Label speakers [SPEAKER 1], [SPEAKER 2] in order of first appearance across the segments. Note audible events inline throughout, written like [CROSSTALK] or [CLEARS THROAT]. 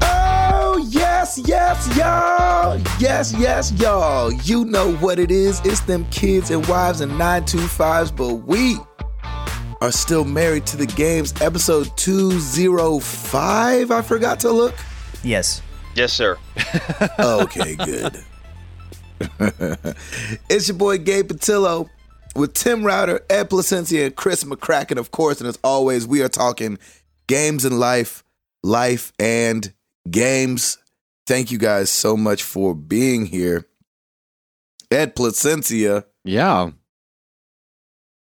[SPEAKER 1] Oh, Yes, yes, y'all. You know what it is. It's them kids and wives and 925s, but we are still married to the games. Episode 205. I forgot to look.
[SPEAKER 2] Yes. [LAUGHS]
[SPEAKER 1] [LAUGHS]
[SPEAKER 3] Yes, sir.
[SPEAKER 1] Okay, good. it's your boy Gabe Patillo with Tim Router, Ed Placencia, and Chris McCracken, of course. And as always, we are talking games and life, life and games. Thank you guys so much for being here. Ed Placencia,
[SPEAKER 4] Yeah.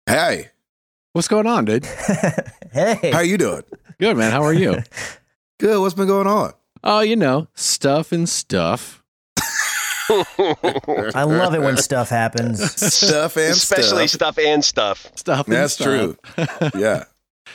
[SPEAKER 1] hey,
[SPEAKER 4] What's going on, dude?
[SPEAKER 2] hey.
[SPEAKER 1] how are you doing?
[SPEAKER 4] Good, man. How are you?
[SPEAKER 1] Good. What's been going on?
[SPEAKER 4] Oh, you know, stuff and stuff.
[SPEAKER 2] I love it when stuff
[SPEAKER 3] [LAUGHS]
[SPEAKER 2] happens.
[SPEAKER 1] Stuff and
[SPEAKER 3] Especially
[SPEAKER 1] stuff.
[SPEAKER 3] stuff and stuff.
[SPEAKER 4] Stuff and
[SPEAKER 1] That's
[SPEAKER 4] stuff. true.
[SPEAKER 1] Yeah.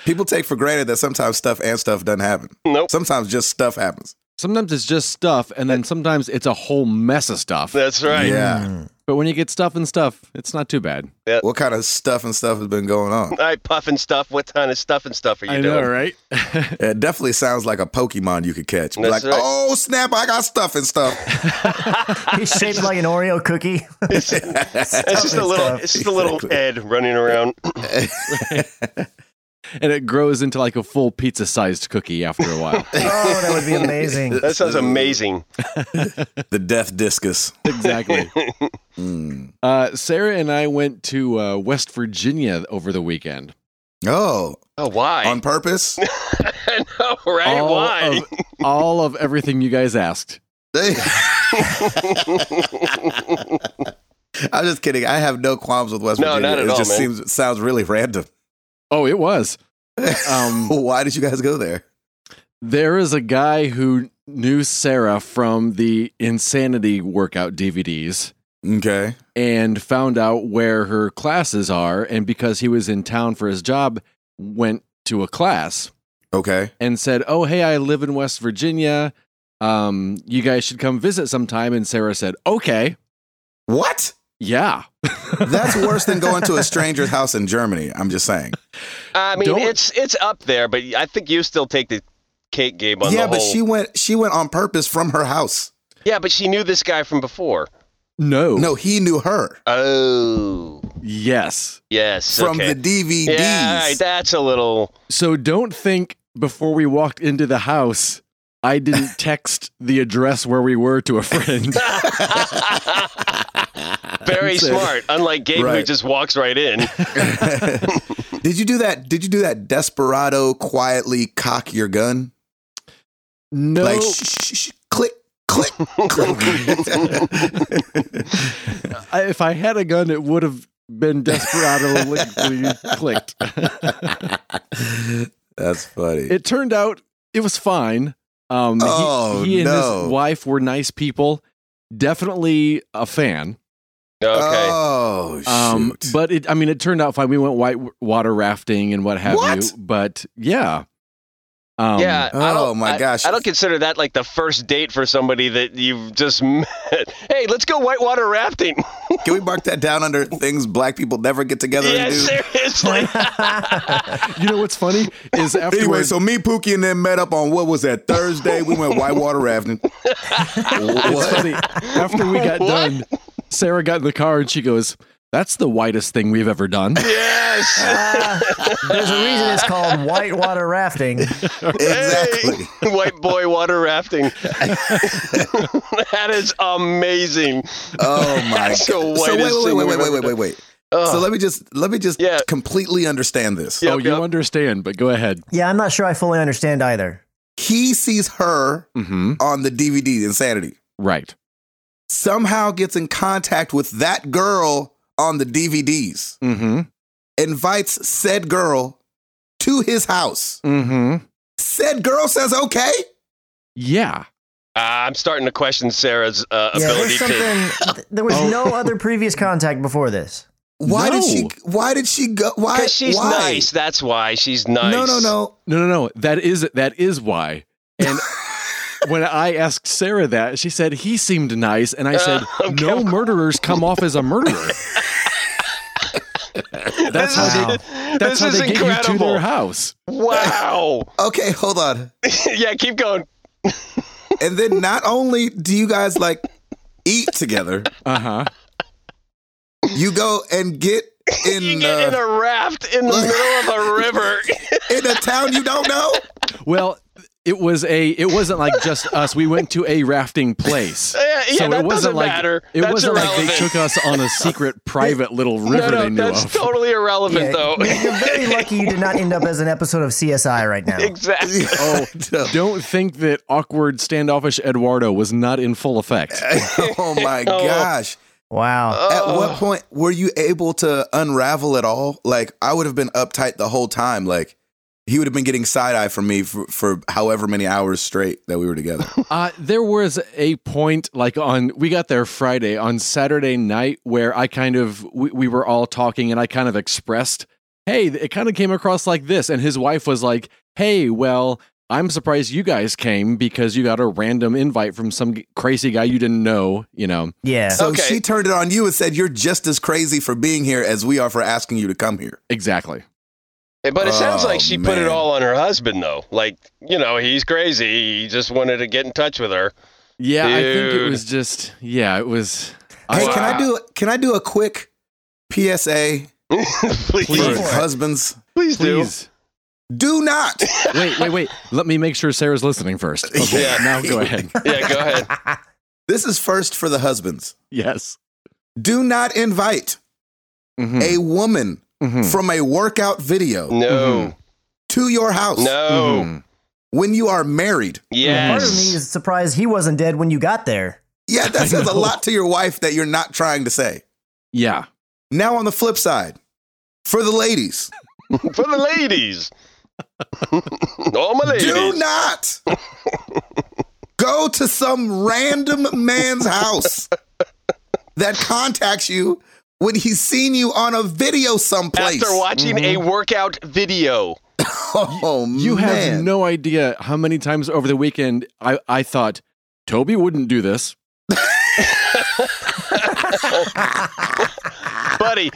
[SPEAKER 1] People take for granted that sometimes stuff and stuff doesn't happen.
[SPEAKER 3] Nope.
[SPEAKER 1] Sometimes just stuff happens.
[SPEAKER 4] sometimes it's just stuff, and then sometimes it's a whole mess of stuff.
[SPEAKER 3] That's right.
[SPEAKER 1] Yeah.
[SPEAKER 2] Mm.
[SPEAKER 4] But when you get stuff and stuff, it's not too bad.
[SPEAKER 1] What kind of stuff and stuff has been going on?
[SPEAKER 3] [LAUGHS] All right, puffing stuff. What kind of stuff and stuff are you
[SPEAKER 4] I
[SPEAKER 3] doing?
[SPEAKER 4] know,
[SPEAKER 3] [LAUGHS]
[SPEAKER 4] right?
[SPEAKER 1] It definitely sounds like a Pokemon you could catch. Be
[SPEAKER 3] That's
[SPEAKER 1] like,
[SPEAKER 3] right.
[SPEAKER 1] oh snap, I got stuff and stuff.
[SPEAKER 3] [LAUGHS]
[SPEAKER 2] He's shaped like an Oreo cookie. [LAUGHS]
[SPEAKER 3] It's just a little.
[SPEAKER 2] Stuff.
[SPEAKER 3] It's just a little Ed running around.
[SPEAKER 4] [LAUGHS] and it grows into like a full pizza sized cookie after a while.
[SPEAKER 2] Oh, that would be
[SPEAKER 1] [LAUGHS]
[SPEAKER 2] amazing.
[SPEAKER 3] That sounds amazing.
[SPEAKER 1] the death discus.
[SPEAKER 4] exactly.
[SPEAKER 1] Mm.
[SPEAKER 4] Uh, Sarah and I went to uh, West Virginia over the weekend.
[SPEAKER 1] Oh,
[SPEAKER 3] Oh, why?
[SPEAKER 1] on purpose?
[SPEAKER 3] [LAUGHS] I know, right?
[SPEAKER 4] all
[SPEAKER 3] why?
[SPEAKER 4] Of, all of everything you guys asked.
[SPEAKER 1] They- [LAUGHS] I'm just kidding. I have no qualms with West
[SPEAKER 3] No,
[SPEAKER 1] Virginia.
[SPEAKER 3] not at
[SPEAKER 1] it
[SPEAKER 3] all,
[SPEAKER 1] just
[SPEAKER 3] man.
[SPEAKER 1] seems sounds really random. [LAUGHS]
[SPEAKER 4] Oh, it was. Um,
[SPEAKER 1] Why did you guys go there?
[SPEAKER 4] There is a guy who knew Sarah from the Insanity Workout DVDs
[SPEAKER 1] Okay.
[SPEAKER 4] and found out where her classes are. And because he was in town for his job, went to a class
[SPEAKER 1] Okay.
[SPEAKER 4] and said, Oh, hey, I live in West Virginia. Um, you guys should come visit sometime. And Sarah said, Okay,
[SPEAKER 1] What?
[SPEAKER 4] yeah.
[SPEAKER 1] That's worse than going to a stranger's house in Germany. I'm just saying.
[SPEAKER 3] [LAUGHS] I mean,
[SPEAKER 4] Don't-
[SPEAKER 3] it's it's up there, but I think you still take the cake game on
[SPEAKER 1] yeah,
[SPEAKER 3] the
[SPEAKER 1] but
[SPEAKER 3] whole.
[SPEAKER 1] she went. She went on purpose from her house.
[SPEAKER 3] yeah, but she knew this guy from before.
[SPEAKER 4] No.
[SPEAKER 1] No, he knew her
[SPEAKER 3] Oh,
[SPEAKER 4] Yes.
[SPEAKER 3] yes.
[SPEAKER 1] from
[SPEAKER 3] okay.
[SPEAKER 1] the DVDs.
[SPEAKER 3] Yeah, all right, that's a little.
[SPEAKER 4] So don't think before we walked into the house,
[SPEAKER 1] [LAUGHS]
[SPEAKER 4] I didn't text the address where we were to a friend. [LAUGHS]
[SPEAKER 3] Very
[SPEAKER 4] That's it.
[SPEAKER 3] smart. Unlike Gabe, who
[SPEAKER 1] Right.
[SPEAKER 3] just walks right in.
[SPEAKER 1] [LAUGHS] did you do that? Did you do that? Desperado, quietly cock your gun, [LAUGHS]
[SPEAKER 4] No.
[SPEAKER 1] like shh, shh, shh, click, click, [LAUGHS] click.
[SPEAKER 4] I, if I had a gun, it would have been
[SPEAKER 1] [LAUGHS]
[SPEAKER 4] desperately clicked.
[SPEAKER 1] That's funny.
[SPEAKER 4] it turned out it was fine. Um, he-
[SPEAKER 1] Oh,
[SPEAKER 4] he, and
[SPEAKER 1] no.
[SPEAKER 4] his wife were nice people. Definitely a fan.
[SPEAKER 3] Okay.
[SPEAKER 1] Oh shoot!
[SPEAKER 4] Um, but it, I mean, it turned out fine. We went white water rafting and what have
[SPEAKER 1] What?
[SPEAKER 4] you. But yeah, um,
[SPEAKER 3] yeah. I
[SPEAKER 1] oh
[SPEAKER 3] don't-
[SPEAKER 1] my
[SPEAKER 3] I-
[SPEAKER 1] gosh.
[SPEAKER 3] I don't consider that like the first date for somebody that you've just met. [LAUGHS] Hey, let's go whitewater rafting.
[SPEAKER 4] [LAUGHS]
[SPEAKER 1] can we mark that down under things black people never get together
[SPEAKER 3] yeah,
[SPEAKER 1] and do?
[SPEAKER 4] [LAUGHS]
[SPEAKER 3] seriously.
[SPEAKER 4] You know what's funny
[SPEAKER 1] [LAUGHS]
[SPEAKER 4] is afterwards.
[SPEAKER 1] Anyway, so me, Pookie, and them met up on what was that Thursday? We went whitewater
[SPEAKER 3] [LAUGHS]
[SPEAKER 1] rafting.
[SPEAKER 4] It's
[SPEAKER 1] what?
[SPEAKER 4] funny. After
[SPEAKER 1] [LAUGHS]
[SPEAKER 4] we got
[SPEAKER 3] What?
[SPEAKER 4] done, Sarah got in the car and she goes, "That's the whitest thing we've ever done."
[SPEAKER 3] yes.
[SPEAKER 2] There's a reason it's called whitewater rafting.
[SPEAKER 1] Exactly.
[SPEAKER 3] Hey, [LAUGHS] white boy water rafting. [LAUGHS] that is amazing.
[SPEAKER 1] Oh my god!
[SPEAKER 3] [LAUGHS] That's the
[SPEAKER 1] so
[SPEAKER 3] whitest
[SPEAKER 1] wait,
[SPEAKER 3] thing
[SPEAKER 1] wait, wait,
[SPEAKER 3] we've
[SPEAKER 1] wait,
[SPEAKER 3] ever
[SPEAKER 1] wait, wait,
[SPEAKER 3] done.
[SPEAKER 1] wait.
[SPEAKER 3] Ugh.
[SPEAKER 1] So let me just let me just
[SPEAKER 3] Yeah.
[SPEAKER 1] completely understand this.
[SPEAKER 3] Yep,
[SPEAKER 4] oh, you
[SPEAKER 3] yep.
[SPEAKER 4] understand, but go ahead.
[SPEAKER 2] Yeah, I'm not sure I fully understand either.
[SPEAKER 1] He sees her
[SPEAKER 4] Mm-hmm.
[SPEAKER 1] on the DVD Insanity.
[SPEAKER 4] Right.
[SPEAKER 1] Somehow gets in contact with that girl on the DVDs.
[SPEAKER 4] Mm-hmm.
[SPEAKER 1] Invites said girl to his house.
[SPEAKER 4] Mm-hmm.
[SPEAKER 1] Said girl says okay.
[SPEAKER 4] Yeah.
[SPEAKER 3] Uh, I'm starting to question Sarah's uh,
[SPEAKER 2] Yeah, there's
[SPEAKER 3] ability to.
[SPEAKER 2] something. th- There was
[SPEAKER 4] Oh.
[SPEAKER 2] no other previous contact before
[SPEAKER 3] [LAUGHS]
[SPEAKER 2] this.
[SPEAKER 1] Why did
[SPEAKER 4] No.
[SPEAKER 1] she? Why did she go? Why?
[SPEAKER 3] Because she's
[SPEAKER 1] why?
[SPEAKER 3] nice. That's why she's nice.
[SPEAKER 1] No, no, no.
[SPEAKER 4] No, no, no. That is that is why.
[SPEAKER 3] [LAUGHS]
[SPEAKER 4] And when I asked Sarah that, she said he seemed nice, and I said,
[SPEAKER 3] Uh,
[SPEAKER 4] "No murderers come off as
[SPEAKER 3] [LAUGHS]
[SPEAKER 4] a murderer." That's
[SPEAKER 3] This [LAUGHS]
[SPEAKER 4] how
[SPEAKER 2] is-
[SPEAKER 4] they.
[SPEAKER 3] this
[SPEAKER 4] That's how
[SPEAKER 3] is
[SPEAKER 4] they get you to
[SPEAKER 3] incredible.
[SPEAKER 4] their house.
[SPEAKER 3] Wow.
[SPEAKER 1] Okay, hold on.
[SPEAKER 3] [LAUGHS] yeah, keep going.
[SPEAKER 1] And then not only do you guys like eat together.
[SPEAKER 4] Uh huh.
[SPEAKER 1] You go and get in,
[SPEAKER 3] you get in
[SPEAKER 1] uh,
[SPEAKER 3] a raft in the middle of a river.
[SPEAKER 1] in a town you don't know.
[SPEAKER 4] Well, it was a. It wasn't like just us. We went to a rafting place.
[SPEAKER 3] [LAUGHS] yeah, yeah,
[SPEAKER 4] so
[SPEAKER 3] that
[SPEAKER 4] it wasn't
[SPEAKER 3] doesn't
[SPEAKER 4] like
[SPEAKER 3] matter.
[SPEAKER 4] it
[SPEAKER 3] That's
[SPEAKER 4] wasn't like they
[SPEAKER 3] irrelevant.
[SPEAKER 4] took us on a
[SPEAKER 3] [LAUGHS]
[SPEAKER 4] secret private little
[SPEAKER 3] no,
[SPEAKER 4] river they
[SPEAKER 3] no,
[SPEAKER 4] knew
[SPEAKER 3] that's
[SPEAKER 4] of.
[SPEAKER 3] totally irrelevant,
[SPEAKER 2] Yeah,
[SPEAKER 3] though. [LAUGHS]
[SPEAKER 2] You're [LAUGHS] you're very lucky you did not end up as an episode of CSI right now.
[SPEAKER 3] exactly.
[SPEAKER 1] Oh,
[SPEAKER 4] Don't think that awkward standoffish Eduardo was not in full effect.
[SPEAKER 1] [LAUGHS] oh my gosh.
[SPEAKER 2] Wow.
[SPEAKER 1] At
[SPEAKER 3] Oh.
[SPEAKER 1] what point were you able to unravel at all? Like I would have been uptight the whole time. Like he would have been getting side eye from me for, for however many hours straight that we were together.
[SPEAKER 4] Uh, there was a point, like on, we got there Friday on Saturday night, where I kind of we, we were all talking, and I kind of expressed, "Hey, it kind of came across like this," and his wife was like, "Hey, well." I'm surprised you guys came because you got a random invite from some g- crazy guy you didn't know, you know.
[SPEAKER 2] Yeah. [LAUGHS]
[SPEAKER 1] So
[SPEAKER 3] Okay.
[SPEAKER 1] she turned it on you and said, "You're just as crazy for being here as we are for asking you to come here."
[SPEAKER 4] Exactly.
[SPEAKER 3] But it sounds
[SPEAKER 1] Oh,
[SPEAKER 3] like she put it
[SPEAKER 1] man.
[SPEAKER 3] all on her husband, though. Like, you know, he's crazy. He just wanted to get in touch with her. [LAUGHS]
[SPEAKER 4] Yeah, I think it
[SPEAKER 3] Dude.
[SPEAKER 4] was just yeah, it was
[SPEAKER 1] Hey,
[SPEAKER 3] Wow.
[SPEAKER 1] can I do can I do a quick PSA
[SPEAKER 3] please,
[SPEAKER 1] for
[SPEAKER 4] Please.
[SPEAKER 3] please,
[SPEAKER 1] husbands?
[SPEAKER 3] do.
[SPEAKER 4] please.
[SPEAKER 1] Do not.
[SPEAKER 4] wait, wait, wait. Let me make sure Sarah's listening first.
[SPEAKER 3] [LAUGHS]
[SPEAKER 4] Okay,
[SPEAKER 3] Yeah.
[SPEAKER 4] now go ahead.
[SPEAKER 3] Yeah, go
[SPEAKER 2] [LAUGHS]
[SPEAKER 3] ahead.
[SPEAKER 1] This is first for the husbands.
[SPEAKER 4] Yes.
[SPEAKER 1] Do not invite
[SPEAKER 4] Mhm,
[SPEAKER 1] a woman
[SPEAKER 4] mhm,
[SPEAKER 1] from a workout video
[SPEAKER 3] No,
[SPEAKER 1] to your house
[SPEAKER 3] Hmm. no.
[SPEAKER 4] mhm.
[SPEAKER 1] when you are married.
[SPEAKER 2] Part of me
[SPEAKER 3] Yes.
[SPEAKER 2] is surprised he wasn't dead when you got there.
[SPEAKER 1] Yeah, that says a lot to your wife that you're not trying to say.
[SPEAKER 4] Yeah.
[SPEAKER 1] Now on the flip side, for the ladies,
[SPEAKER 3] For the ladies. all my ladies.
[SPEAKER 1] do not go to some random man's house that contacts you when he's seen you on a video someplace.
[SPEAKER 3] After watching a workout video.
[SPEAKER 1] [LAUGHS] Oh
[SPEAKER 4] You have
[SPEAKER 1] man.
[SPEAKER 4] no idea how many times over the weekend I, I thought Toby wouldn't do this.
[SPEAKER 3] Buddy,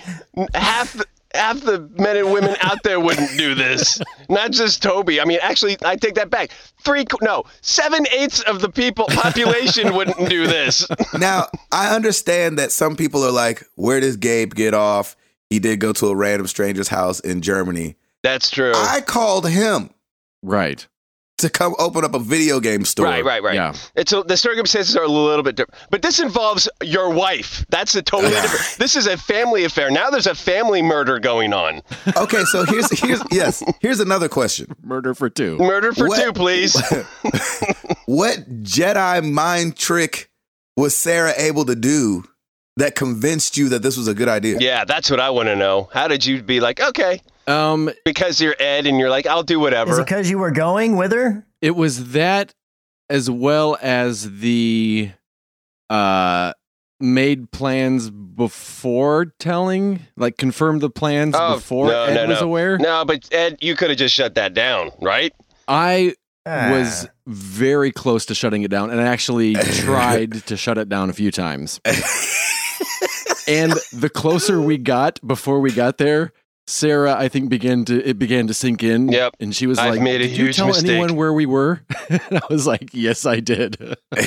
[SPEAKER 3] half the, half the men and women out there wouldn't do this. Not just Toby. I mean, actually, I take that back. Three, qu- no, seven eighths of the people population wouldn't do this. [LAUGHS]
[SPEAKER 1] now I understand that some people are like, "Where does Gabe get off?" He did go to a random stranger's house in Germany.
[SPEAKER 3] That's true.
[SPEAKER 1] I called him
[SPEAKER 4] Right.
[SPEAKER 1] to come open up a video game store.
[SPEAKER 3] Right, right, right.
[SPEAKER 4] Yeah.
[SPEAKER 3] It's a, the circumstances are a little bit different, but this involves your wife. That's a totally different. This is a family affair. Now there's a family murder going on.
[SPEAKER 1] Okay, so here's here's yes, here's another question.
[SPEAKER 4] Murder for two.
[SPEAKER 3] Murder for
[SPEAKER 1] What-
[SPEAKER 3] two, please.
[SPEAKER 1] [LAUGHS] What Jedi mind trick was Sarah able to do that convinced you that this was a good idea?
[SPEAKER 3] Yeah, that's what I want to know. How did you be like, okay,
[SPEAKER 4] Um,
[SPEAKER 3] because you're Ed and you're like, I'll
[SPEAKER 2] Is
[SPEAKER 3] do whatever.
[SPEAKER 2] it because you were going with her?
[SPEAKER 4] it was that as well as the uh made plans before telling, like confirmed the plans
[SPEAKER 3] Oh,
[SPEAKER 4] before
[SPEAKER 3] no,
[SPEAKER 4] Ed
[SPEAKER 3] no,
[SPEAKER 4] was
[SPEAKER 3] no.
[SPEAKER 4] aware.
[SPEAKER 3] no, but Ed, you could have just shut that down, right?
[SPEAKER 4] I
[SPEAKER 2] Ah.
[SPEAKER 4] was very close to shutting it down and I actually tried to shut it down a few times. and the closer we got before we got there, Sarah, I think began to it began to sink in.
[SPEAKER 3] Yep.
[SPEAKER 4] And she was
[SPEAKER 3] I've
[SPEAKER 4] like,
[SPEAKER 3] made a
[SPEAKER 4] "Did you
[SPEAKER 3] huge
[SPEAKER 4] tell
[SPEAKER 3] mistake."
[SPEAKER 4] anyone where we were?" [LAUGHS] and I was like, "Yes,
[SPEAKER 3] [LAUGHS]
[SPEAKER 4] I did."
[SPEAKER 1] I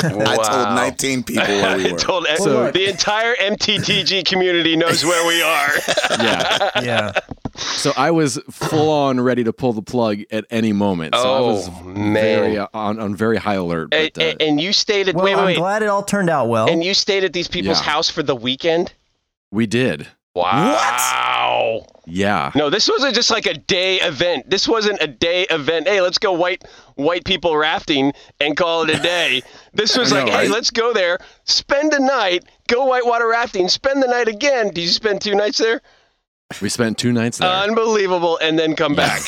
[SPEAKER 1] told
[SPEAKER 3] Wow. [LAUGHS]
[SPEAKER 1] 19 people where we
[SPEAKER 3] I
[SPEAKER 1] were.
[SPEAKER 3] told Ed,
[SPEAKER 4] So-
[SPEAKER 3] the entire MTTG community knows where we are.
[SPEAKER 4] yeah.
[SPEAKER 2] Ah,
[SPEAKER 3] [LAUGHS]
[SPEAKER 2] yeah.
[SPEAKER 4] So I was full on ready to pull the plug at any moment. So I was
[SPEAKER 3] Oh, man.
[SPEAKER 4] very uh, on, on very high alert.
[SPEAKER 3] and,
[SPEAKER 4] But, uh,
[SPEAKER 3] and- and you stayed at
[SPEAKER 2] Well,
[SPEAKER 3] wait,
[SPEAKER 2] I'm
[SPEAKER 3] wait, wait.
[SPEAKER 2] glad it all turned out well.
[SPEAKER 3] And you stayed at these people's
[SPEAKER 4] Yeah.
[SPEAKER 3] house for the weekend.
[SPEAKER 4] we did.
[SPEAKER 3] Wow.
[SPEAKER 4] Yeah.
[SPEAKER 3] No, this wasn't just like a day event. This wasn't a day event. Hey, let's go white white people rafting and call it a day. This was
[SPEAKER 4] I
[SPEAKER 3] like,
[SPEAKER 4] know,
[SPEAKER 3] hey,
[SPEAKER 4] right?
[SPEAKER 3] let's go there, spend the night, go whitewater rafting, spend the night again. Did you spend two nights there?
[SPEAKER 4] We spent two nights there.
[SPEAKER 3] Unbelievable, and then come
[SPEAKER 4] [LAUGHS]
[SPEAKER 3] back.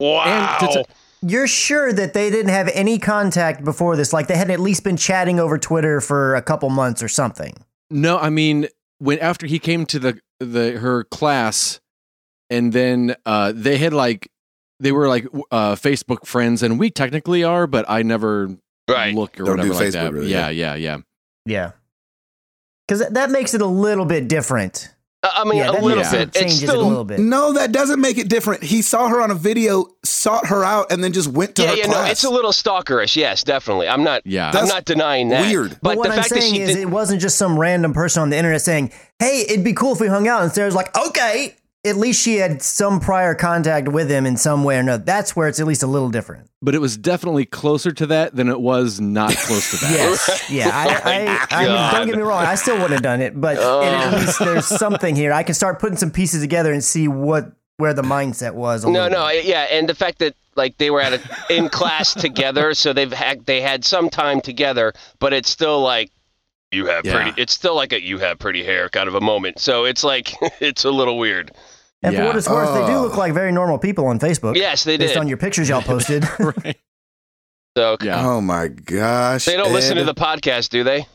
[SPEAKER 3] wow.
[SPEAKER 4] And to t-
[SPEAKER 2] You're sure that they didn't have any contact before this? Like they had at least been chatting over Twitter for a couple months or something.
[SPEAKER 4] No, I mean when after he came to the the her class, and then uh, they had like they were like w- uh, Facebook friends, and we technically are, but I never
[SPEAKER 3] right.
[SPEAKER 4] look or
[SPEAKER 1] Don't do
[SPEAKER 4] whatever like
[SPEAKER 1] Facebook,
[SPEAKER 4] that.
[SPEAKER 1] really,
[SPEAKER 4] yeah, yeah, yeah.
[SPEAKER 2] Yeah. Because that makes it a little bit different.
[SPEAKER 3] Uh, I mean,
[SPEAKER 2] yeah,
[SPEAKER 3] a
[SPEAKER 2] that
[SPEAKER 3] little
[SPEAKER 2] makes
[SPEAKER 3] bit.
[SPEAKER 2] it
[SPEAKER 3] It's
[SPEAKER 2] changes it a
[SPEAKER 3] still
[SPEAKER 2] little bit.
[SPEAKER 1] No, that doesn't make it different. He saw her on a video, sought her out, and then just went to
[SPEAKER 3] yeah,
[SPEAKER 1] her
[SPEAKER 3] yeah,
[SPEAKER 1] class.
[SPEAKER 3] no, it's a little stalkerish. Yes, definitely. I'm not.
[SPEAKER 4] Yeah.
[SPEAKER 3] I'm
[SPEAKER 1] That's
[SPEAKER 3] not denying that.
[SPEAKER 1] weird.
[SPEAKER 3] But,
[SPEAKER 2] But, what
[SPEAKER 3] the
[SPEAKER 2] I'm
[SPEAKER 3] fact that
[SPEAKER 2] saying
[SPEAKER 3] she
[SPEAKER 2] is,
[SPEAKER 3] did,
[SPEAKER 2] it wasn't just some random person on the internet saying, "Hey, it'd be cool if we hung out." And Sarah's like, "Okay." At least she had some prior contact with him in some way or another. That's where it's at least a little different.
[SPEAKER 4] but it was definitely closer to that than it
[SPEAKER 1] [LAUGHS]
[SPEAKER 4] was not close to that.
[SPEAKER 2] Yes,
[SPEAKER 3] [LAUGHS]
[SPEAKER 2] yeah. I, I, I mean,
[SPEAKER 3] God.
[SPEAKER 2] don't get me wrong. I still would have done it, but at least there's something here. I can start putting some pieces together and see what where the mindset was. a
[SPEAKER 3] no,
[SPEAKER 2] little
[SPEAKER 3] no, I- yeah, and the fact that like they were at a, in
[SPEAKER 2] [LAUGHS]
[SPEAKER 3] class together, so they've had they had some time together, but it's still like you have
[SPEAKER 4] Yeah.
[SPEAKER 3] pretty. It's still like a you have pretty hair kind of a moment. So it's like [LAUGHS] it's a little weird.
[SPEAKER 2] And for
[SPEAKER 4] Yeah.
[SPEAKER 2] what it's worth, they do
[SPEAKER 1] Oh.
[SPEAKER 2] look like very normal people on Facebook.
[SPEAKER 3] Yes, they
[SPEAKER 2] based
[SPEAKER 3] did.
[SPEAKER 2] on your pictures y'all
[SPEAKER 3] [LAUGHS]
[SPEAKER 2] posted.
[SPEAKER 4] [LAUGHS] right.
[SPEAKER 3] so
[SPEAKER 4] Yeah.
[SPEAKER 1] Oh my gosh!
[SPEAKER 3] they don't listen to
[SPEAKER 1] Ed.
[SPEAKER 3] the podcast, do they?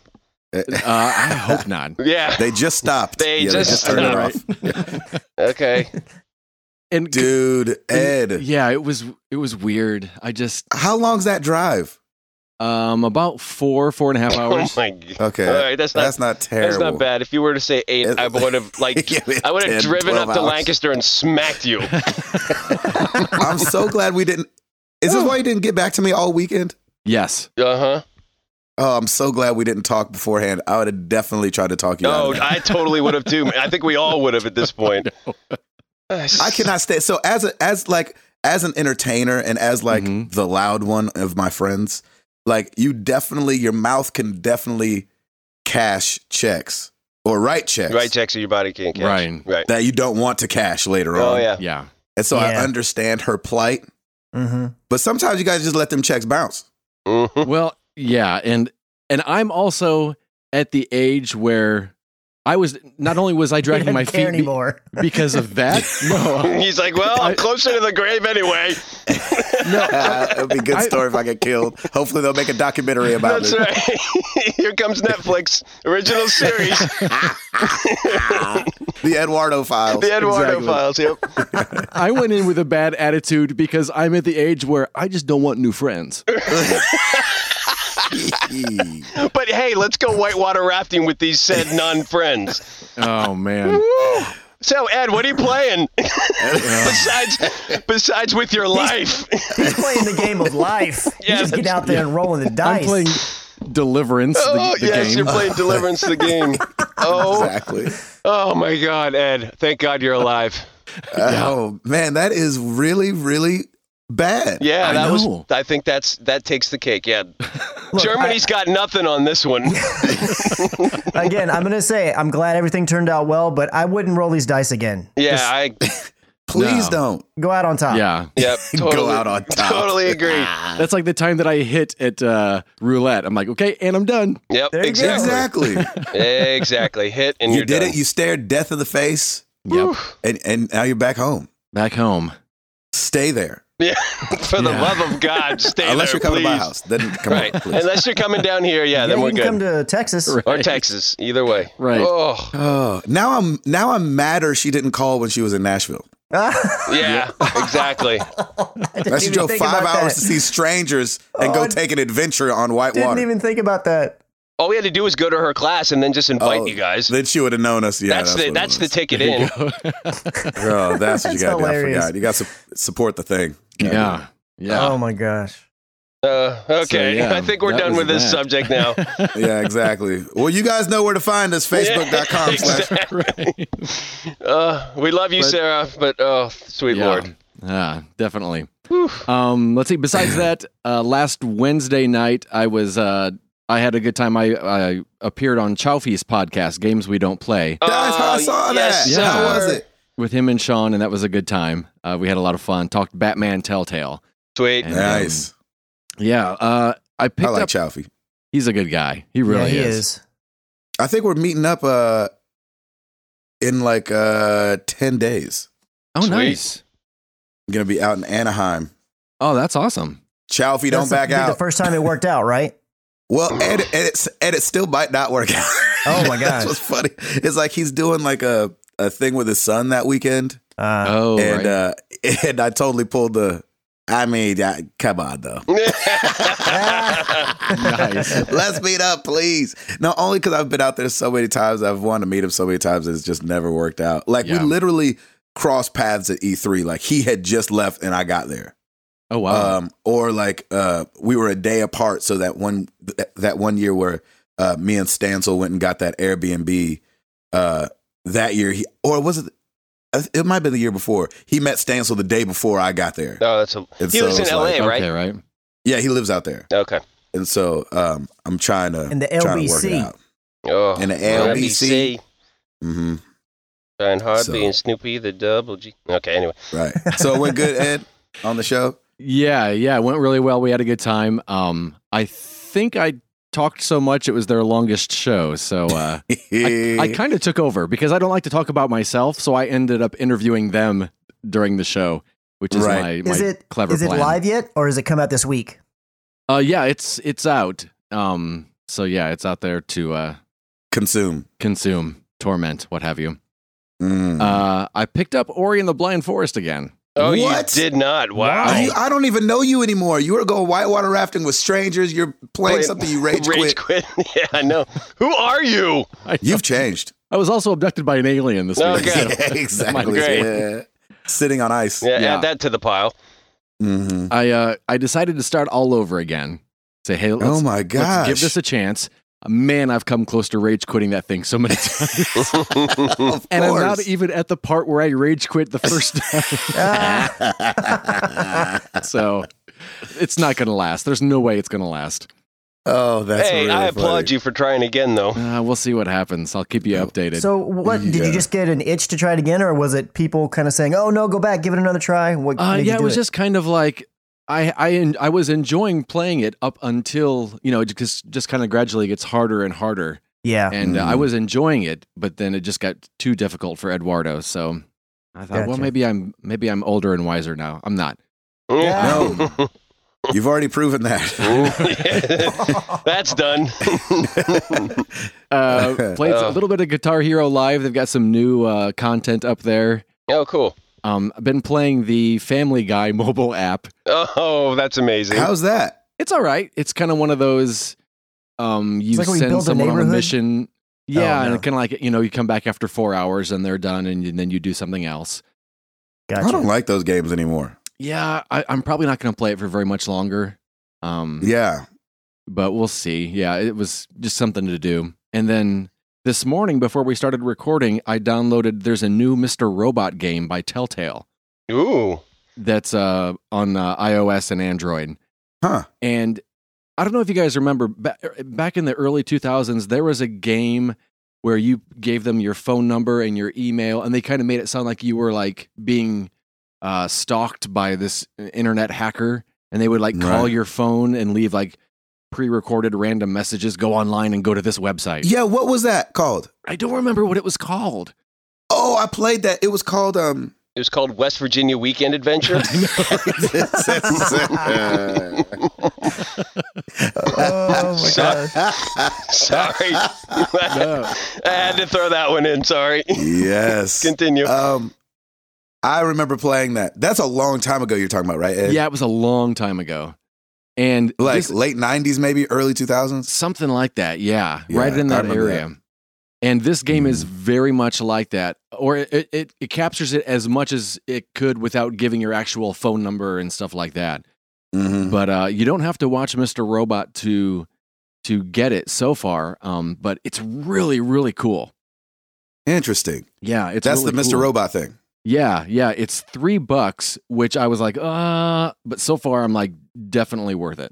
[SPEAKER 4] Uh, I
[SPEAKER 3] [LAUGHS]
[SPEAKER 1] [LAUGHS]
[SPEAKER 4] hope not.
[SPEAKER 2] [LAUGHS]
[SPEAKER 3] Yeah.
[SPEAKER 1] They just stopped.
[SPEAKER 3] They
[SPEAKER 1] yeah,
[SPEAKER 3] just
[SPEAKER 1] they just turned it
[SPEAKER 3] stopped.
[SPEAKER 1] off,
[SPEAKER 3] Okay.
[SPEAKER 4] [LAUGHS] And
[SPEAKER 1] dude.
[SPEAKER 3] [LAUGHS]
[SPEAKER 1] Ed,
[SPEAKER 4] yeah, it was it was weird. I just
[SPEAKER 1] how long's that drive?
[SPEAKER 4] um about four four and a
[SPEAKER 3] [LAUGHS]
[SPEAKER 4] half
[SPEAKER 3] Oh
[SPEAKER 4] hours.
[SPEAKER 3] my god.
[SPEAKER 1] Okay,
[SPEAKER 3] All right, that's not
[SPEAKER 1] that's not terrible. [LAUGHS]
[SPEAKER 3] That's not bad. If you were to say eight,
[SPEAKER 1] It's-
[SPEAKER 3] I would have like
[SPEAKER 1] [LAUGHS] Yeah,
[SPEAKER 3] I would
[SPEAKER 1] 10,
[SPEAKER 3] have driven up
[SPEAKER 1] 12
[SPEAKER 3] to
[SPEAKER 1] hours.
[SPEAKER 3] Lancaster and smacked you.
[SPEAKER 1] I'm
[SPEAKER 3] [LAUGHS]
[SPEAKER 1] so glad we didn't. Is this why you didn't get back to me all weekend?
[SPEAKER 4] yes.
[SPEAKER 3] Uh huh.
[SPEAKER 1] Oh, I'm so glad we didn't talk beforehand. I would have definitely tried to talk you out.
[SPEAKER 3] No,
[SPEAKER 1] of that.
[SPEAKER 3] I totally would have too. man. I think we all would have
[SPEAKER 1] [LAUGHS]
[SPEAKER 3] at this point. [SIGHS]
[SPEAKER 1] I cannot stay. So as a as like as an entertainer and as like
[SPEAKER 4] Mhm.
[SPEAKER 1] the loud one of my friends, like you definitely your mouth can definitely cash checks or write checks
[SPEAKER 3] Right checks that your body can't catch.
[SPEAKER 4] Right.
[SPEAKER 3] Right.
[SPEAKER 1] that you don't want to cash later
[SPEAKER 3] Oh
[SPEAKER 1] on.
[SPEAKER 3] yeah.
[SPEAKER 4] Yeah.
[SPEAKER 1] And so I
[SPEAKER 2] Yeah.
[SPEAKER 1] understand her plight,
[SPEAKER 2] hmm
[SPEAKER 1] but sometimes you guys just let them checks [LAUGHS] bounce.
[SPEAKER 4] [LAUGHS]
[SPEAKER 3] Mhm.
[SPEAKER 4] Well, yeah, and and I'm also at the age where I was not only was I dragging my feet be- [LAUGHS]
[SPEAKER 2] anymore.
[SPEAKER 4] because of that. No.
[SPEAKER 3] He's like, well, I'm closer to the
[SPEAKER 1] [LAUGHS]
[SPEAKER 3] grave anyway.
[SPEAKER 1] it would be a good
[SPEAKER 4] I-
[SPEAKER 1] story if I get killed. Hopefully they'll make a [LAUGHS] documentary about
[SPEAKER 3] That's
[SPEAKER 1] it.
[SPEAKER 3] right. [LAUGHS] Here comes Netflix
[SPEAKER 1] [LAUGHS]
[SPEAKER 3] original series,
[SPEAKER 1] The Eduardo files.
[SPEAKER 3] The Eduardo
[SPEAKER 4] Exactly.
[SPEAKER 3] Files. Yep.
[SPEAKER 4] [LAUGHS] I went in with a bad attitude because I'm at the age where I just don't want new friends.
[SPEAKER 3] But hey, let's go whitewater rafting with these said non-friends.
[SPEAKER 4] Oh man.
[SPEAKER 3] Woo. So Ed, what are
[SPEAKER 1] [LAUGHS]
[SPEAKER 3] you playing besides besides with your life?
[SPEAKER 2] He's playing the game of life.
[SPEAKER 3] Yeah,
[SPEAKER 2] you just get
[SPEAKER 3] that's-
[SPEAKER 2] out there and rolling the dice.
[SPEAKER 4] I'm playing Deliverance, the,
[SPEAKER 3] [LAUGHS] oh
[SPEAKER 4] the
[SPEAKER 3] yes,
[SPEAKER 4] game.
[SPEAKER 3] you're playing Deliverance
[SPEAKER 1] [LAUGHS]
[SPEAKER 3] the game. Oh,
[SPEAKER 1] exactly.
[SPEAKER 3] oh my God, Ed! Thank God you're alive.
[SPEAKER 1] [LAUGHS] Oh man, that is really, really bad.
[SPEAKER 3] Yeah,
[SPEAKER 4] I
[SPEAKER 3] that
[SPEAKER 4] know.
[SPEAKER 3] was. I think that's that takes the
[SPEAKER 1] [LAUGHS]
[SPEAKER 3] cake. Yeah,
[SPEAKER 2] Look,
[SPEAKER 3] Germany's got nothing on this one.
[SPEAKER 2] I- again, I'm gonna say I'm glad everything turned out well, but I wouldn't roll these dice again.
[SPEAKER 3] Yeah, I.
[SPEAKER 1] Please
[SPEAKER 4] No.
[SPEAKER 1] don't.
[SPEAKER 2] Go out on top.
[SPEAKER 4] Yeah.
[SPEAKER 3] Yep,
[SPEAKER 1] [LAUGHS]
[SPEAKER 3] totally,
[SPEAKER 1] Go out on top. Ah.
[SPEAKER 3] Totally agree.
[SPEAKER 4] That's like the time that I hit at uh, roulette. I'm like, okay, and I'm done.
[SPEAKER 3] Yep,
[SPEAKER 2] There you go.
[SPEAKER 3] exactly,
[SPEAKER 1] Exactly.
[SPEAKER 3] exactly. Hit and
[SPEAKER 1] you
[SPEAKER 3] are
[SPEAKER 1] did
[SPEAKER 3] done.
[SPEAKER 1] it. You stared death in the face,
[SPEAKER 4] Yep.
[SPEAKER 1] and and now you're back home.
[SPEAKER 4] Back home.
[SPEAKER 1] Stay there.
[SPEAKER 3] Yeah, for the
[SPEAKER 4] Yeah.
[SPEAKER 3] love of God, stay
[SPEAKER 1] [LAUGHS] Unless you're
[SPEAKER 3] there,
[SPEAKER 1] coming
[SPEAKER 3] please.
[SPEAKER 1] to my house, then come
[SPEAKER 3] Right,
[SPEAKER 1] on, please.
[SPEAKER 3] unless you're coming down here, yeah,
[SPEAKER 2] Yeah,
[SPEAKER 3] then
[SPEAKER 2] you
[SPEAKER 3] we're
[SPEAKER 2] can
[SPEAKER 3] good.
[SPEAKER 2] come to Texas. [LAUGHS]
[SPEAKER 3] or Texas, either way.
[SPEAKER 4] Right.
[SPEAKER 3] Oh,
[SPEAKER 1] Oh, now I'm now I'm madder. She didn't call when she was in Nashville.
[SPEAKER 3] yeah,
[SPEAKER 1] [LAUGHS]
[SPEAKER 3] exactly.
[SPEAKER 1] Now she drove five hours to see strangers and
[SPEAKER 2] Oh,
[SPEAKER 1] go
[SPEAKER 2] I
[SPEAKER 1] take an adventure on white
[SPEAKER 2] Didn't
[SPEAKER 1] water.
[SPEAKER 2] even think about that.
[SPEAKER 3] All we had to do was go to her class and then just invite
[SPEAKER 1] Oh,
[SPEAKER 3] you guys.
[SPEAKER 1] Then she would have known us. Yeah,
[SPEAKER 3] that's the
[SPEAKER 1] what it
[SPEAKER 3] that's the
[SPEAKER 1] was.
[SPEAKER 3] ticket in.
[SPEAKER 1] Oh, that's what you
[SPEAKER 2] That's
[SPEAKER 1] got to do. I
[SPEAKER 2] hilarious.
[SPEAKER 1] forgot. You got to support the thing.
[SPEAKER 4] [LAUGHS] Yeah. Yeah.
[SPEAKER 2] Oh my gosh.
[SPEAKER 3] Uh, okay,
[SPEAKER 4] So,
[SPEAKER 3] [LAUGHS]
[SPEAKER 4] yeah,
[SPEAKER 3] I think we're
[SPEAKER 4] that
[SPEAKER 3] done
[SPEAKER 4] was
[SPEAKER 3] with this
[SPEAKER 4] that.
[SPEAKER 1] [LAUGHS]
[SPEAKER 3] subject now.
[SPEAKER 1] yeah, exactly. Well, you guys know where to find us.
[SPEAKER 3] [LAUGHS]
[SPEAKER 1] Facebook.com slash
[SPEAKER 4] right.
[SPEAKER 3] Uh, we love you,
[SPEAKER 4] But-
[SPEAKER 3] Sarah, but oh, sweet
[SPEAKER 4] Yeah.
[SPEAKER 3] lord.
[SPEAKER 4] Ah, definitely. Um, let's see. Besides that, uh, last Wednesday night, I was uh, I had a good time. I, I appeared on Chowfee's podcast, Games We Don't Play,
[SPEAKER 1] That's how I saw
[SPEAKER 3] Oh, yes,
[SPEAKER 1] that.
[SPEAKER 4] Yeah.
[SPEAKER 1] How was
[SPEAKER 3] sir.
[SPEAKER 1] it?
[SPEAKER 4] with him and Sean, and that was a good time. Uh, we had a lot of fun. Talked Batman Telltale.
[SPEAKER 3] Sweet.
[SPEAKER 4] And, um,
[SPEAKER 1] Nice.
[SPEAKER 4] yeah. Uh, I picked
[SPEAKER 1] I like
[SPEAKER 4] up.
[SPEAKER 1] Chowfie.
[SPEAKER 4] He's a good guy. He really
[SPEAKER 2] yeah, he
[SPEAKER 4] is.
[SPEAKER 2] is.
[SPEAKER 1] I think we're meeting up uh in like uh ten days.
[SPEAKER 4] Oh,
[SPEAKER 3] Sweet.
[SPEAKER 4] nice.
[SPEAKER 1] I'm gonna be out in Anaheim.
[SPEAKER 4] Oh, that's awesome.
[SPEAKER 1] Chowfie, don't
[SPEAKER 2] That's
[SPEAKER 1] back
[SPEAKER 2] the, The
[SPEAKER 1] out.
[SPEAKER 2] first time it worked out,
[SPEAKER 4] [LAUGHS]
[SPEAKER 2] right?
[SPEAKER 1] well, and it, and it's and it still might not work out.
[SPEAKER 2] Oh
[SPEAKER 1] [LAUGHS]
[SPEAKER 2] my
[SPEAKER 1] That's
[SPEAKER 2] gosh.
[SPEAKER 1] what's funny. It's like he's doing like a a thing with his son that weekend,
[SPEAKER 2] Uh,
[SPEAKER 1] [LAUGHS]
[SPEAKER 4] Oh,
[SPEAKER 1] and
[SPEAKER 4] right.
[SPEAKER 1] uh and I totally pulled the I mean, I, come on though.
[SPEAKER 4] Oh,
[SPEAKER 2] [LAUGHS]
[SPEAKER 1] [LAUGHS]
[SPEAKER 4] nice.
[SPEAKER 1] Let's meet up, please. No, only because I've been out there so many times. I've wanted to meet him so many times. It's just never worked out. Like
[SPEAKER 4] Yeah.
[SPEAKER 1] we literally crossed paths at E3. Like he had just left and I got there.
[SPEAKER 4] Oh wow.
[SPEAKER 1] Um, or like uh, we were a day apart. So that one th- that one year where uh, me and Stancil went and got that Airbnb. Uh, that year, he or was it? It might have been the year before. He met Stancil the day before I got there.
[SPEAKER 3] [LAUGHS]
[SPEAKER 1] [LAUGHS]
[SPEAKER 3] No, that's a.
[SPEAKER 1] And
[SPEAKER 3] He lives in
[SPEAKER 1] it's
[SPEAKER 3] LA,
[SPEAKER 1] like-
[SPEAKER 3] right?
[SPEAKER 4] Okay, right.
[SPEAKER 1] Yeah, he lives out there,
[SPEAKER 3] Okay.
[SPEAKER 1] and so um, I'm trying to
[SPEAKER 2] And the
[SPEAKER 1] trying to work it
[SPEAKER 2] LBC.
[SPEAKER 1] out.
[SPEAKER 3] Oh,
[SPEAKER 1] And the LBC. hmm
[SPEAKER 3] Brian Hodby
[SPEAKER 1] So-
[SPEAKER 3] and Snoopy the double G. Okay, anyway.
[SPEAKER 1] Right. So it went good, Ed, on the show.
[SPEAKER 4] Yeah, yeah, it went really well. We had a good time. Um, I think I talked so much it was their longest show. So uh, I,
[SPEAKER 1] Eh.
[SPEAKER 4] I kind of took over because I don't like to talk about myself. So I ended up interviewing them during the show, which is
[SPEAKER 1] Right.
[SPEAKER 4] my, my
[SPEAKER 2] Is it
[SPEAKER 4] clever
[SPEAKER 2] is it
[SPEAKER 4] plan.
[SPEAKER 2] live yet, or is it come out this
[SPEAKER 4] [LAUGHS]
[SPEAKER 2] week?
[SPEAKER 4] Uh, yeah, it's it's out. Um, so yeah, it's out there to uh,
[SPEAKER 1] consume.
[SPEAKER 4] consume, torment, what have you.
[SPEAKER 1] Mm.
[SPEAKER 4] Uh, I picked up Ori and the Blind Forest again. [LAUGHS]
[SPEAKER 3] Oh,
[SPEAKER 1] What?
[SPEAKER 3] you did not. Wow. [LAUGHS]
[SPEAKER 1] Are you- I don't even know you anymore. You were going whitewater rafting with strangers. You're playing
[SPEAKER 3] Wait,
[SPEAKER 1] something you rage,
[SPEAKER 3] Rage
[SPEAKER 1] quit.
[SPEAKER 3] quit. [LAUGHS] yeah, I know. Who are you?
[SPEAKER 4] I,
[SPEAKER 1] You've changed.
[SPEAKER 4] I was also abducted by an alien this
[SPEAKER 3] Oh,
[SPEAKER 4] week.
[SPEAKER 3] God.
[SPEAKER 1] [LAUGHS]
[SPEAKER 4] [LAUGHS] so-
[SPEAKER 1] Yeah, exactly.
[SPEAKER 3] Great.
[SPEAKER 1] Yeah. Sitting on ice.
[SPEAKER 3] Yeah,
[SPEAKER 4] Yeah.
[SPEAKER 3] add that to the
[SPEAKER 1] [LAUGHS]
[SPEAKER 3] pile.
[SPEAKER 1] hmm
[SPEAKER 4] I uh, I decided to start all over again. Say, hey, let's,
[SPEAKER 1] Oh my
[SPEAKER 4] let's
[SPEAKER 1] gosh.
[SPEAKER 4] give this a chance. Man, I've come close to rage quitting that thing so many [LAUGHS] times,
[SPEAKER 1] of
[SPEAKER 4] and I'm not
[SPEAKER 1] course.
[SPEAKER 4] even at the part where I rage quit the first time.
[SPEAKER 2] Ah,
[SPEAKER 4] [LAUGHS] so it's not gonna last. There's no way it's gonna last.
[SPEAKER 1] [LAUGHS] oh, that's
[SPEAKER 3] hey,
[SPEAKER 1] really
[SPEAKER 3] I applaud
[SPEAKER 1] funny.
[SPEAKER 3] you for trying again, though.
[SPEAKER 4] Uh, we'll see what happens. I'll keep you updated.
[SPEAKER 2] so what did
[SPEAKER 1] Yeah.
[SPEAKER 2] you just get an itch to try it again, or was it people kind of saying, "Oh no, go back, give it another try"? What
[SPEAKER 4] Uh,
[SPEAKER 2] made you
[SPEAKER 4] yeah, it
[SPEAKER 2] do
[SPEAKER 4] was just kind of like I I en- I was enjoying playing it up until you know it just just kind of gradually gets harder and harder, [LAUGHS]
[SPEAKER 2] yeah.
[SPEAKER 4] and uh, I
[SPEAKER 1] Mhm.
[SPEAKER 4] was enjoying it, but then it just got too difficult for Eduardo. So I thought, well,
[SPEAKER 2] Gotcha.
[SPEAKER 4] maybe I'm maybe I'm older and wiser now. I'm not.
[SPEAKER 1] [LAUGHS] No. You've already proven that.
[SPEAKER 3] [LAUGHS]
[SPEAKER 1] [LAUGHS]
[SPEAKER 3] That's done.
[SPEAKER 2] [LAUGHS]
[SPEAKER 3] [LAUGHS]
[SPEAKER 4] Uh, played a
[SPEAKER 3] Oh.
[SPEAKER 4] little bit of Guitar Hero Live. They've got some new uh, content up there.
[SPEAKER 3] oh, cool.
[SPEAKER 4] Um, I've been playing the Family Guy [LAUGHS] mobile app.
[SPEAKER 3] Oh, that's amazing.
[SPEAKER 1] How's that?
[SPEAKER 4] It's all right. It's kind of one of those um you
[SPEAKER 2] like when we
[SPEAKER 4] send
[SPEAKER 2] build a
[SPEAKER 4] someone on a
[SPEAKER 2] neighborhood?
[SPEAKER 4] mission. Yeah,
[SPEAKER 2] Oh, no.
[SPEAKER 4] and kind of like you know, you come back after four hours and they're done, and, you- then you do something else.
[SPEAKER 2] Gotcha.
[SPEAKER 1] I don't like those games anymore.
[SPEAKER 4] Yeah, I, I'm probably not going to play it for very much longer. Um,
[SPEAKER 1] Yeah.
[SPEAKER 4] but we'll see. Yeah, it was just something to do. And then this morning, before we started recording, I downloaded. There's a new Mr. Robot game by Telltale
[SPEAKER 3] Ooh.
[SPEAKER 4] that's uh on uh, iOS and Android.
[SPEAKER 1] Huh.
[SPEAKER 4] And I don't know if you guys remember ba- er, back in the early 2000s, there was a game where you gave them your phone number and your email, and they kind of made it sound like you were like being uh, stalked by this uh, internet hacker. And they would like call
[SPEAKER 1] Right.
[SPEAKER 4] your phone and leave like pre recorded random messages, go online and go to this website.
[SPEAKER 1] Yeah, what was that called?
[SPEAKER 4] I don't remember what it was called.
[SPEAKER 1] Oh, I played that. It was called
[SPEAKER 4] [LAUGHS]
[SPEAKER 1] um
[SPEAKER 3] It was called West Virginia Weekend
[SPEAKER 1] [LAUGHS]
[SPEAKER 3] Adventure.
[SPEAKER 2] [LAUGHS]
[SPEAKER 3] [LAUGHS]
[SPEAKER 2] Oh my
[SPEAKER 3] Sorry.
[SPEAKER 2] god.
[SPEAKER 3] Sorry. [LAUGHS] I had to throw that one in. Sorry.
[SPEAKER 1] Yes.
[SPEAKER 3] Continue.
[SPEAKER 1] Um I remember playing that. That's a long time ago you're talking about, right? Ed?
[SPEAKER 4] Yeah, it was a long time ago. And
[SPEAKER 1] Like
[SPEAKER 4] this-
[SPEAKER 1] late 90s maybe, early 2000s.
[SPEAKER 4] something like that. Yeah,
[SPEAKER 1] Yeah,
[SPEAKER 4] right in
[SPEAKER 1] I
[SPEAKER 4] that
[SPEAKER 1] remember
[SPEAKER 4] area. And this game is
[SPEAKER 1] Mhm.
[SPEAKER 4] very much like that, or it, it- it it captures it as much as it could without giving your actual phone number and stuff like that.
[SPEAKER 1] Mhm.
[SPEAKER 4] But uh, you don't have to watch Mr. Robot to to get it so far. Um, but it's really really cool.
[SPEAKER 1] Interesting.
[SPEAKER 4] Yeah, it's
[SPEAKER 1] That's
[SPEAKER 4] really
[SPEAKER 1] the Mr.
[SPEAKER 4] cool.
[SPEAKER 1] Robot thing.
[SPEAKER 4] Yeah, yeah, it's three bucks, which I was like, uh, but so far I'm like definitely worth it.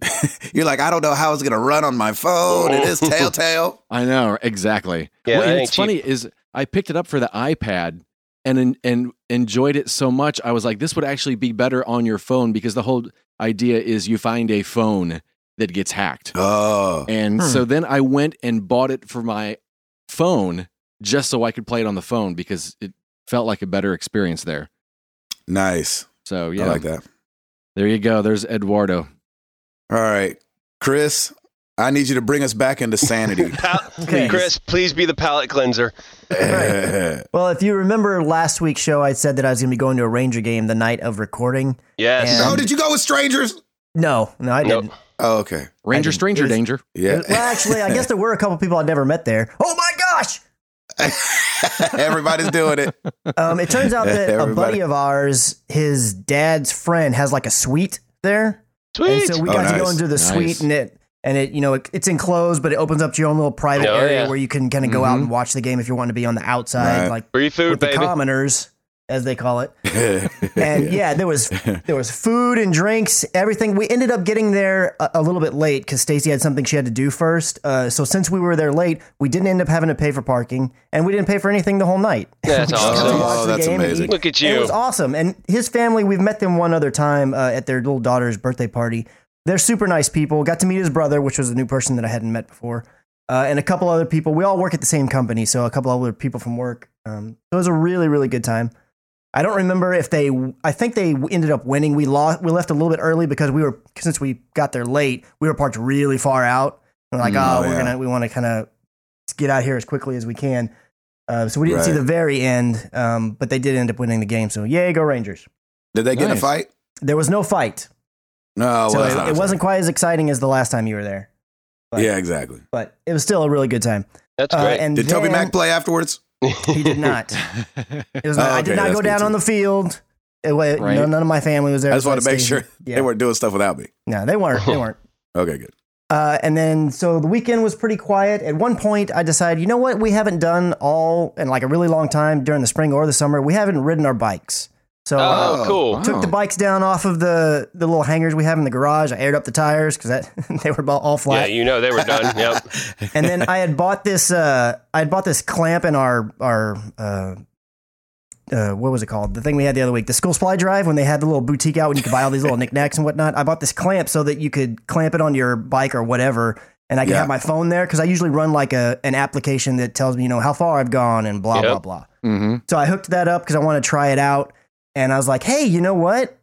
[SPEAKER 1] You're like, I don't know how it's going to run on my phone. It is [LAUGHS] Telltale.
[SPEAKER 4] I know exactly.
[SPEAKER 3] Yeah,
[SPEAKER 4] Well,
[SPEAKER 3] that
[SPEAKER 4] and
[SPEAKER 3] ain't
[SPEAKER 4] it's funny is I picked it up for the iPad and en- and enjoyed it so much. I was like, this would actually be better on your phone because the whole idea is you find a phone that gets hacked.
[SPEAKER 1] Oh.
[SPEAKER 4] And
[SPEAKER 2] Hmm.
[SPEAKER 4] so then I went and bought it for my phone just so I could play it on the phone because it felt like a better experience there.
[SPEAKER 1] Nice.
[SPEAKER 4] So yeah,
[SPEAKER 1] I like that.
[SPEAKER 4] there you go. There's Eduardo.
[SPEAKER 1] All right. Chris, I need you to bring us back into [LAUGHS] sanity.
[SPEAKER 3] Pal-
[SPEAKER 2] Okay.
[SPEAKER 3] Chris, please be the palate cleanser.
[SPEAKER 1] [LAUGHS]
[SPEAKER 2] Well, if you remember last week's show, I said that I was going to be going to a Ranger game the night of recording.
[SPEAKER 3] Yes.
[SPEAKER 2] And-
[SPEAKER 1] oh, did you go with strangers?
[SPEAKER 2] No, no, I
[SPEAKER 3] Nope.
[SPEAKER 2] didn't.
[SPEAKER 1] Oh, okay.
[SPEAKER 4] Ranger
[SPEAKER 2] didn't-
[SPEAKER 4] Stranger
[SPEAKER 2] it was- [LAUGHS]
[SPEAKER 4] Danger. [LAUGHS]
[SPEAKER 1] Yeah.
[SPEAKER 2] Well, actually, I guess there were a couple people I'd never met there. Oh my gosh!
[SPEAKER 1] [LAUGHS] Everybody's doing
[SPEAKER 2] [LAUGHS]
[SPEAKER 1] it.
[SPEAKER 2] Um, it
[SPEAKER 1] [LAUGHS]
[SPEAKER 2] turns out that a
[SPEAKER 1] Everybody.
[SPEAKER 2] buddy of ours, his dad's friend, has like a suite there,
[SPEAKER 3] Sweet.
[SPEAKER 2] and so we
[SPEAKER 1] Oh,
[SPEAKER 2] got to go
[SPEAKER 1] nice.
[SPEAKER 2] into the
[SPEAKER 4] Nice.
[SPEAKER 2] suite and it and it you know it, it's enclosed, but it opens up to your own little private
[SPEAKER 3] Oh,
[SPEAKER 2] area
[SPEAKER 3] yeah.
[SPEAKER 2] where you can kind of go out and watch the game if you want to be on the outside,
[SPEAKER 1] Mm-hmm. Right.
[SPEAKER 2] like
[SPEAKER 3] Free food,
[SPEAKER 2] with the
[SPEAKER 3] baby.
[SPEAKER 2] commoners as they
[SPEAKER 1] [LAUGHS]
[SPEAKER 2] call it. and yeah. there was there was food and drinks, everything. We ended up getting there a, a little bit late because Stacy had something she had to do first. Uh, so since we were there late, we didn't end up having to pay for parking, and we didn't pay for anything the whole night.
[SPEAKER 3] That's
[SPEAKER 2] We [LAUGHS] just got to
[SPEAKER 3] awesome.
[SPEAKER 2] watch
[SPEAKER 1] Oh,
[SPEAKER 2] the
[SPEAKER 1] that's
[SPEAKER 2] game and
[SPEAKER 1] amazing.
[SPEAKER 2] eat.
[SPEAKER 3] Look at
[SPEAKER 2] And It
[SPEAKER 3] you.
[SPEAKER 2] was awesome. And his family, we've met them one other time uh, at their little daughter's birthday party. They're super nice people. Got to meet his brother, which was a new person that I hadn't met before, uh, and a couple other people. We all work at the same company, so a couple other people from work. Um, so it was a really, really good time. I don't remember if they. I think they ended up winning. We lost. We left a little bit early because we were since we got there late. We were parked really far out. And we're like,
[SPEAKER 1] Mm,
[SPEAKER 2] oh,
[SPEAKER 1] oh,
[SPEAKER 2] we're
[SPEAKER 1] yeah.
[SPEAKER 2] gonna. We want to kind of get out here as quickly as we can. Uh, so we didn't see
[SPEAKER 1] Right.
[SPEAKER 2] the very end, um, but they did end up winning the game. So yay, go Rangers!
[SPEAKER 1] Did they get in a
[SPEAKER 4] Nice.
[SPEAKER 1] fight?
[SPEAKER 2] There was no fight,
[SPEAKER 1] No, Oh, well,
[SPEAKER 2] so
[SPEAKER 1] that's not
[SPEAKER 2] it, it
[SPEAKER 1] a
[SPEAKER 2] wasn't quite as exciting as the last time you were there.
[SPEAKER 1] fight. Yeah, exactly.
[SPEAKER 2] But it was still a really good time.
[SPEAKER 3] That's
[SPEAKER 2] Uh,
[SPEAKER 3] great.
[SPEAKER 2] and
[SPEAKER 1] Did Toby
[SPEAKER 2] then-
[SPEAKER 1] Mac play afterwards?
[SPEAKER 2] He
[SPEAKER 3] [LAUGHS]
[SPEAKER 2] did not. It
[SPEAKER 1] [LAUGHS]
[SPEAKER 2] was
[SPEAKER 1] Oh,
[SPEAKER 2] not- I did
[SPEAKER 1] okay,
[SPEAKER 2] not
[SPEAKER 1] that's
[SPEAKER 2] go
[SPEAKER 1] good
[SPEAKER 2] down
[SPEAKER 1] too.
[SPEAKER 2] on the field. It, wa-
[SPEAKER 4] Right.
[SPEAKER 2] none, none of my family was there.
[SPEAKER 1] I just
[SPEAKER 2] so
[SPEAKER 1] wanted to make
[SPEAKER 2] stayed-
[SPEAKER 1] sure
[SPEAKER 2] Yeah.
[SPEAKER 1] they weren't doing stuff without me.
[SPEAKER 2] No, they weren't.
[SPEAKER 1] [LAUGHS]
[SPEAKER 2] They weren't.
[SPEAKER 1] Okay, good.
[SPEAKER 2] Uh, and then, so the weekend was pretty quiet. At one point, I decided, you know what? We haven't done all in like a really long time during the spring or the summer. We haven't ridden our bikes. So I
[SPEAKER 3] oh,
[SPEAKER 1] Oh.
[SPEAKER 3] cool.
[SPEAKER 4] Wow.
[SPEAKER 2] took the bikes down off of the, the little hangers we have in the garage. I aired up the tires because [LAUGHS] they were about all
[SPEAKER 3] Yeah,
[SPEAKER 2] flat.
[SPEAKER 3] you know they
[SPEAKER 1] [LAUGHS]
[SPEAKER 2] [LAUGHS]
[SPEAKER 3] were done. Yep.
[SPEAKER 2] and then I had bought this. Uh, I had bought this clamp in our our. Uh, uh, what was it called? The thing we had the other week, the school supply drive, when they had the little boutique out when you could buy all
[SPEAKER 3] [LAUGHS]
[SPEAKER 2] these little knickknacks and whatnot. I bought this clamp so that you could clamp it on your bike or whatever, and I could
[SPEAKER 1] Yeah.
[SPEAKER 2] have my phone there because I usually run like a an application that tells me you know how far I've gone and blah blah
[SPEAKER 3] Yep.
[SPEAKER 2] blah.
[SPEAKER 4] hmm
[SPEAKER 2] So I hooked that up because I want to try it out, and I was like, hey, you know what?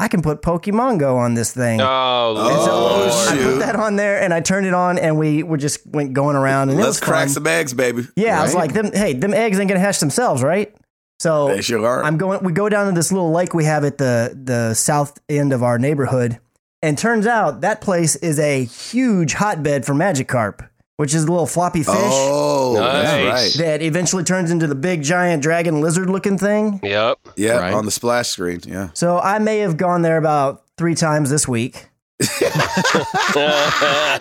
[SPEAKER 2] I can put Pokemon Go on this thing.
[SPEAKER 3] Oh,
[SPEAKER 2] And so
[SPEAKER 1] Oh,
[SPEAKER 2] I
[SPEAKER 1] shoot.
[SPEAKER 2] [LAUGHS] put that on there and I turned it on and we, we just went going around and it
[SPEAKER 1] Let's
[SPEAKER 2] was
[SPEAKER 1] crack
[SPEAKER 2] fun.
[SPEAKER 1] some eggs, baby.
[SPEAKER 2] yeah, I was
[SPEAKER 4] right?
[SPEAKER 2] like, them, hey, them eggs ain't gonna hatch themselves, right? So
[SPEAKER 1] They sure are.
[SPEAKER 2] I'm going. We go down to this little lake we have at the the south end of our neighborhood, and turns out that place is a huge hotbed for Magikarp, which is a little floppy fish
[SPEAKER 1] Oh,
[SPEAKER 3] Nice.
[SPEAKER 1] that's right.
[SPEAKER 2] that eventually turns into the big giant dragon lizard looking thing.
[SPEAKER 3] Yep.
[SPEAKER 1] Yeah,
[SPEAKER 4] Right.
[SPEAKER 1] on the splash screen.
[SPEAKER 2] [LAUGHS]
[SPEAKER 1] Yeah. [LAUGHS]
[SPEAKER 2] So I may have gone there about three times this week. [LAUGHS]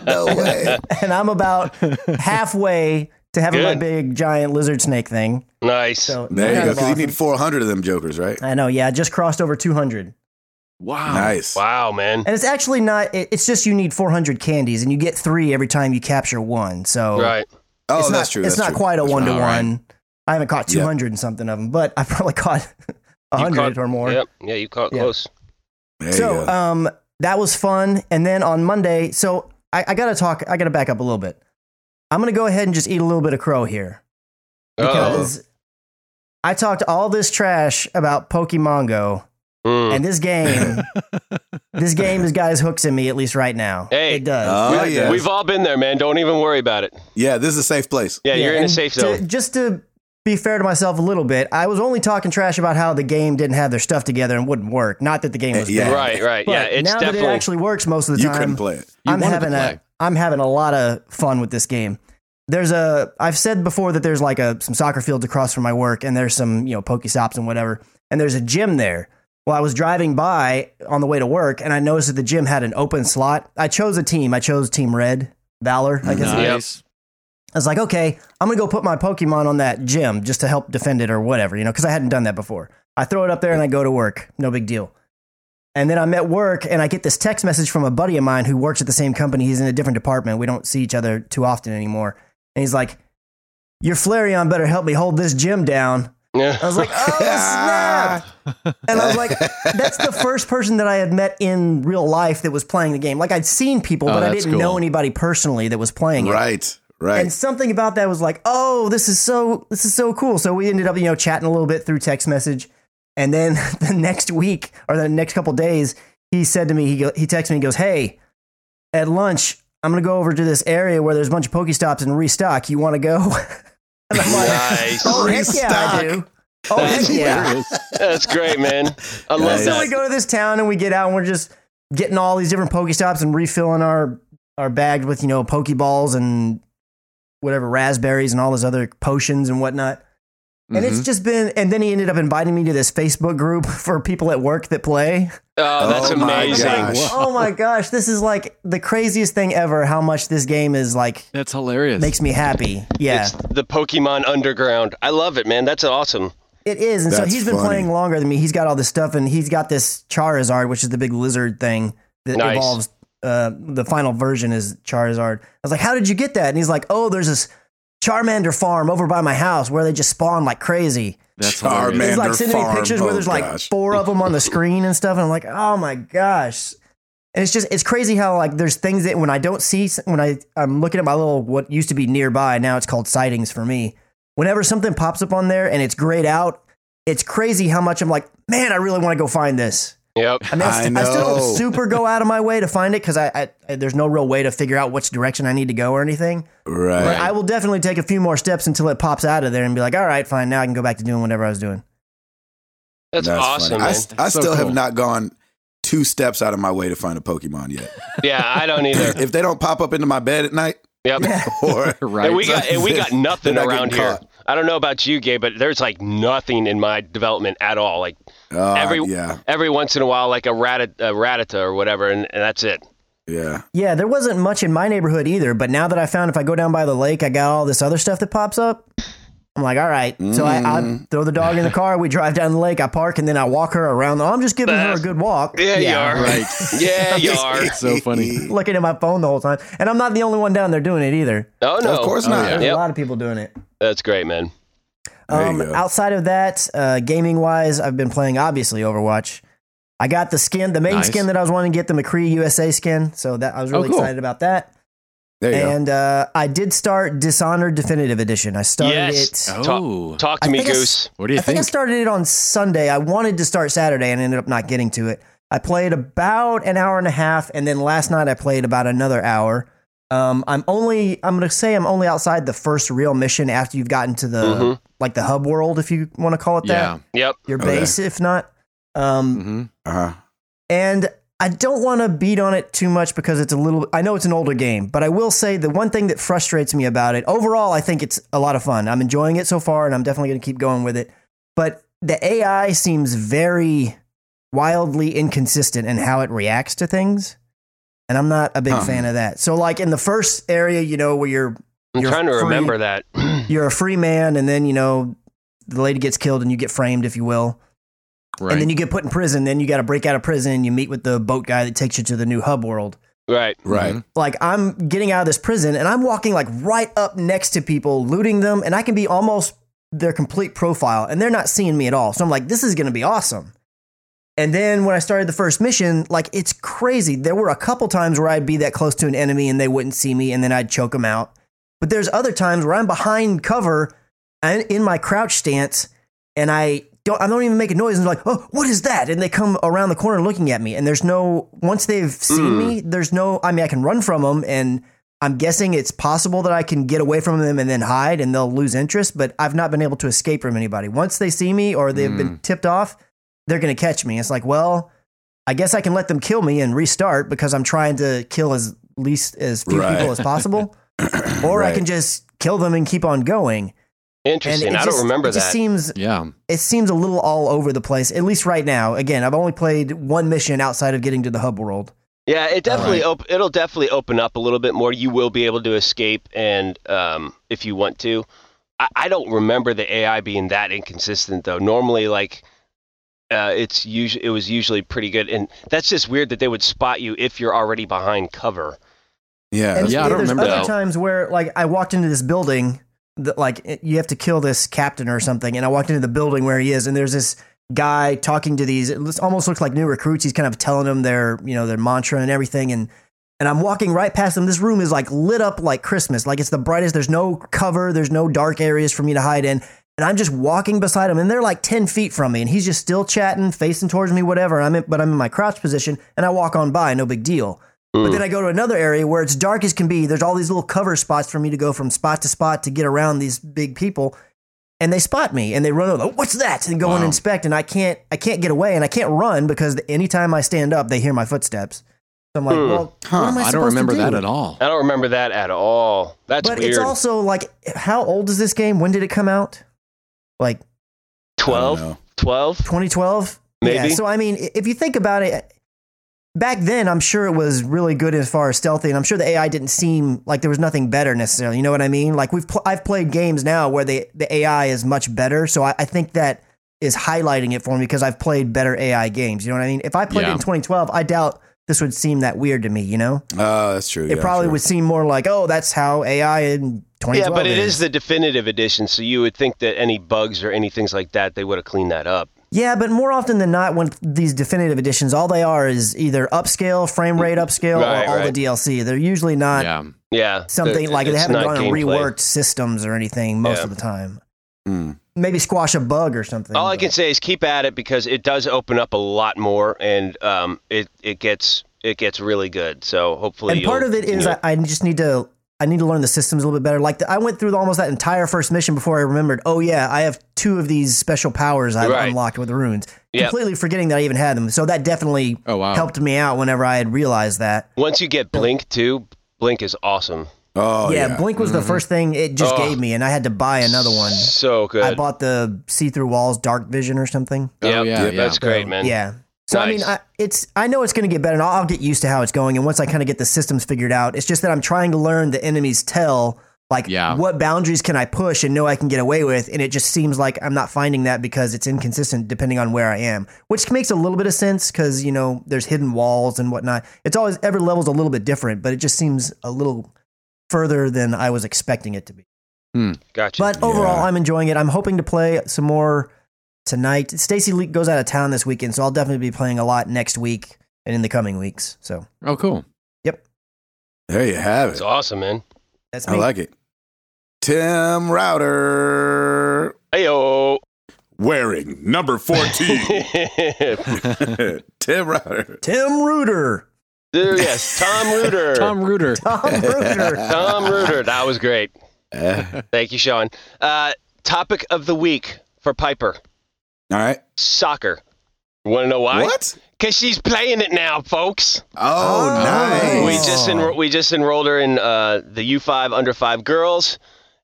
[SPEAKER 1] No way.
[SPEAKER 2] and
[SPEAKER 1] [LAUGHS]
[SPEAKER 2] I'm about halfway to having my
[SPEAKER 3] Good.
[SPEAKER 2] big giant lizard snake thing.
[SPEAKER 3] [LAUGHS] nice.
[SPEAKER 2] So
[SPEAKER 1] there you
[SPEAKER 2] kind
[SPEAKER 1] go.
[SPEAKER 2] of
[SPEAKER 1] Because you
[SPEAKER 2] awesome.
[SPEAKER 1] need 400 of them jokers, right?
[SPEAKER 2] I know. Yeah, I just crossed over 200,
[SPEAKER 4] Wow. [LAUGHS]
[SPEAKER 1] Nice.
[SPEAKER 3] wow, man.
[SPEAKER 2] and it's actually not. it- It's just you need 400 candies, and you get three every time you capture one. So
[SPEAKER 3] Right.
[SPEAKER 1] Oh,
[SPEAKER 2] it's
[SPEAKER 1] that's
[SPEAKER 2] not,
[SPEAKER 1] true.
[SPEAKER 2] It's
[SPEAKER 1] that's
[SPEAKER 2] not
[SPEAKER 1] true.
[SPEAKER 2] quite a
[SPEAKER 1] That's
[SPEAKER 2] one to
[SPEAKER 1] right.
[SPEAKER 2] one. I haven't caught
[SPEAKER 1] Yeah.
[SPEAKER 2] 200 and something of them, but I [LAUGHS] probably caught
[SPEAKER 3] You
[SPEAKER 2] 100
[SPEAKER 3] caught-
[SPEAKER 2] or more.
[SPEAKER 3] Yep. Yeah, you caught
[SPEAKER 2] Yeah.
[SPEAKER 3] close.
[SPEAKER 1] There you
[SPEAKER 2] so
[SPEAKER 1] go.
[SPEAKER 2] um that was fun and then on monday so I, I gotta talk i gotta back up a little bit i'm gonna go ahead and just eat a little bit of crow here because i talked all this trash about pokemon go
[SPEAKER 3] Mm.
[SPEAKER 2] and this
[SPEAKER 3] [LAUGHS]
[SPEAKER 2] game this game has got his hooks in me at least right now
[SPEAKER 3] Hey.
[SPEAKER 2] it does
[SPEAKER 1] Oh,
[SPEAKER 3] We-
[SPEAKER 1] yes.
[SPEAKER 3] We've all been there, man. Don't even worry about it.
[SPEAKER 1] yeah, this is a safe place.
[SPEAKER 3] Yeah, you're in a
[SPEAKER 2] and
[SPEAKER 3] safe
[SPEAKER 2] to- [LAUGHS]
[SPEAKER 3] zone.
[SPEAKER 2] just to be fair to myself a little bit i was only talking trash about how the game didn't have their stuff together and wouldn't work not that the game was
[SPEAKER 1] Yeah.
[SPEAKER 2] bad
[SPEAKER 3] Right, right.
[SPEAKER 2] but
[SPEAKER 3] Uh, yeah, it's
[SPEAKER 2] now
[SPEAKER 3] definitely
[SPEAKER 2] that it
[SPEAKER 3] [LAUGHS]
[SPEAKER 2] actually works most of the
[SPEAKER 1] You
[SPEAKER 2] time
[SPEAKER 1] couldn't play it.
[SPEAKER 4] You
[SPEAKER 2] I'm
[SPEAKER 4] wanted to
[SPEAKER 2] having
[SPEAKER 4] play.
[SPEAKER 2] a I'm having a lot of fun with this game. There's a I've said before that there's like a some soccer fields across from my work and there's some, you know, Pokestops and whatever. And there's a gym there. Well, I was driving by on the way to work and I noticed that the gym had an open slot. I chose a team. I chose Team Red, Valor, I guess.
[SPEAKER 3] Nice.
[SPEAKER 2] I was like, okay, I'm gonna go put my Pokemon on that gym just to help defend it or whatever, you know, because I hadn't done that before. I throw it up there and I go to work, no big deal. And then I'm at work and I get this text message from a buddy of mine who works at the same company. He's in a different department. We don't see each other too often anymore. And he's like, "Your Flareon better help me hold this gym down."
[SPEAKER 3] yeah.
[SPEAKER 2] I was like,
[SPEAKER 4] [LAUGHS]
[SPEAKER 2] "Oh snap!" And I was like, "That's the first person that I had met in real life that was playing the game. Like I'd seen people,
[SPEAKER 4] Oh,
[SPEAKER 2] but I
[SPEAKER 4] that's
[SPEAKER 2] didn't know
[SPEAKER 4] cool.
[SPEAKER 2] anybody personally that was playing it."
[SPEAKER 1] Right, right.
[SPEAKER 2] and something about that was like, oh, this is so this is so cool. So we ended up, you know, chatting a little bit through text message, and then [LAUGHS] the next week or the next couple days, he said to me, he go, he texted me, he goes, hey, at lunch, I'm gonna go over to this area where there's a bunch of Pokestops and restock. You want to go? [LAUGHS] And I'm like,
[SPEAKER 3] Nice.
[SPEAKER 2] oh heck yeah, I do. Oh heck
[SPEAKER 3] That's
[SPEAKER 2] yeah.
[SPEAKER 3] That's
[SPEAKER 2] [LAUGHS]
[SPEAKER 3] great, man. I love
[SPEAKER 1] Nice.
[SPEAKER 2] So we
[SPEAKER 3] that.
[SPEAKER 2] go to this town and we get out and we're just getting all these different Pokestops and refilling our our bags with you know Pokeballs and whatever raspberries and all those other potions and whatnot. [LAUGHS] And
[SPEAKER 1] Mm-hmm.
[SPEAKER 2] it's just been, and then he ended up inviting me to this Facebook group [LAUGHS] for people at work that play.
[SPEAKER 3] Oh, that's
[SPEAKER 1] Oh my
[SPEAKER 3] amazing.
[SPEAKER 1] gosh.
[SPEAKER 2] Oh my gosh, this is like the craziest thing ever. How much this game is like
[SPEAKER 4] That's hilarious.
[SPEAKER 2] makes me happy. Yeah,
[SPEAKER 3] It's the Pokemon Underground. I love it, man. That's awesome.
[SPEAKER 2] it is. And so
[SPEAKER 1] That's
[SPEAKER 2] he's been
[SPEAKER 1] funny.
[SPEAKER 2] playing longer than me. He's got all this stuff, and he's got this Charizard, which is the big lizard thing that
[SPEAKER 3] Nice.
[SPEAKER 2] evolves. Uh, the final version is Charizard. I was like, "How did you get that?" And he's like, "Oh, there's this Charmander farm over by my house where they just spawn like crazy."
[SPEAKER 4] That's
[SPEAKER 1] Charmander.
[SPEAKER 4] hilarious.
[SPEAKER 2] He's like sending me
[SPEAKER 1] farm.
[SPEAKER 2] pictures where
[SPEAKER 1] Oh,
[SPEAKER 2] there's like
[SPEAKER 1] gosh.
[SPEAKER 2] four of them on the screen and stuff, and I'm like, oh my gosh. And it's just it's crazy how like there's things that when I don't see when I I'm looking at my little what used to be nearby now it's called sightings for me. Whenever something pops up on there and it's grayed out, it's crazy how much I'm like, man, I really want to go find this.
[SPEAKER 3] Yep.
[SPEAKER 2] I mean, I, st-
[SPEAKER 1] I
[SPEAKER 2] I still
[SPEAKER 1] know.
[SPEAKER 2] don't super go out of my way to find it because I, I, I there's no real way to figure out which direction I need to go or anything. But
[SPEAKER 1] Right.
[SPEAKER 2] I will definitely take a few more steps until it pops out of there and be like, all right, fine, now I can go back to doing whatever I was doing.
[SPEAKER 3] That's, awesome,
[SPEAKER 1] funny. I,
[SPEAKER 3] man.
[SPEAKER 1] st- I
[SPEAKER 4] That's so
[SPEAKER 1] still have
[SPEAKER 4] cool.
[SPEAKER 1] not gone two steps out of my way to find a Pokemon yet.
[SPEAKER 3] yeah, I don't either.
[SPEAKER 1] if they don't pop up into my bed at night, [LAUGHS]
[SPEAKER 3] Yep.
[SPEAKER 1] or
[SPEAKER 4] [LAUGHS] Right.
[SPEAKER 3] And we got and we got nothing
[SPEAKER 1] They're not
[SPEAKER 3] around
[SPEAKER 1] getting
[SPEAKER 3] here.
[SPEAKER 1] caught.
[SPEAKER 3] I don't know about you, Gabe, but there's like nothing in my development at all. Like
[SPEAKER 1] Uh,
[SPEAKER 3] Every-
[SPEAKER 1] yeah,
[SPEAKER 3] every once in a while, like a rat a ratata or whatever, and, and that's it.
[SPEAKER 1] yeah.
[SPEAKER 2] Yeah, there wasn't much in my neighborhood either, but now that I found if I go down by the lake, I got all this other stuff that pops up. I'm like, all right. So I, I
[SPEAKER 1] Mm.
[SPEAKER 2] throw the dog in the car, we drive down the lake, I park, and then I walk her around. The, I'm just giving her a good walk.
[SPEAKER 3] Yeah, you are.
[SPEAKER 4] right.
[SPEAKER 1] [LAUGHS]
[SPEAKER 3] Yeah, you are.
[SPEAKER 4] So funny.
[SPEAKER 2] [LAUGHS] Looking at my phone the whole time. And I'm not the only one down there doing it either.
[SPEAKER 3] Oh no,
[SPEAKER 1] Of course not.
[SPEAKER 2] There's
[SPEAKER 3] Yep.
[SPEAKER 2] a lot of people doing it.
[SPEAKER 3] That's great, man.
[SPEAKER 1] There you
[SPEAKER 2] Um,
[SPEAKER 1] go.
[SPEAKER 2] outside of that, uh, gaming wise, I've been playing obviously Overwatch. I got the skin, the main
[SPEAKER 4] Nice.
[SPEAKER 2] skin that I was wanting to get, the McCree USA skin. So that I was
[SPEAKER 4] Oh,
[SPEAKER 2] really
[SPEAKER 4] cool.
[SPEAKER 2] excited about that.
[SPEAKER 1] There you
[SPEAKER 2] and uh, I did start Dishonored Definitive Edition. I started
[SPEAKER 3] Yes.
[SPEAKER 2] it.
[SPEAKER 4] Oh,
[SPEAKER 3] Talk to
[SPEAKER 2] I
[SPEAKER 3] me,
[SPEAKER 2] think I s-
[SPEAKER 3] Goose.
[SPEAKER 4] what do you
[SPEAKER 2] I think I started it on Sunday. I wanted to start Saturday and ended up not getting to it. I played about an hour and a half, and then last night I played about another hour. Um, I'm only I'm gonna say I'm only outside the first real mission after you've gotten to the
[SPEAKER 3] Mhm.
[SPEAKER 2] like the hub world, if you want to call it that.
[SPEAKER 4] yeah.
[SPEAKER 3] Yep.
[SPEAKER 2] Your
[SPEAKER 1] Okay.
[SPEAKER 2] base, if not. Um,
[SPEAKER 4] hmm
[SPEAKER 1] go. Uh-huh.
[SPEAKER 2] and I don't want to beat on it too much because it's a little. I know it's an older game, but I will say the one thing that frustrates me about it overall, I think it's a lot of fun. I'm enjoying it so far, and I'm definitely going to keep going with it. But the AI seems very wildly inconsistent in how it reacts to things, and I'm not a big
[SPEAKER 1] Huh.
[SPEAKER 2] fan of that. So, like in the first area, you know, where you're
[SPEAKER 3] I'm
[SPEAKER 2] You're
[SPEAKER 3] trying to
[SPEAKER 2] free.
[SPEAKER 3] remember that. [CLEARS THROAT]
[SPEAKER 2] you're a free man, and then you know the lady gets killed, and you get framed, if you will.
[SPEAKER 4] Right.
[SPEAKER 2] And then you get put in prison. Then you got to break out of prison and you meet with the boat guy that takes you to the new hub world.
[SPEAKER 3] right.
[SPEAKER 1] Right.
[SPEAKER 4] Mhm.
[SPEAKER 2] Like, I'm getting out of this prison and I'm walking like right up next to people, looting them, and I can be almost their complete profile and they're not seeing me at all. So I'm like, this is going to be awesome. And then when I started the first mission, like, it's crazy. There were a couple times where I'd be that close to an enemy and they wouldn't see me and then I'd choke them out. But there's other times where I'm behind cover and in my crouch stance and I don't I don't even make a noise and they're like, "Oh, what is that?" and they come around the corner looking at me and there's no once they've seen
[SPEAKER 3] Mm.
[SPEAKER 2] me, there's no I mean I can run from them and I'm guessing it's possible that I can get away from them and then hide and they'll lose interest, but I've not been able to escape from anybody. Once they see me or they've
[SPEAKER 3] Hmm.
[SPEAKER 2] been tipped off, they're going to catch me. It's like, well, I guess I can let them kill me and restart because I'm trying to kill as least as few
[SPEAKER 1] Right.
[SPEAKER 2] people as possible.
[SPEAKER 3] [LAUGHS]
[SPEAKER 2] or I
[SPEAKER 1] Right.
[SPEAKER 2] can just kill them and keep on going. And
[SPEAKER 3] Interesting.
[SPEAKER 2] it
[SPEAKER 3] I
[SPEAKER 2] just-
[SPEAKER 3] don't remember
[SPEAKER 2] it just
[SPEAKER 3] that.
[SPEAKER 2] seems
[SPEAKER 4] Yeah.
[SPEAKER 2] it seems a little all over the place, at least right now. Again, I've only played one mission outside of getting to the hub world.
[SPEAKER 3] yeah, it definitely
[SPEAKER 4] Right.
[SPEAKER 3] op- it'll definitely open up a little bit more. You will be able to escape, and um, if you want to, I-, I don't remember the AI being that inconsistent though. Normally, like. Uh, it's usually it was usually pretty good, and that's just weird that they would spot you if you're already behind cover.
[SPEAKER 1] Yeah.
[SPEAKER 2] And
[SPEAKER 4] Yeah, I don't
[SPEAKER 2] there's
[SPEAKER 4] remember
[SPEAKER 2] other
[SPEAKER 3] that.
[SPEAKER 2] times where like I walked into this building that like it- you have to kill this captain or something, and I walked into the building where he is, and there's this guy talking to these. It looks- almost looks like new recruits. He's kind of telling them their you know their mantra and everything, and and I'm walking right past them. This room is like lit up like Christmas, like it's the brightest. There's no cover. There's no dark areas for me to hide in. And I'm just walking beside him, and they're like ten feet from me, and he's just still chatting, facing towards me, whatever. I'm in, but I'm in my crouch position, and I walk on by, no big deal.
[SPEAKER 1] Hmm.
[SPEAKER 3] Hmm.
[SPEAKER 2] But then I go to another area where it's dark as can be. There's all these little cover spots for me to go from spot to spot to get around these big people. And they spot me and they run over. What's that? And go and
[SPEAKER 4] Wow.
[SPEAKER 2] inspect. And I can't, I can't get away and I can't run because anytime I stand up, they hear my footsteps. So I'm like,
[SPEAKER 3] Hmm.
[SPEAKER 2] well,
[SPEAKER 1] Huh,
[SPEAKER 2] what am I,
[SPEAKER 4] I
[SPEAKER 2] supposed
[SPEAKER 4] don't remember
[SPEAKER 2] to do?
[SPEAKER 4] that at all.
[SPEAKER 3] I don't remember that at all. That's
[SPEAKER 2] but
[SPEAKER 3] weird.
[SPEAKER 2] it's also like, how old is this game? When did it come out? Like
[SPEAKER 1] I don't know.
[SPEAKER 3] 12? 12?
[SPEAKER 2] 2012?
[SPEAKER 3] Maybe.
[SPEAKER 2] Yeah. So, I mean, i- if you think about it, back then, I'm sure it was really good as far as stealthy, and I'm sure the AI didn't seem like there was nothing better necessarily. You know what I mean? Like, we've pl- I've played games now where they, the AI is much better. So, I, I think that is highlighting it for me because I've played better AI games. You know what I mean? If I played it
[SPEAKER 4] Yeah.
[SPEAKER 2] in 2012, I doubt this would seem that weird to me, you know?
[SPEAKER 1] Oh, that's true.
[SPEAKER 2] It
[SPEAKER 1] yeah,
[SPEAKER 2] probably
[SPEAKER 1] sure.
[SPEAKER 2] would seem more like, oh, that's how AI in 2012
[SPEAKER 3] Yeah, but it
[SPEAKER 2] is
[SPEAKER 3] is the definitive edition, so you would think that any bugs or any things like that, they would have cleaned that up.
[SPEAKER 2] Yeah, but more often than not, when these definitive editions, all they are is either upscale, frame rate upscale,
[SPEAKER 3] Mm-hmm. Right,
[SPEAKER 2] or all
[SPEAKER 3] right.
[SPEAKER 2] the DLC. They're usually not
[SPEAKER 4] Yeah.
[SPEAKER 3] Yeah.
[SPEAKER 2] something
[SPEAKER 3] It-
[SPEAKER 2] like they
[SPEAKER 3] it's
[SPEAKER 2] haven't
[SPEAKER 3] not
[SPEAKER 2] gone and
[SPEAKER 3] gameplay.
[SPEAKER 2] reworked systems or anything most
[SPEAKER 3] Yeah.
[SPEAKER 2] of the time.
[SPEAKER 1] Mm.
[SPEAKER 2] Maybe squash a bug or something.
[SPEAKER 3] All I
[SPEAKER 2] but-
[SPEAKER 3] can say is keep at it because it does open up a lot more, and um, it it gets it gets really good. So hopefully,
[SPEAKER 2] and part
[SPEAKER 3] you'll-
[SPEAKER 2] of it is
[SPEAKER 3] you know,
[SPEAKER 2] I, I just need to I need to learn the systems a little bit better. Like the, I went through almost that entire first mission before I remembered. Oh yeah, I have two of these special powers I've
[SPEAKER 3] Right.
[SPEAKER 2] unlocked with the runes.
[SPEAKER 3] Yeah.
[SPEAKER 2] Completely forgetting that I even had them. So that definitely
[SPEAKER 4] Oh wow.
[SPEAKER 2] helped me out whenever I had realized that.
[SPEAKER 3] once you get Blink too, Blink is awesome.
[SPEAKER 1] Oh,
[SPEAKER 2] yeah,
[SPEAKER 1] yeah.
[SPEAKER 2] Blink was the first thing it just
[SPEAKER 3] Oh.
[SPEAKER 2] gave me, and I had to buy another one.
[SPEAKER 3] So good.
[SPEAKER 2] I bought the see through walls dark vision or something.
[SPEAKER 4] Oh,
[SPEAKER 3] Yep.
[SPEAKER 4] yeah,
[SPEAKER 1] Yep.
[SPEAKER 4] yeah.
[SPEAKER 3] That's great, man.
[SPEAKER 2] yeah. So I mean,
[SPEAKER 3] Nice.
[SPEAKER 2] I, it's I know it's going to get better, and I'll, I'll get used to how it's going. And once I kind of get the systems figured out, it's just that I'm trying to learn the enemies tell like
[SPEAKER 4] Yeah.
[SPEAKER 2] what boundaries can I push and know I can get away with, and it just seems like I'm not finding that because it's inconsistent depending on where I am, which makes a little bit of sense because you know there's hidden walls and whatnot. It's always every level's a little bit different, but it just seems a little further than I was expecting it to be.
[SPEAKER 3] Gotcha.
[SPEAKER 2] But overall, I'm enjoying it. I'm hoping to play some more tonight. Stacy Leak goes out of town this weekend, so I'll definitely be playing a lot next week and in the coming weeks. So
[SPEAKER 4] Oh cool.
[SPEAKER 1] There you have
[SPEAKER 3] it's
[SPEAKER 1] it.
[SPEAKER 3] awesome, man.
[SPEAKER 2] that's me.
[SPEAKER 1] I like it. Tim Router
[SPEAKER 3] [LAUGHS] Ayo.
[SPEAKER 1] wearing number
[SPEAKER 3] [LAUGHS]
[SPEAKER 1] 14. [LAUGHS] Tim
[SPEAKER 2] [LAUGHS]
[SPEAKER 1] Router.
[SPEAKER 2] Tim
[SPEAKER 1] [LAUGHS]
[SPEAKER 2] Reuter.
[SPEAKER 3] Dude, yes, Tom Reuter.
[SPEAKER 4] Tom
[SPEAKER 2] [LAUGHS]
[SPEAKER 4] Reuter.
[SPEAKER 2] Tom Reuter.
[SPEAKER 3] Tom Reuter. That was great.
[SPEAKER 1] Uh,
[SPEAKER 3] Thank you, Sean. Uh, topic of the week for Piper
[SPEAKER 1] all right.
[SPEAKER 3] soccer. Want to know why?
[SPEAKER 1] What?
[SPEAKER 3] Because she's playing it now, folks.
[SPEAKER 1] Oh,
[SPEAKER 2] Oh.
[SPEAKER 1] nice.
[SPEAKER 3] We just enro- we just enrolled her in uh, the U5 under five girls,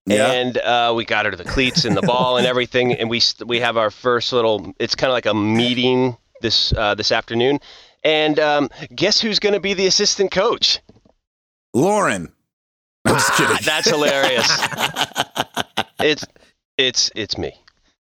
[SPEAKER 1] Yeah.
[SPEAKER 3] and uh, we got her the cleats and the ball and everything. And we st- we have our first little. It's kind of like a meeting this uh, this afternoon. And um, guess who's going to be the assistant coach?
[SPEAKER 1] Lauren. [LAUGHS] I'm just kidding. [LAUGHS]
[SPEAKER 3] That's hilarious. it's it's it's me. [LAUGHS]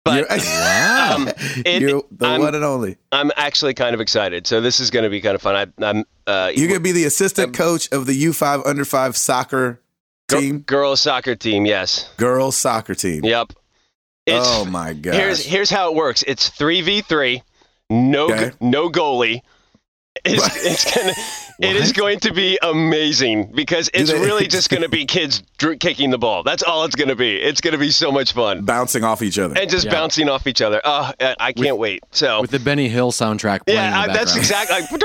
[SPEAKER 3] But
[SPEAKER 1] You're- [LAUGHS]
[SPEAKER 3] um, it-
[SPEAKER 1] You're the
[SPEAKER 3] I'm-
[SPEAKER 1] one and only.
[SPEAKER 3] I'm actually kind of excited. So this is going to be kind of fun. I, I'm uh,
[SPEAKER 1] You're going to be the assistant coach of the U5 under 5 soccer
[SPEAKER 3] gir-
[SPEAKER 1] team,
[SPEAKER 3] girls soccer team. Yes.
[SPEAKER 1] girls soccer team.
[SPEAKER 3] Yep. It's
[SPEAKER 1] oh, my gosh.
[SPEAKER 3] here's here's how it works. It's three v three, no
[SPEAKER 1] Okay.
[SPEAKER 3] g- no goalie. It's, it's gonna it is
[SPEAKER 1] What?
[SPEAKER 3] going to be amazing because it's
[SPEAKER 1] they-
[SPEAKER 3] really just
[SPEAKER 4] [LAUGHS]
[SPEAKER 3] going to be kids dr- kicking the ball. That's all it's going to be. It's going to be so much fun
[SPEAKER 1] Bouncing off each other.
[SPEAKER 3] and just
[SPEAKER 4] Yeah.
[SPEAKER 3] bouncing off each other. Oh, I I can't wait. So
[SPEAKER 4] With the Benny Hill soundtrack playing.
[SPEAKER 3] yeah,
[SPEAKER 4] in
[SPEAKER 3] I,
[SPEAKER 4] the
[SPEAKER 3] that's
[SPEAKER 4] background.
[SPEAKER 3] exactly.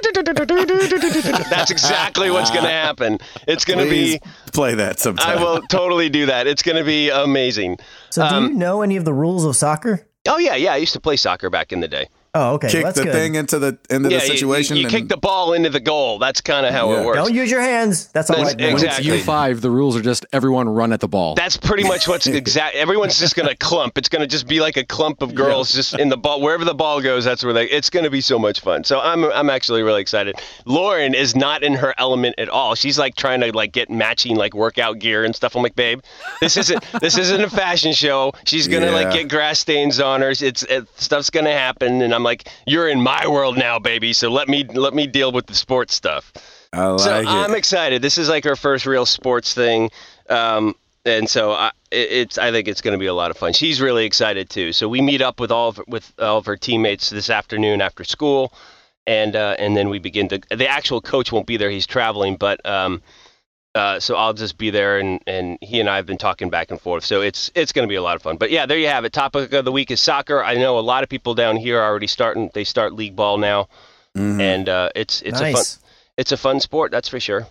[SPEAKER 4] [LAUGHS]
[SPEAKER 3] Like, that's exactly what's going to happen. It's going to
[SPEAKER 1] Please
[SPEAKER 3] be.
[SPEAKER 1] play that sometime.
[SPEAKER 3] I will totally do that. It's going to be amazing.
[SPEAKER 2] So, do
[SPEAKER 3] Um,
[SPEAKER 2] you know any of the rules of soccer?
[SPEAKER 3] Oh yeah, yeah. I used to play soccer back in the day.
[SPEAKER 2] Oh, okay.
[SPEAKER 1] kick
[SPEAKER 2] well, that's
[SPEAKER 1] the
[SPEAKER 2] good.
[SPEAKER 1] thing into the into
[SPEAKER 3] yeah,
[SPEAKER 1] the
[SPEAKER 3] you-
[SPEAKER 1] situation.
[SPEAKER 3] You, you
[SPEAKER 1] and-
[SPEAKER 3] kick the ball into the goal. That's kind of how
[SPEAKER 1] Yeah.
[SPEAKER 3] it works.
[SPEAKER 2] Don't use your hands. That's all
[SPEAKER 3] That's
[SPEAKER 2] right. now.
[SPEAKER 4] When
[SPEAKER 3] exact- exactly.
[SPEAKER 4] it's U5, the rules are just everyone run at the ball.
[SPEAKER 3] That's pretty much
[SPEAKER 1] [LAUGHS]
[SPEAKER 3] what's exact. Everyone's just gonna clump. It's gonna just be like a clump of girls just in the ball. Wherever the ball goes, that's where they. It's gonna be so much fun. So I'm I'm actually really excited. Lauren is not in her element at all. She's like trying to like get matching like workout gear and stuff. I'm like, babe, this isn't this isn't a fashion show. She's gonna like
[SPEAKER 1] Yeah.
[SPEAKER 3] get grass stains on her. It's it, stuff's gonna happen. And I'm like, you're in my world now, baby. So let me let me deal with the sports stuff.
[SPEAKER 1] I like
[SPEAKER 3] So
[SPEAKER 1] it.
[SPEAKER 3] I'm excited. This is like her first real sports thing, um, and so I, it- it's I think it's going to be a lot of fun. She's really excited too. So we meet up with all of, with all of her teammates this afternoon after school, and uh, and then we begin to. The actual coach won't be there; he's traveling, but. Um, uh, so I'll just be there, and, and he and I have been talking back and forth. So it's it's going to be a lot of fun. But yeah, there you have it. Topic of the week is soccer. I know a lot of people down here are already starting. They start league ball now,
[SPEAKER 1] Mhm.
[SPEAKER 3] and uh, it's it's a fun
[SPEAKER 2] Nice. Oh,
[SPEAKER 3] It's a fun sport, that's for sure.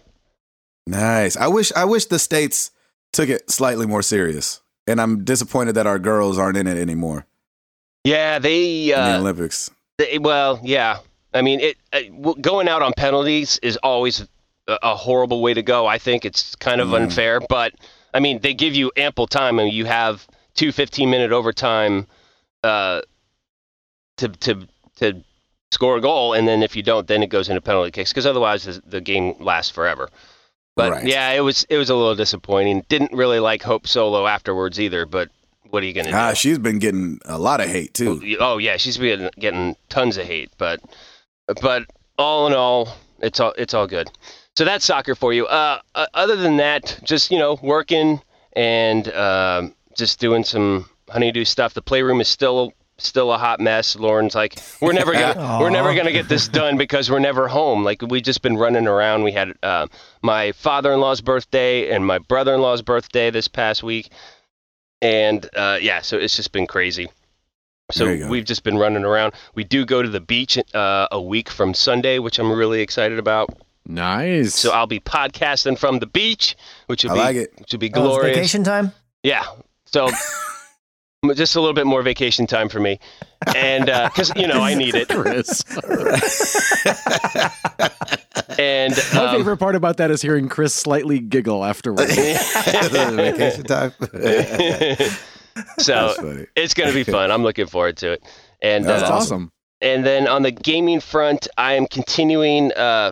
[SPEAKER 1] Nice. I wish I wish the states took it slightly more serious. And I'm disappointed that our girls aren't in it anymore
[SPEAKER 3] Yeah, they.
[SPEAKER 1] in the
[SPEAKER 3] Uh,
[SPEAKER 1] Olympics.
[SPEAKER 3] they- well, yeah. I mean, it uh, w- going out on penalties is always a, a horrible way to go. I think it's kind of
[SPEAKER 1] Mm.
[SPEAKER 3] unfair, but I mean, they give you ample time, and you have two 15-minute overtime uh, to to to score a goal, and then if you don't, then it goes into penalty kicks because otherwise the, the game lasts forever. But
[SPEAKER 1] Right.
[SPEAKER 3] yeah, it was it was a little disappointing. Didn't really like Hope Solo afterwards either. But what are you gonna do?
[SPEAKER 1] Ah, she's been getting a lot of hate too.
[SPEAKER 3] Oh yeah, she's been getting tons of hate, but but all in all, it's all it's all good. So that's soccer for you. Uh, uh, other than that, just you know, working and um just doing some honeydew stuff. The playroom is still still a hot mess. Lauren's like, we're never gonna we're never
[SPEAKER 2] Aw.
[SPEAKER 3] gonna get this done because we're never home. Like we just been running around. We had uh, my father-in-law's birthday and my brother-in-law's birthday this past week, and uh, yeah, so it's just been crazy. So
[SPEAKER 1] There you go.
[SPEAKER 3] we've just been running around. We do go to the beach uh, a week from Sunday, which I'm really excited about.
[SPEAKER 4] Nice.
[SPEAKER 3] So I'll be podcasting from the beach, which will
[SPEAKER 1] I
[SPEAKER 3] be
[SPEAKER 1] like
[SPEAKER 3] [LAUGHS]
[SPEAKER 1] it.
[SPEAKER 3] which will be
[SPEAKER 2] Oh, it's
[SPEAKER 3] glorious.
[SPEAKER 2] vacation time.
[SPEAKER 3] Yeah.
[SPEAKER 1] [LAUGHS]
[SPEAKER 3] So just a little bit more vacation time for me, and because you know I need it.
[SPEAKER 4] Chris.
[SPEAKER 3] [LAUGHS]
[SPEAKER 1] [LAUGHS]
[SPEAKER 3] And
[SPEAKER 4] My
[SPEAKER 3] um, [LAUGHS]
[SPEAKER 4] favorite part about that is hearing Chris slightly giggle afterwards.
[SPEAKER 1] Vacation [LAUGHS] time. That's
[SPEAKER 3] [LAUGHS] so
[SPEAKER 1] funny.
[SPEAKER 3] it's gonna be fun. I'm looking forward to it. And
[SPEAKER 1] That's
[SPEAKER 4] That's
[SPEAKER 3] uh,
[SPEAKER 4] awesome.
[SPEAKER 3] and then on the gaming front, I am continuing uh,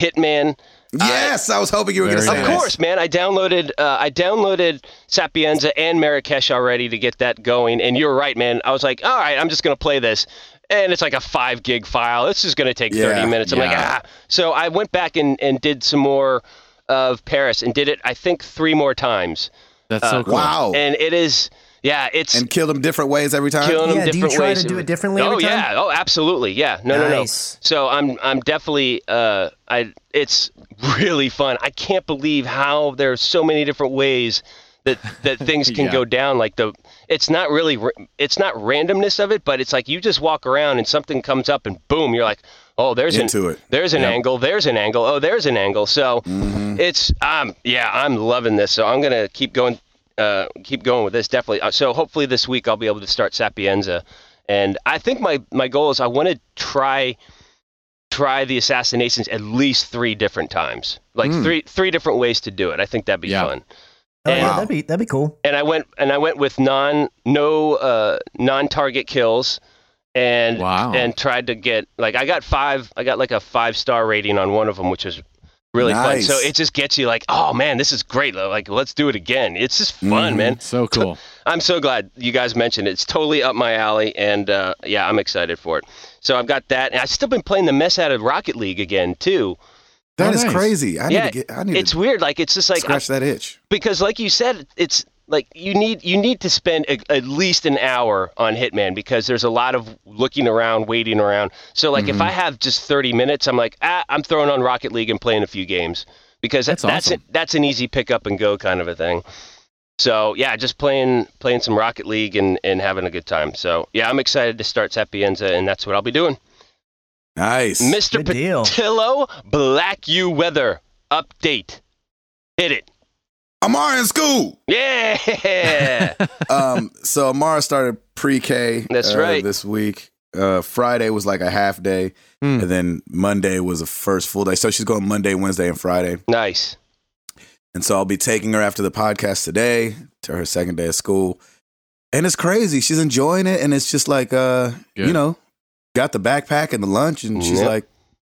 [SPEAKER 3] Hitman.
[SPEAKER 1] Yes, I was hoping you were going to
[SPEAKER 4] Very
[SPEAKER 1] say
[SPEAKER 3] Of
[SPEAKER 4] nice.
[SPEAKER 1] that.
[SPEAKER 3] course, man. I downloaded uh, I downloaded Sapienza and Marrakesh already to get that going. And you're right, man. I was like, all right, I'm just gonna play this. And it's like a five gig file. This is gonna take 30
[SPEAKER 1] Yeah,
[SPEAKER 3] minutes. I'm like,
[SPEAKER 4] yeah.
[SPEAKER 3] ah. So I went back and, and did some more of Paris and did it I think three more times.
[SPEAKER 4] That's
[SPEAKER 3] Uh,
[SPEAKER 4] so cool.
[SPEAKER 1] Wow. And,
[SPEAKER 3] And it is yeah, it's
[SPEAKER 1] kill them different ways every time.
[SPEAKER 3] killing
[SPEAKER 2] Uh, Yeah,
[SPEAKER 3] them
[SPEAKER 2] do you
[SPEAKER 3] different
[SPEAKER 2] try
[SPEAKER 3] ways.
[SPEAKER 2] to do it differently
[SPEAKER 3] Oh
[SPEAKER 2] every time?
[SPEAKER 3] yeah. Oh, absolutely. Yeah. No, no, no.
[SPEAKER 2] Nice.
[SPEAKER 3] So I'm I'm definitely uh I it's really fun. I can't believe how there's so many different ways that
[SPEAKER 2] [LAUGHS]
[SPEAKER 3] that things can
[SPEAKER 4] Yeah.
[SPEAKER 3] go down like the it's not really ra- it's not randomness of it, but it's like you just walk around and something comes up and boom, you're like, "Oh, there's
[SPEAKER 1] Into
[SPEAKER 3] an
[SPEAKER 1] it.
[SPEAKER 3] there's an angle, there's an angle. Oh, there's an angle." So
[SPEAKER 1] Mm-hmm.
[SPEAKER 3] it's um yeah, I'm loving this. So I'm going to keep going uh, keep going with this definitely. Uh, so hopefully this week I'll be able to start Sapienza, and I think my my goal is I want to try try the assassinations at least three different times, like
[SPEAKER 4] Hmm.
[SPEAKER 3] three three different ways to do it. I think that'd be
[SPEAKER 4] Yeah.
[SPEAKER 3] fun.
[SPEAKER 2] Oh, yeah,
[SPEAKER 1] Wow.
[SPEAKER 2] that'd be that'd be cool.
[SPEAKER 3] And I went and I went with non no uh, non target kills, and
[SPEAKER 4] Wow.
[SPEAKER 3] and tried to get like I got five I got like a five star rating on one of them, which was really
[SPEAKER 1] Nice.
[SPEAKER 3] fun. So it just gets you like, oh man, this is great. Like let's do it again. It's just fun,
[SPEAKER 1] Mhm.
[SPEAKER 3] man.
[SPEAKER 4] So cool.
[SPEAKER 3] I'm so glad you guys mentioned it. It's totally up my alley, and uh, yeah, I'm excited for it. So I've got that, and I've still been playing the mess out of Rocket League again too.
[SPEAKER 1] That
[SPEAKER 4] Oh,
[SPEAKER 1] is
[SPEAKER 4] nice.
[SPEAKER 1] crazy. I
[SPEAKER 3] Yeah,
[SPEAKER 1] need to get. I need
[SPEAKER 3] It's
[SPEAKER 1] to
[SPEAKER 3] weird, like it's just like
[SPEAKER 1] scratch that itch.
[SPEAKER 3] because, like you said, it's like you need you need to spend a, at least an hour on Hitman because there's a lot of looking around, waiting around. So like if I have just 30 minutes, I'm like, ah, I'm throwing on Rocket League and playing a few games because that's that's,
[SPEAKER 4] That's awesome.
[SPEAKER 3] a- that's an easy pick up and go kind of a thing. So yeah, just playing playing some Rocket League and, and having a good time. So yeah, I'm excited to start Sapienza, and that's what I'll be doing.
[SPEAKER 1] Nice.
[SPEAKER 3] Mr.
[SPEAKER 2] Good
[SPEAKER 3] [LAUGHS]
[SPEAKER 2] deal. [LAUGHS]
[SPEAKER 3] Patillo, Black U Weather update. Hit it.
[SPEAKER 1] Amara in school.
[SPEAKER 3] Yeah. [LAUGHS]
[SPEAKER 1] um, [LAUGHS] so Amara started pre-K.
[SPEAKER 3] That's
[SPEAKER 1] uh,
[SPEAKER 3] right.
[SPEAKER 1] This week, uh, Friday was like a half day,
[SPEAKER 4] Hmm.
[SPEAKER 1] and then Monday was a first full day. So she's going Monday, Wednesday, and Friday. [LAUGHS]
[SPEAKER 3] nice.
[SPEAKER 1] And so I'll be taking her after the podcast today to her second day of school. And it's crazy. She's enjoying it. And it's just like, uh,
[SPEAKER 4] Good.
[SPEAKER 1] you know, got the backpack and the lunch. And she's
[SPEAKER 3] Yep.
[SPEAKER 1] like,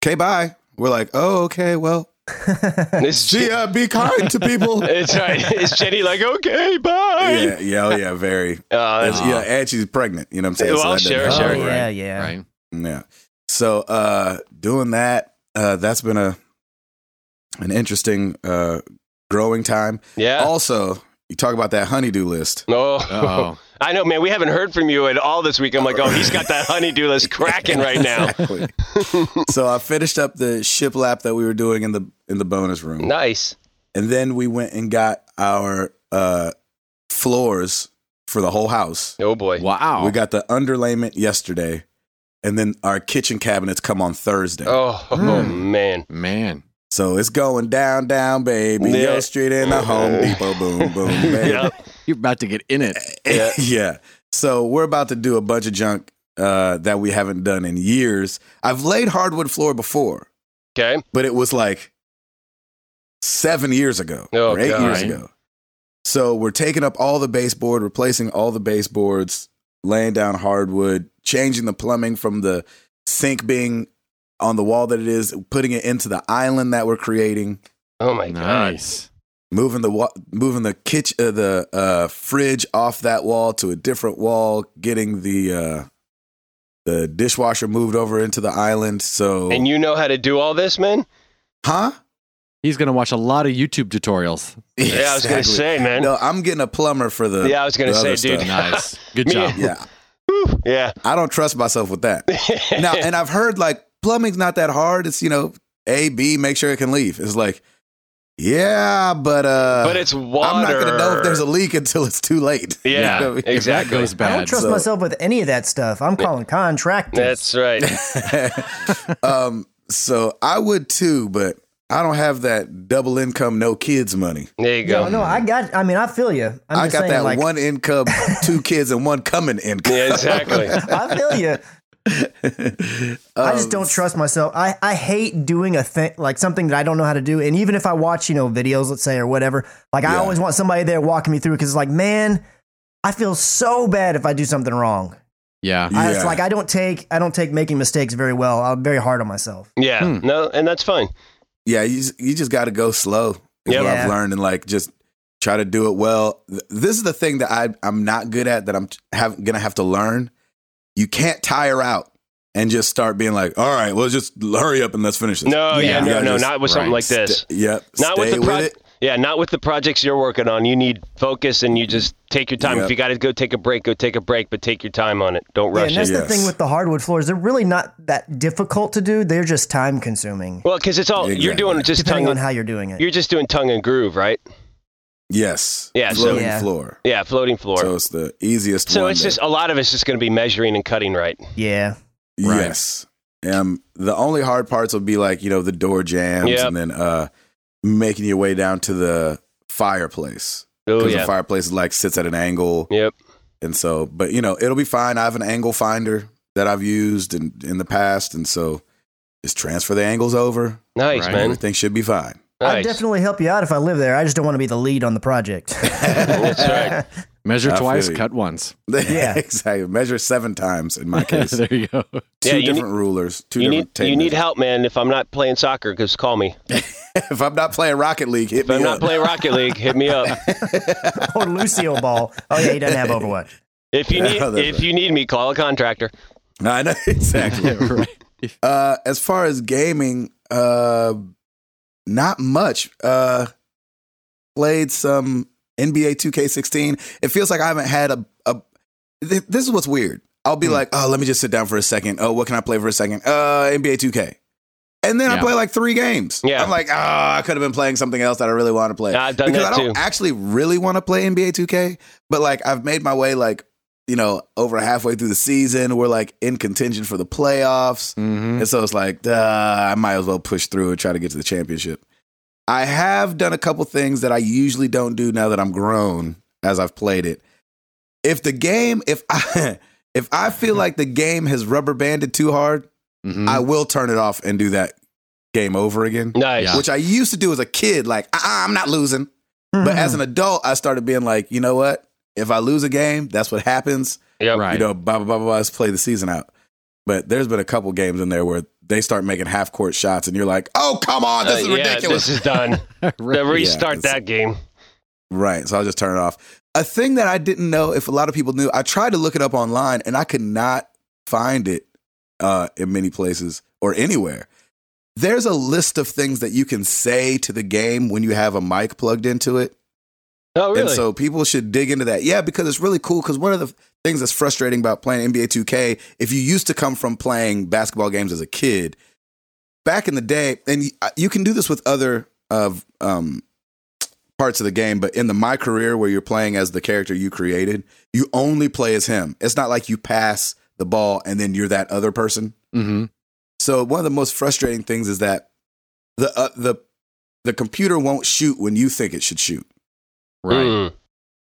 [SPEAKER 1] okay, bye. We're like, oh, okay, well,
[SPEAKER 3] It's,
[SPEAKER 1] gee, uh, be kind to people.
[SPEAKER 3] [LAUGHS] it's right. It's Jenny like, okay, bye.
[SPEAKER 1] yeah, yeah, oh, yeah, very.
[SPEAKER 3] Uh,
[SPEAKER 1] And,
[SPEAKER 3] that's-
[SPEAKER 1] yeah, and she's pregnant. You know what I'm saying?
[SPEAKER 3] Well,
[SPEAKER 1] that doesn't
[SPEAKER 3] sure,
[SPEAKER 2] oh,
[SPEAKER 1] help,
[SPEAKER 3] sure.
[SPEAKER 1] right?
[SPEAKER 2] yeah, yeah.
[SPEAKER 4] Right.
[SPEAKER 1] Yeah. So uh doing that, uh that's been a an interesting uh growing time.
[SPEAKER 3] yeah.
[SPEAKER 1] Also, you talk about that honeydew list.
[SPEAKER 3] Oh,
[SPEAKER 4] Oh,
[SPEAKER 3] [LAUGHS] I know, man. We haven't heard from you at all this week. I'm like, oh, he's got that honeydew list
[SPEAKER 1] [LAUGHS]
[SPEAKER 3] cracking right now.
[SPEAKER 1] Exactly. so I finished up the ship lap that we were doing in the in the bonus room.
[SPEAKER 3] Nice.
[SPEAKER 1] And then we went and got our uh floors for the whole house.
[SPEAKER 3] Oh boy.
[SPEAKER 4] wow.
[SPEAKER 1] We got the underlayment yesterday. and then our kitchen cabinets come on Thursday.
[SPEAKER 3] Oh,
[SPEAKER 1] Hmm.
[SPEAKER 3] man.
[SPEAKER 4] Man.
[SPEAKER 1] So it's going down, down, baby.
[SPEAKER 3] Yeah.
[SPEAKER 1] Yo Street in the Home Depot. Boom,
[SPEAKER 3] [LAUGHS]
[SPEAKER 1] boom, baby.
[SPEAKER 3] Yeah.
[SPEAKER 4] You're about to get in it.
[SPEAKER 1] [LAUGHS] yeah. So we're about to do a bunch of junk uh, that we haven't done in years. I've laid hardwood floor before,
[SPEAKER 3] Okay.
[SPEAKER 1] but it was like seven years ago
[SPEAKER 3] Oh,
[SPEAKER 1] or eight
[SPEAKER 3] God.
[SPEAKER 1] years ago. So we're taking up all the baseboard, replacing all the baseboards, laying down hardwood, changing the plumbing from the sink being on the wall that it is, putting it into the island that we're creating
[SPEAKER 3] Oh my god.
[SPEAKER 4] Nice.
[SPEAKER 1] moving the wa- moving the kitchen uh, the uh, fridge off that wall to a different wall, getting the uh, the dishwasher moved over into the island. So
[SPEAKER 3] And you know how to do all this, man?
[SPEAKER 1] huh?
[SPEAKER 4] He's going to watch a lot of
[SPEAKER 1] [LAUGHS]
[SPEAKER 4] YouTube tutorials.
[SPEAKER 3] Yeah, I was gonna
[SPEAKER 1] Exactly.
[SPEAKER 3] say, man.
[SPEAKER 1] No, I'm getting a plumber for the.
[SPEAKER 3] yeah, I was gonna
[SPEAKER 1] the
[SPEAKER 3] say,
[SPEAKER 1] other
[SPEAKER 3] dude.
[SPEAKER 1] stuff.
[SPEAKER 4] Nice. Good
[SPEAKER 3] Me-
[SPEAKER 4] job.
[SPEAKER 1] Yeah,
[SPEAKER 3] [LAUGHS] Whew, yeah.
[SPEAKER 1] I don't trust myself with that.
[SPEAKER 3] [LAUGHS]
[SPEAKER 1] now, and uh, I've heard like plumbing's not that hard. It's you know A B, make sure it can leave. It's like, yeah, but uh,
[SPEAKER 3] but it's water.
[SPEAKER 1] I'm not gonna know if there's a leak until it's too
[SPEAKER 3] [LAUGHS]
[SPEAKER 1] late. [LAUGHS]
[SPEAKER 3] Yeah,
[SPEAKER 1] You know?
[SPEAKER 4] If that
[SPEAKER 3] exactly.
[SPEAKER 4] goes
[SPEAKER 2] I don't
[SPEAKER 4] bad.
[SPEAKER 2] trust
[SPEAKER 1] so-
[SPEAKER 2] myself with any of that stuff. I'm calling contractors.
[SPEAKER 3] That's
[SPEAKER 1] [LAUGHS]
[SPEAKER 3] right.
[SPEAKER 1] um, so I would too, but I don't have that double income, no kids money.
[SPEAKER 3] There you
[SPEAKER 2] no,
[SPEAKER 3] go.
[SPEAKER 2] no, I got. I mean, I feel you. I'm
[SPEAKER 1] i
[SPEAKER 2] just
[SPEAKER 1] got
[SPEAKER 2] saying,
[SPEAKER 1] that
[SPEAKER 2] like,
[SPEAKER 1] one income,
[SPEAKER 2] [LAUGHS]
[SPEAKER 1] two kids, and one coming income. [LAUGHS]
[SPEAKER 3] Yeah, exactly.
[SPEAKER 2] I feel you. I just
[SPEAKER 1] Um,
[SPEAKER 2] don't trust myself. I, I hate doing a thing like something that I don't know how to do. And even if I watch, you know, videos, let's say, or whatever, like I
[SPEAKER 1] Yeah.
[SPEAKER 2] always want somebody there walking me through because it's like, man, I feel so bad if I do something wrong.
[SPEAKER 4] Yeah.
[SPEAKER 2] I, it's
[SPEAKER 1] Yeah.
[SPEAKER 2] like I don't take I don't take making mistakes very well. I'm very hard on myself.
[SPEAKER 3] Yeah.
[SPEAKER 4] Hmm.
[SPEAKER 3] No, and that's fine.
[SPEAKER 1] Yeah, you just, you just got to go slow. Is
[SPEAKER 3] Yep.
[SPEAKER 1] what I've
[SPEAKER 2] Yeah.
[SPEAKER 1] learned, and like just try to do it well. Th- This is the thing that I I'm not good at that I'm t- have, gonna have to learn. You can't tire out and just start being like, all right, well, just hurry up and let's finish this.
[SPEAKER 3] No, yeah,
[SPEAKER 2] Yeah.
[SPEAKER 3] no,
[SPEAKER 1] Yeah,
[SPEAKER 3] no,
[SPEAKER 1] just-
[SPEAKER 3] not with something
[SPEAKER 4] right.
[SPEAKER 3] like this.
[SPEAKER 1] St- yep.
[SPEAKER 3] Not
[SPEAKER 1] stay
[SPEAKER 3] with the pro-
[SPEAKER 1] it.
[SPEAKER 3] Yeah, not with the projects you're working on. You need focus and you just take your time.
[SPEAKER 1] Yeah.
[SPEAKER 3] If you got to go take a break, go take a break, but take your time on it. Don't
[SPEAKER 2] Yeah,
[SPEAKER 3] rush
[SPEAKER 2] and that's
[SPEAKER 3] it.
[SPEAKER 2] the
[SPEAKER 1] yes.
[SPEAKER 2] thing with the hardwood floors. They're really not that difficult to do. They're just time consuming.
[SPEAKER 3] Well, cuz it's all you're doing
[SPEAKER 1] Exactly.
[SPEAKER 3] just
[SPEAKER 2] Depending
[SPEAKER 3] tongue
[SPEAKER 2] on
[SPEAKER 3] and,
[SPEAKER 2] how you're doing it.
[SPEAKER 3] you're just doing tongue and groove, right?
[SPEAKER 1] Yes.
[SPEAKER 3] Yeah, so-
[SPEAKER 1] Floating
[SPEAKER 2] Yeah.
[SPEAKER 1] floor.
[SPEAKER 3] Yeah, floating floor.
[SPEAKER 1] So
[SPEAKER 3] So,
[SPEAKER 1] it's the easiest one.
[SPEAKER 3] it's
[SPEAKER 1] that-
[SPEAKER 3] just a lot of it's just going to be measuring and cutting right.
[SPEAKER 2] yeah.
[SPEAKER 4] Right.
[SPEAKER 1] yes. Um, the only hard parts will be like you know the door jams
[SPEAKER 3] Yep.
[SPEAKER 1] and then uh, making your way down to the fireplace
[SPEAKER 3] Oh
[SPEAKER 1] because the
[SPEAKER 3] yeah.
[SPEAKER 1] fireplace like sits at an angle
[SPEAKER 3] Yep.
[SPEAKER 1] and so but you know it'll be fine. I have an angle finder that I've used in in the past and so just transfer the angles over.
[SPEAKER 3] Nice,
[SPEAKER 4] Right.
[SPEAKER 3] man.
[SPEAKER 1] Everything should be fine. [LAUGHS]
[SPEAKER 2] I'd
[SPEAKER 3] Nice.
[SPEAKER 2] definitely help you out if I live there. I just don't want to be the lead on the project.
[SPEAKER 3] [LAUGHS] That's right.
[SPEAKER 4] Measure
[SPEAKER 1] I feel
[SPEAKER 4] twice,
[SPEAKER 1] you.
[SPEAKER 4] cut once.
[SPEAKER 2] Yeah.
[SPEAKER 1] exactly. Measure seven times in
[SPEAKER 4] [LAUGHS]
[SPEAKER 1] my case.
[SPEAKER 4] there you
[SPEAKER 1] [LAUGHS]
[SPEAKER 4] go.
[SPEAKER 1] two
[SPEAKER 3] Yeah, you
[SPEAKER 1] different rulers. Two
[SPEAKER 3] You
[SPEAKER 1] different
[SPEAKER 3] need you
[SPEAKER 1] tape
[SPEAKER 3] need help, man. If I'm not playing soccer, just call me.
[SPEAKER 1] [LAUGHS] if I'm not playing Rocket League, hit
[SPEAKER 3] If I'm
[SPEAKER 1] me
[SPEAKER 3] not
[SPEAKER 1] up.
[SPEAKER 3] playing Rocket League, hit
[SPEAKER 1] [LAUGHS]
[SPEAKER 3] me up.
[SPEAKER 2] [LAUGHS] or Lucio Ball. Oh yeah, he doesn't have Overwatch.
[SPEAKER 3] If you need
[SPEAKER 1] Yeah, that's
[SPEAKER 3] if
[SPEAKER 1] right.
[SPEAKER 3] you need me, call a contractor.
[SPEAKER 1] I know [LAUGHS]
[SPEAKER 4] [LAUGHS]
[SPEAKER 1] exactly.
[SPEAKER 4] right.
[SPEAKER 1] uh, as far as gaming, uh, not much. Uh, played some NBA 2K16. It feels like I haven't had a. a th- this is what's weird. I'll
[SPEAKER 3] Hmm.
[SPEAKER 1] be like, oh, let me just sit down for a second. Oh, what can I play for a second? Uh, NBA 2K. And then I
[SPEAKER 4] Yeah.
[SPEAKER 1] play like three games.
[SPEAKER 3] Yeah.
[SPEAKER 1] I'm like, oh, I could have been playing something else that I really want to play.
[SPEAKER 3] Yeah, I've done
[SPEAKER 1] because
[SPEAKER 3] that
[SPEAKER 1] I don't
[SPEAKER 3] too.
[SPEAKER 1] actually really want to play NBA 2K, but like I've made my way like, you know, over halfway through the season. We're like in contention for the playoffs.
[SPEAKER 4] Mm-hmm.
[SPEAKER 1] And so it's like, duh, I might as well push through and try to get to the championship. I have done a couple things that I usually don't do now that I'm grown as I've played it. If the game, if I [LAUGHS] if I feel like the game has rubber banded too hard,
[SPEAKER 4] Mm-hmm.
[SPEAKER 1] I will turn it off and do that game over again.
[SPEAKER 3] Nice.
[SPEAKER 4] Yeah.
[SPEAKER 1] Which I used to do as a kid, like, uh-uh, I'm not losing. But as
[SPEAKER 4] [LAUGHS]
[SPEAKER 1] an adult, I started being like, you know what? If I lose a game, that's what happens
[SPEAKER 3] Yep.
[SPEAKER 4] Right.
[SPEAKER 1] you know, blah blah blah blah. blah, Let's play the season out. But there's been a couple games in there where they start making half court shots, and you're like, "Oh, come on,
[SPEAKER 3] Uh,
[SPEAKER 1] this is
[SPEAKER 3] yeah,
[SPEAKER 1] ridiculous!"
[SPEAKER 3] This is done.
[SPEAKER 4] [LAUGHS] [LAUGHS] Right.
[SPEAKER 3] Now restart
[SPEAKER 1] it's-
[SPEAKER 3] that game.
[SPEAKER 1] Right. So I'll just turn it off. A thing that I didn't know if a lot of people knew, I tried to look it up online, and I could not find it uh, in many places or anywhere. There's a list of things that you can say to the game when you have a mic plugged into it.
[SPEAKER 3] Oh really?
[SPEAKER 1] And so people should dig into that. Yeah, because it's really cool. Because one of the things that's frustrating about playing NBA 2K, if you used to come from playing basketball games as a kid, back in the day, and y- uh, you can do this with other of um, parts of the game, but in the My Career where you're playing as the character you created, you only play as him. It's not like you pass the ball and then you're that other person.
[SPEAKER 4] Mm-hmm.
[SPEAKER 1] So one of the most frustrating things is that the uh, the the computer won't shoot when you think it should shoot.
[SPEAKER 4] Right.
[SPEAKER 3] Mm.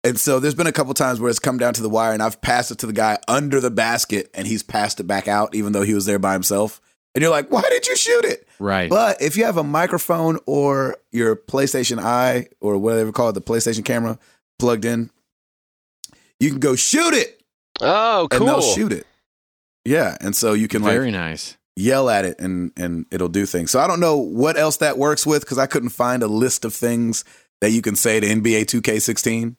[SPEAKER 1] And so there's been a couple times where it's come down to the wire and I've passed it to the guy under the basket and he's passed it back out even though he was there by himself. And you're like, "Why did you shoot it?"
[SPEAKER 4] Right.
[SPEAKER 1] But if you have a microphone or your PlayStation Eye or whatever you call it, the PlayStation camera plugged in, you can go shoot it
[SPEAKER 3] Oh,
[SPEAKER 1] and
[SPEAKER 3] cool.
[SPEAKER 1] they'll shoot it. Yeah, and so you can like
[SPEAKER 4] Very nice.
[SPEAKER 1] yell at it and and it'll do things. So I don't know what else that works with because I couldn't find a list of things that you can say to NBA 2K16.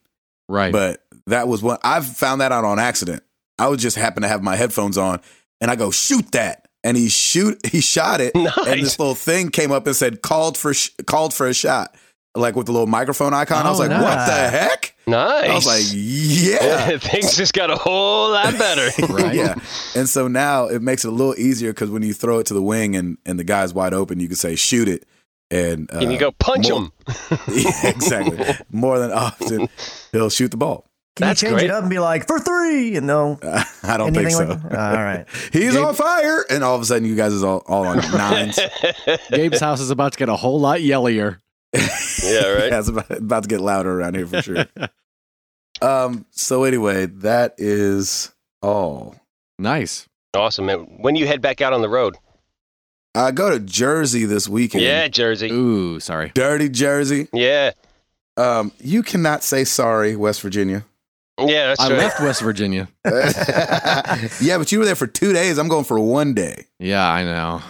[SPEAKER 4] Right.
[SPEAKER 1] But [LAUGHS] that was one I've found that out on accident. I was just happen to have my headphones on and I go shoot that and he shoot he shot it and
[SPEAKER 3] Nice.
[SPEAKER 1] this little thing came up and said called for sh- called for a shot like with the little microphone icon. I was
[SPEAKER 4] Oh,
[SPEAKER 1] like, what the
[SPEAKER 2] nice.
[SPEAKER 1] heck?
[SPEAKER 3] Nice.
[SPEAKER 1] I was
[SPEAKER 3] [LAUGHS]
[SPEAKER 1] like, yeah.
[SPEAKER 3] Things just got a whole lot better.
[SPEAKER 4] Right.
[SPEAKER 1] yeah. And so now it makes it a little easier because when you throw it to the wing and, and the guy's wide open, you can say, shoot it. And, [LAUGHS] uh,
[SPEAKER 3] and you go punch
[SPEAKER 1] more-
[SPEAKER 3] him.
[SPEAKER 1] [LAUGHS] Yeah, exactly. More than often, he'll shoot the ball. [LAUGHS]
[SPEAKER 2] Can
[SPEAKER 3] That's
[SPEAKER 2] you change
[SPEAKER 3] great.
[SPEAKER 2] it up and be like for three and no
[SPEAKER 1] I don't
[SPEAKER 2] anything
[SPEAKER 1] think so.
[SPEAKER 2] like that? Ah, All right.
[SPEAKER 1] He's
[SPEAKER 4] Gabe-
[SPEAKER 1] on fire. And all of a sudden, you guys is all, all
[SPEAKER 3] [LAUGHS]
[SPEAKER 1] on nines.
[SPEAKER 4] Gabe's house is about to get a whole lot yellier.
[SPEAKER 3] yeah, right.
[SPEAKER 1] [LAUGHS] Yeah, it's about, about to get louder around here for sure. um. So, anyway, that is all.
[SPEAKER 4] [LAUGHS] Nice.
[SPEAKER 3] Awesome, man. When do you head back out on the road?
[SPEAKER 1] I go to Jersey this weekend.
[SPEAKER 3] Yeah, Jersey.
[SPEAKER 4] Ooh, sorry.
[SPEAKER 1] Dirty Jersey.
[SPEAKER 3] Yeah.
[SPEAKER 1] Um, you cannot say sorry, West Virginia. [LAUGHS]
[SPEAKER 3] Yeah, that's
[SPEAKER 4] I
[SPEAKER 3] right.
[SPEAKER 4] left West Virginia.
[SPEAKER 1] yeah, but you were there for two days. I'm going for one
[SPEAKER 3] [LAUGHS]
[SPEAKER 1] day.
[SPEAKER 4] Yeah, I know.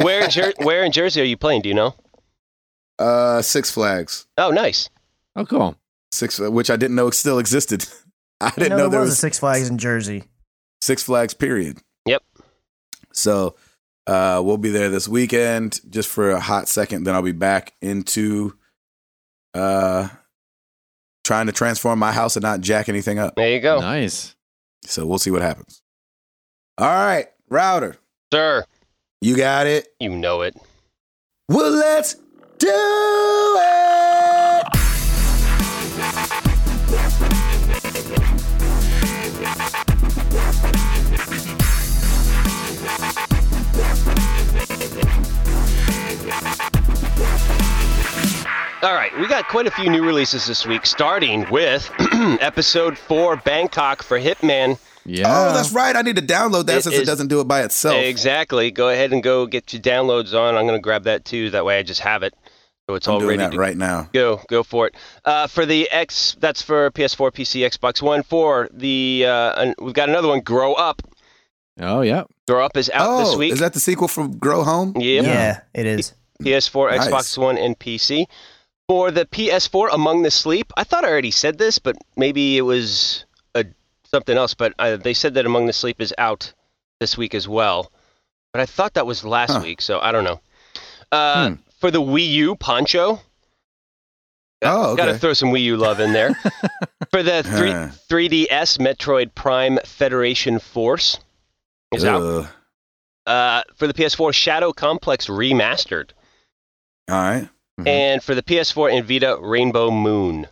[SPEAKER 3] Where in, Jer- where in Jersey are you playing? Do you know?
[SPEAKER 1] uh, Six Flags,
[SPEAKER 3] Oh, nice.
[SPEAKER 4] Oh, cool.
[SPEAKER 1] six, which I didn't know still existed. [LAUGHS] I
[SPEAKER 2] I
[SPEAKER 1] [LAUGHS] didn't
[SPEAKER 2] know
[SPEAKER 1] know there
[SPEAKER 2] was,
[SPEAKER 1] was
[SPEAKER 2] a Six Flags in Jersey.
[SPEAKER 1] Six Flags. Period.
[SPEAKER 3] Yep.
[SPEAKER 1] So uh, we'll be there this weekend just for a hot second. Then I'll be back into uh, trying to transform my house and not jack anything up.
[SPEAKER 3] There you go.
[SPEAKER 4] Nice.
[SPEAKER 1] So we'll see what happens. All right, router,
[SPEAKER 3] Sir,
[SPEAKER 1] you got it.
[SPEAKER 3] you know it.
[SPEAKER 1] Well, let's do it.
[SPEAKER 3] All right, we got quite a few new releases this week, starting with [CLEARS THROAT] episode four Bangkok for Hitman.
[SPEAKER 4] Yeah.
[SPEAKER 1] Oh, that's right. I need to download that
[SPEAKER 3] It
[SPEAKER 1] since it
[SPEAKER 3] is-
[SPEAKER 1] doesn't do it by itself.
[SPEAKER 3] Exactly. Go ahead and go get your downloads on. I'm going to grab that too. That way I just have it. So it's
[SPEAKER 1] I'm
[SPEAKER 3] all
[SPEAKER 1] doing
[SPEAKER 3] ready
[SPEAKER 1] that
[SPEAKER 3] to
[SPEAKER 1] right now.
[SPEAKER 3] Go, go for it. Uh, for the X, that's for PS4, PC, Xbox One. For the, uh, and we've got another one, Grow Up.
[SPEAKER 4] Oh, yeah.
[SPEAKER 3] Grow Up is out
[SPEAKER 1] oh,
[SPEAKER 3] this week.
[SPEAKER 1] is that the sequel from Grow Home?
[SPEAKER 3] Yep.
[SPEAKER 2] Yeah, it
[SPEAKER 3] [LAUGHS]
[SPEAKER 2] is.
[SPEAKER 3] PS4,
[SPEAKER 1] Nice.
[SPEAKER 3] Xbox One, and PC. For the PS4, Among the Sleep, I thought I already said this, but maybe it was a, something else. But uh they said that Among the Sleep is out this week as well. But I thought that was last
[SPEAKER 1] Huh.
[SPEAKER 3] week, so I don't know. Uh,
[SPEAKER 1] Hmm.
[SPEAKER 3] For the Wii U, Poncho.
[SPEAKER 1] Oh, okay.
[SPEAKER 3] Got to throw some Wii U love
[SPEAKER 1] [LAUGHS]
[SPEAKER 3] in there. for the
[SPEAKER 1] Huh.
[SPEAKER 3] three, 3DS, Metroid Prime Federation Force is out.
[SPEAKER 1] Ugh.
[SPEAKER 3] Uh, for the PS4, Shadow Complex Remastered.
[SPEAKER 1] All right.
[SPEAKER 4] Mhm.
[SPEAKER 3] And for the PS4 and Vita, Rainbow Moon.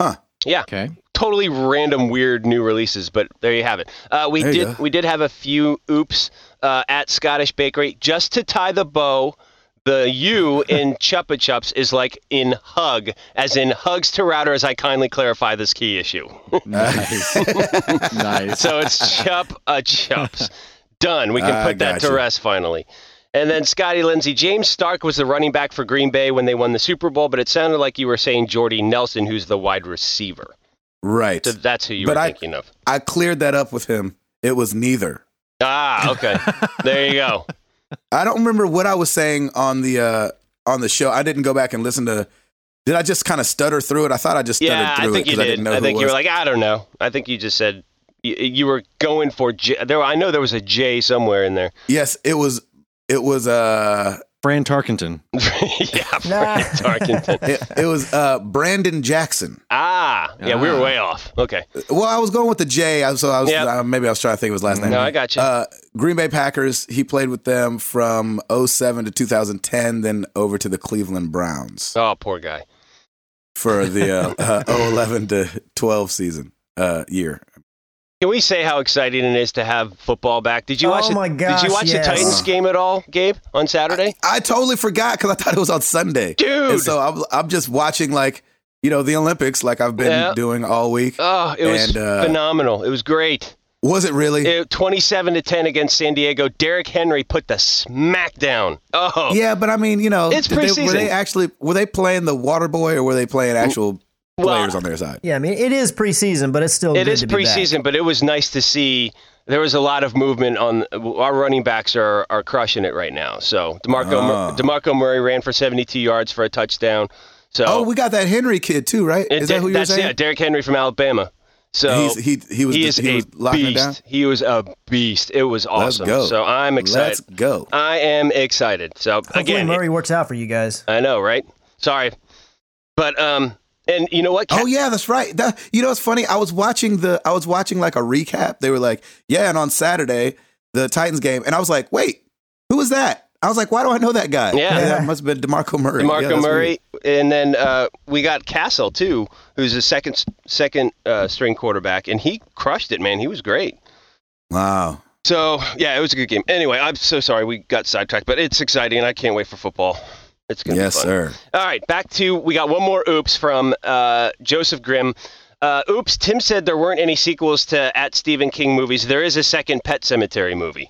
[SPEAKER 1] [LAUGHS]
[SPEAKER 4] Okay.
[SPEAKER 3] Totally random, weird new releases, but there you have it. Uh, we
[SPEAKER 1] There you
[SPEAKER 3] did
[SPEAKER 1] go.
[SPEAKER 3] we did have a few oops uh, at Scottish Bakery just to tie the bow.
[SPEAKER 1] [LAUGHS]
[SPEAKER 3] The U in Chupa Chups is like in hug, as in hugs to router. As I kindly clarify this key issue,
[SPEAKER 4] Nice. nice. [LAUGHS]
[SPEAKER 3] so it's Chup a Chups. Done. We can
[SPEAKER 1] I
[SPEAKER 3] put that to
[SPEAKER 1] gotcha.
[SPEAKER 3] rest finally. And then Scotty Lindsey, James Stark was the running back for Green Bay when they won the Super Bowl, but it sounded like you were saying Jordy Nelson, who's the wide receiver.
[SPEAKER 1] Right.
[SPEAKER 3] So that's who you
[SPEAKER 1] But
[SPEAKER 3] were
[SPEAKER 1] I-
[SPEAKER 3] thinking of.
[SPEAKER 1] I cleared that up with him. It was neither.
[SPEAKER 3] Ah, okay. there you
[SPEAKER 1] [LAUGHS]
[SPEAKER 3] go.
[SPEAKER 1] I don't remember what I was saying on the uh, on the show. I didn't go back and listen to. Did I just kind of stutter through it? I thought I just stuttered
[SPEAKER 3] Yeah, I
[SPEAKER 1] through
[SPEAKER 3] think
[SPEAKER 1] it
[SPEAKER 3] you
[SPEAKER 1] I
[SPEAKER 3] did.
[SPEAKER 1] didn't know
[SPEAKER 3] I,
[SPEAKER 1] who
[SPEAKER 3] think
[SPEAKER 1] it
[SPEAKER 3] you
[SPEAKER 1] was.
[SPEAKER 3] were like, I don't know. I think you just said you, you were going for J- there. I know there was a J somewhere in there. [LAUGHS]
[SPEAKER 1] yes, it was. It was. Uh,
[SPEAKER 4] Fran Tarkenton.
[SPEAKER 3] yeah,
[SPEAKER 2] Nah.
[SPEAKER 3] Frank
[SPEAKER 1] [LAUGHS]
[SPEAKER 3] Tarkenton.
[SPEAKER 1] it, it was uh, Brandon Jackson.
[SPEAKER 3] Ah, yeah, we were
[SPEAKER 4] Ah.
[SPEAKER 3] way off. Okay.
[SPEAKER 1] Well, I was going with the J, I- so I was
[SPEAKER 3] Yep.
[SPEAKER 1] uh, maybe I was trying to think of his last name.
[SPEAKER 3] No, I got you.
[SPEAKER 1] Uh, Green Bay Packers. He played with them from 07 to 2010, then over to the Cleveland Browns
[SPEAKER 3] oh, poor guy.
[SPEAKER 1] [LAUGHS] for the uh, uh, 011 to 12 season uh, year.
[SPEAKER 3] Can we say how exciting it is to have football back? Did you
[SPEAKER 2] Oh
[SPEAKER 3] watch? the-
[SPEAKER 2] my
[SPEAKER 3] did
[SPEAKER 2] gosh,
[SPEAKER 3] you watch
[SPEAKER 2] yes.
[SPEAKER 3] the Titans game at all, Gabe, on Saturday?
[SPEAKER 1] Uh-huh. I totally forgot because I thought it was on Sunday,
[SPEAKER 3] Dude.
[SPEAKER 1] And so I'm, I'm just watching like you know the Olympics, like I've been
[SPEAKER 3] Yeah.
[SPEAKER 1] doing all week.
[SPEAKER 3] oh, it was
[SPEAKER 1] And, uh,
[SPEAKER 3] phenomenal. It was great.
[SPEAKER 1] Was it really?
[SPEAKER 3] It, Twenty-seven to ten against San Diego. Derrick Henry put the smack down. Oh,
[SPEAKER 1] yeah, but I mean, you know,
[SPEAKER 3] It's
[SPEAKER 1] did they, were
[SPEAKER 3] preseason.
[SPEAKER 1] they actually were they playing the Water Boy or were they playing actual
[SPEAKER 3] Well,
[SPEAKER 1] players on their side?
[SPEAKER 2] Yeah, I mean it is preseason, but it's still
[SPEAKER 3] it
[SPEAKER 2] good
[SPEAKER 3] is
[SPEAKER 2] to be back.
[SPEAKER 3] preseason, but it was nice to see. There was a lot of movement on our running backs are are crushing it right now. So Demarco
[SPEAKER 1] Ah.
[SPEAKER 3] Demarco Murray ran for 72 yards for a touchdown. So
[SPEAKER 1] Oh, we got that Henry kid too, right?
[SPEAKER 3] it-
[SPEAKER 1] Is that who you were
[SPEAKER 3] that's
[SPEAKER 1] saying?
[SPEAKER 3] yeah, Derrick Henry from Alabama. So
[SPEAKER 1] He's- he he was
[SPEAKER 3] he
[SPEAKER 1] he,
[SPEAKER 3] is
[SPEAKER 1] was
[SPEAKER 3] a
[SPEAKER 1] locking it
[SPEAKER 3] beast.
[SPEAKER 1] down.
[SPEAKER 3] He was a beast. It was awesome.
[SPEAKER 1] go.
[SPEAKER 3] So I'm
[SPEAKER 1] Let's
[SPEAKER 3] excited.
[SPEAKER 1] go.
[SPEAKER 3] I am excited. So
[SPEAKER 2] Hopefully
[SPEAKER 3] again,
[SPEAKER 2] Murray works out for you guys.
[SPEAKER 3] I know, right? Sorry, but um, and you know what?
[SPEAKER 1] Oh yeah, that's right. That, you know, it's funny. I was watching the I was watching like a recap. They were like, yeah, and on Saturday the Titans game, and I was like, wait, who was that? I was like, why do I know that guy?
[SPEAKER 3] Yeah.
[SPEAKER 1] that must have been Demarco Murray. Yeah,
[SPEAKER 3] DeMarco
[SPEAKER 1] that's
[SPEAKER 3] Murray, and then uh, we got Castle too, who's a second second uh, string quarterback, and he crushed it, man. He was great.
[SPEAKER 1] weird. Wow.
[SPEAKER 3] So yeah, it was a good game. Anyway, I'm so sorry we got sidetracked, but it's exciting, and I can't wait for football. It's gonna
[SPEAKER 1] Yes,
[SPEAKER 3] be fun.
[SPEAKER 1] sir.
[SPEAKER 3] All right, back to we got one more oops from uh, Joseph Grimm. Uh, oops, Tim said there weren't any sequels to at Stephen King movies. There is a second Pet Cemetery movie.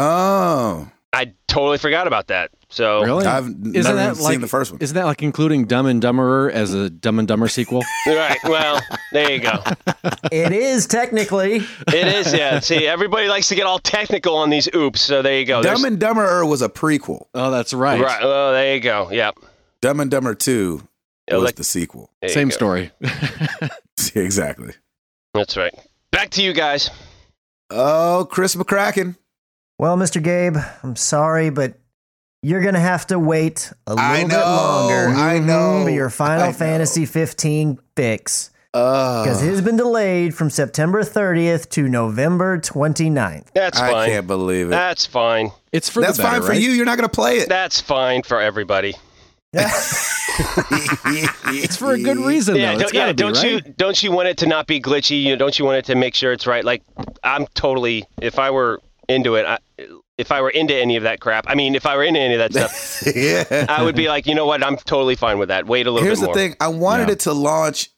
[SPEAKER 1] Oh,
[SPEAKER 3] I totally forgot about that. So
[SPEAKER 4] Really?
[SPEAKER 1] I've never even seen
[SPEAKER 4] like,
[SPEAKER 1] the first one.
[SPEAKER 4] Isn't that like including Dumb and Dumberer as a Dumb and
[SPEAKER 3] [LAUGHS]
[SPEAKER 4] Dumber sequel?
[SPEAKER 3] all right, well, there you go.
[SPEAKER 2] it is technically.
[SPEAKER 3] It is,
[SPEAKER 1] [LAUGHS]
[SPEAKER 3] yeah. See, everybody likes to get all technical on these oops, so there you go.
[SPEAKER 1] Dumb
[SPEAKER 3] Oh, There's-
[SPEAKER 1] and Dumber was a prequel.
[SPEAKER 4] oh, that's right.
[SPEAKER 3] Right. Oh, there you go. Yep.
[SPEAKER 1] Dumb and Dumber Two was
[SPEAKER 3] Elec-
[SPEAKER 1] the sequel. [LAUGHS]
[SPEAKER 3] there you
[SPEAKER 4] Same
[SPEAKER 3] go.
[SPEAKER 4] story.
[SPEAKER 1] exactly.
[SPEAKER 3] That's right. Back to you guys.
[SPEAKER 1] Oh, Chris McCracken.
[SPEAKER 2] Well, Mr. Gabe, I'm sorry, but you're gonna have to wait a little
[SPEAKER 1] I
[SPEAKER 2] bit
[SPEAKER 1] know,
[SPEAKER 2] longer.
[SPEAKER 1] I
[SPEAKER 2] Mhm,
[SPEAKER 1] know,
[SPEAKER 2] For your Final
[SPEAKER 1] I know.
[SPEAKER 2] Fantasy 15 fix. Because
[SPEAKER 1] Oh,
[SPEAKER 2] it's been delayed from September 30th to November 29th.
[SPEAKER 1] [LAUGHS]
[SPEAKER 3] That's
[SPEAKER 1] I
[SPEAKER 3] fine. Uh,
[SPEAKER 1] can't believe it.
[SPEAKER 3] That's fine.
[SPEAKER 4] It's for the
[SPEAKER 1] That's
[SPEAKER 4] better,
[SPEAKER 1] fine for
[SPEAKER 4] right?
[SPEAKER 1] you. You're not going to play it.
[SPEAKER 3] That's fine for everybody.
[SPEAKER 4] It's for a good [LAUGHS] reason,
[SPEAKER 3] yeah.
[SPEAKER 4] though. It's
[SPEAKER 3] Don't, yeah,
[SPEAKER 4] gotta be,
[SPEAKER 3] don't
[SPEAKER 4] right?
[SPEAKER 3] you don't you want it to not be glitchy? You don't you want it to make sure it's right? Like I'm totally. If I were into it, I, if I were into any of that crap, I mean, if I were into any of that stuff,
[SPEAKER 1] yeah.
[SPEAKER 3] I would be like, you know what? I'm totally fine with that. Wait a little
[SPEAKER 1] Here's
[SPEAKER 3] bit
[SPEAKER 1] the
[SPEAKER 3] more.
[SPEAKER 1] thing. I wanted
[SPEAKER 4] Yeah.
[SPEAKER 1] it to launch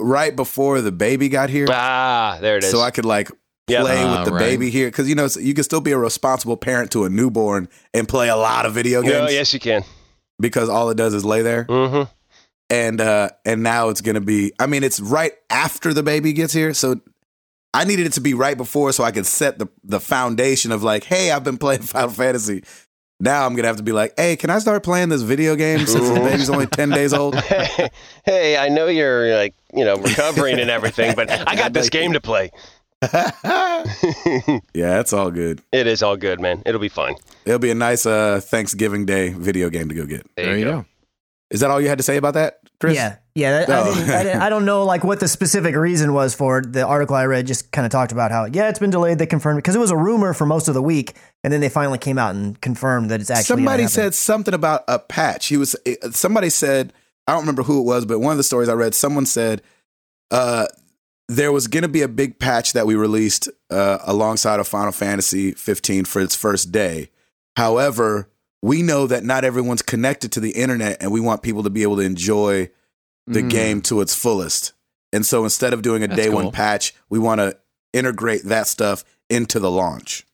[SPEAKER 1] right before the baby got here,
[SPEAKER 3] Ah, there it is.
[SPEAKER 1] so I could like
[SPEAKER 3] Yep.
[SPEAKER 1] play
[SPEAKER 4] Ah,
[SPEAKER 1] with the
[SPEAKER 4] right.
[SPEAKER 1] baby here because you know so you can still be a responsible parent to a newborn and play a lot of video games
[SPEAKER 3] Oh, yes, you can.
[SPEAKER 1] because all it does is lay there.
[SPEAKER 3] Mm-hmm. [LAUGHS]
[SPEAKER 1] and uh and now it's gonna be i mean it's right after the baby gets here so i needed it to be right before so i could set the the foundation of like hey i've been playing [LAUGHS] final fantasy now i'm gonna have to be like hey can i start playing this video game since the baby's only 10 days old
[SPEAKER 3] hey, hey, I know you're like, you know, recovering and everything, but I got this game to play. [LAUGHS]
[SPEAKER 1] yeah it's all good
[SPEAKER 3] It is all good, man. It'll be fine.
[SPEAKER 1] it'll be a nice uh thanksgiving day video game to go get
[SPEAKER 3] There,
[SPEAKER 4] There you go.
[SPEAKER 1] is that all you had to say about that chris
[SPEAKER 2] Yeah, yeah. That, I,
[SPEAKER 1] Oh.
[SPEAKER 2] didn't, I, didn't, I don't know like what the specific reason was for it. The article I read just kind of talked about how yeah, it's been delayed. They confirmed because it was a rumor for most of the week, and then they finally came out and confirmed that it's actually. gonna
[SPEAKER 1] somebody
[SPEAKER 2] happen.
[SPEAKER 1] said something about a patch. He was it- somebody said I don't remember who it was, but one of the stories I read, someone said uh, there was going to be a big patch that we released uh, alongside of Final Fantasy 15 for its first day. However, we know that not everyone's connected to the internet, and we want people to be able to enjoy the
[SPEAKER 4] Mm.
[SPEAKER 1] game to its fullest. And so, instead of doing a
[SPEAKER 4] That's
[SPEAKER 1] day
[SPEAKER 4] cool.
[SPEAKER 1] one patch, we want to integrate that stuff into the launch.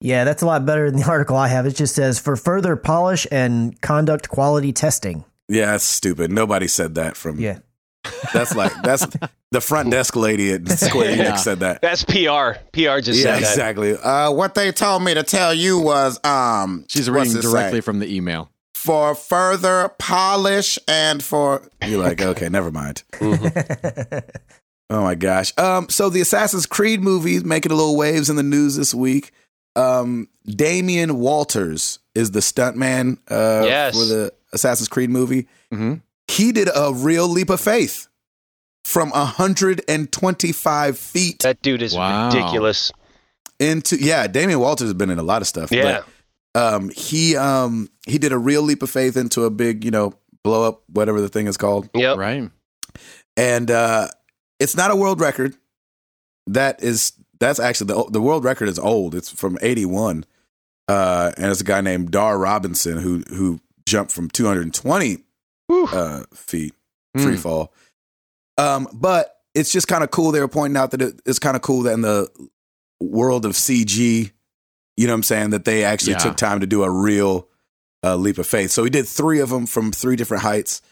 [SPEAKER 2] Yeah, that's a lot better than the [LAUGHS] article I have. It just says for further polish and conduct quality testing.
[SPEAKER 1] Yeah, that's stupid. Nobody said that from
[SPEAKER 2] Yeah,
[SPEAKER 1] That's like that's the front desk lady at Square Enix
[SPEAKER 4] Yeah.
[SPEAKER 1] said that.
[SPEAKER 3] That's PR. PR just
[SPEAKER 1] yeah,
[SPEAKER 3] said that.
[SPEAKER 1] exactly. Uh, what they told me to tell you was, um,
[SPEAKER 4] She's
[SPEAKER 1] what's
[SPEAKER 4] reading
[SPEAKER 1] it say?
[SPEAKER 4] directly from the email.
[SPEAKER 1] for further polish and for. You're like, okay, never mind.
[SPEAKER 3] Mm-hmm.
[SPEAKER 1] Oh my gosh. Um, so the Assassin's Creed movie making a little waves in the news this week. Um, Damian Walters is the stuntman uh,
[SPEAKER 3] Yes.
[SPEAKER 1] for the Assassin's Creed movie.
[SPEAKER 4] Mm-hmm.
[SPEAKER 1] He did a real leap of faith from 125 feet
[SPEAKER 3] That dude is
[SPEAKER 4] Wow.
[SPEAKER 3] ridiculous.
[SPEAKER 1] into yeah damian walters has been in a lot of stuff
[SPEAKER 3] Yeah.
[SPEAKER 1] but um he um he did a real leap of faith into a big you know blow up whatever the
[SPEAKER 3] Oh.
[SPEAKER 1] thing is called
[SPEAKER 3] Yep.
[SPEAKER 4] Right.
[SPEAKER 1] and uh it's not a world record that is that's actually the the world record is old. It's from eighty one, uh, and it's a guy named Dar Robinson who who jumped from two hundred and twenty
[SPEAKER 3] Whew.
[SPEAKER 1] uh, feet
[SPEAKER 4] Hmm.
[SPEAKER 1] free fall. Um, but it's just kind of cool. They were pointing out that it, it's kind of cool that in the world of CG, you know what I'm saying, that they actually
[SPEAKER 4] Yeah.
[SPEAKER 1] took time to do a real uh, leap of faith. So we did three of them from three different heights.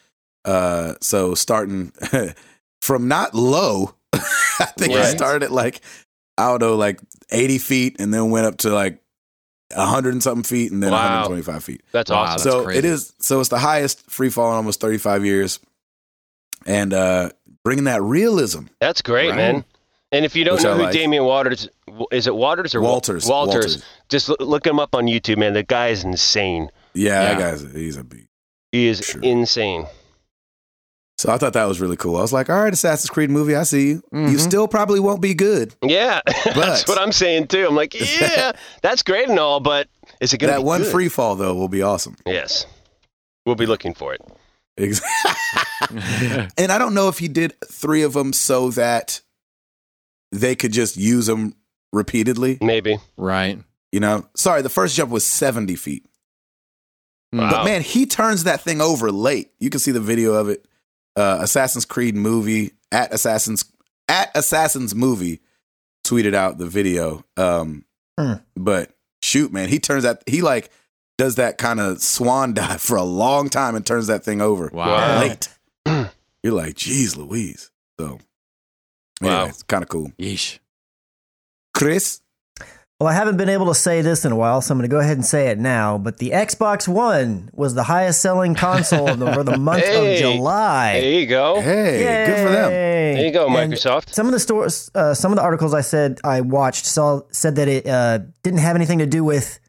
[SPEAKER 1] Uh, so starting [LAUGHS] from not low, [LAUGHS] I think it
[SPEAKER 3] Right.
[SPEAKER 1] started at like, I don't know, like 80 feet and then went up to like 100 and something feet and then
[SPEAKER 3] Wow.
[SPEAKER 1] 125 feet
[SPEAKER 3] Oh, That's
[SPEAKER 4] Wow,
[SPEAKER 3] awesome.
[SPEAKER 4] that's
[SPEAKER 1] so it
[SPEAKER 4] crazy.
[SPEAKER 1] is so it's the highest free fall in almost 35 years and uh bringing that realism
[SPEAKER 3] That's great,
[SPEAKER 1] Right.
[SPEAKER 3] man. And if you don't
[SPEAKER 1] Which I
[SPEAKER 3] know who
[SPEAKER 1] like.
[SPEAKER 3] Damian Waters is, it Waters or Wa-
[SPEAKER 1] walters
[SPEAKER 3] Walters? Just l- look him up on YouTube, man. The guy is insane.
[SPEAKER 1] yeah, that
[SPEAKER 4] Yeah.
[SPEAKER 1] guy's he's a beat
[SPEAKER 3] He is
[SPEAKER 1] Sure.
[SPEAKER 3] insane.
[SPEAKER 1] so i thought that was really cool i was like all right assassin's creed movie i see you you
[SPEAKER 3] Mm-hmm.
[SPEAKER 4] Mhm.
[SPEAKER 1] still probably won't be good
[SPEAKER 3] Yeah, [LAUGHS] that's
[SPEAKER 1] But-
[SPEAKER 3] what I'm saying too. I'm
[SPEAKER 1] [LAUGHS]
[SPEAKER 3] like, yeah, that's great and all, but is it gonna
[SPEAKER 1] that
[SPEAKER 3] be
[SPEAKER 1] one
[SPEAKER 3] good?
[SPEAKER 1] free fall though will be awesome
[SPEAKER 3] Yes, we'll be looking for it.
[SPEAKER 1] Ex- [LAUGHS]
[SPEAKER 4] Mm-hmm.
[SPEAKER 1] and i don't know if he did three of them so that they could just use them repeatedly
[SPEAKER 3] Maybe.
[SPEAKER 4] [LAUGHS] right.
[SPEAKER 1] you know sorry the first jump was 70 feet
[SPEAKER 4] Wow.
[SPEAKER 1] But man, he turns that thing over late. You can see the video of it. Uh, Assassin's Creed movie at Assassin's at Assassin's movie tweeted out the video. Um,
[SPEAKER 2] Hmm.
[SPEAKER 1] But shoot, man, he turns that he like does that kind of swan [LAUGHS] dive for a long time and turns that thing over
[SPEAKER 4] Wow.
[SPEAKER 1] late. You're like, geez, Louise. So,
[SPEAKER 3] Wow.
[SPEAKER 1] wow, it's kind of cool.
[SPEAKER 4] Yeesh.
[SPEAKER 1] Chris,
[SPEAKER 2] [LAUGHS] Well, I haven't been able to say this in a while, so I'm going to go ahead and say it now. But the Xbox One was the highest selling console of the, for the month
[SPEAKER 3] Hey.
[SPEAKER 2] of July.
[SPEAKER 3] There you go.
[SPEAKER 1] hey, good for them.
[SPEAKER 2] Yay.
[SPEAKER 3] There you go,
[SPEAKER 2] And
[SPEAKER 3] Microsoft.
[SPEAKER 2] Some of the stores, uh, some of the articles I said I watched saw said that it uh, didn't have anything to do with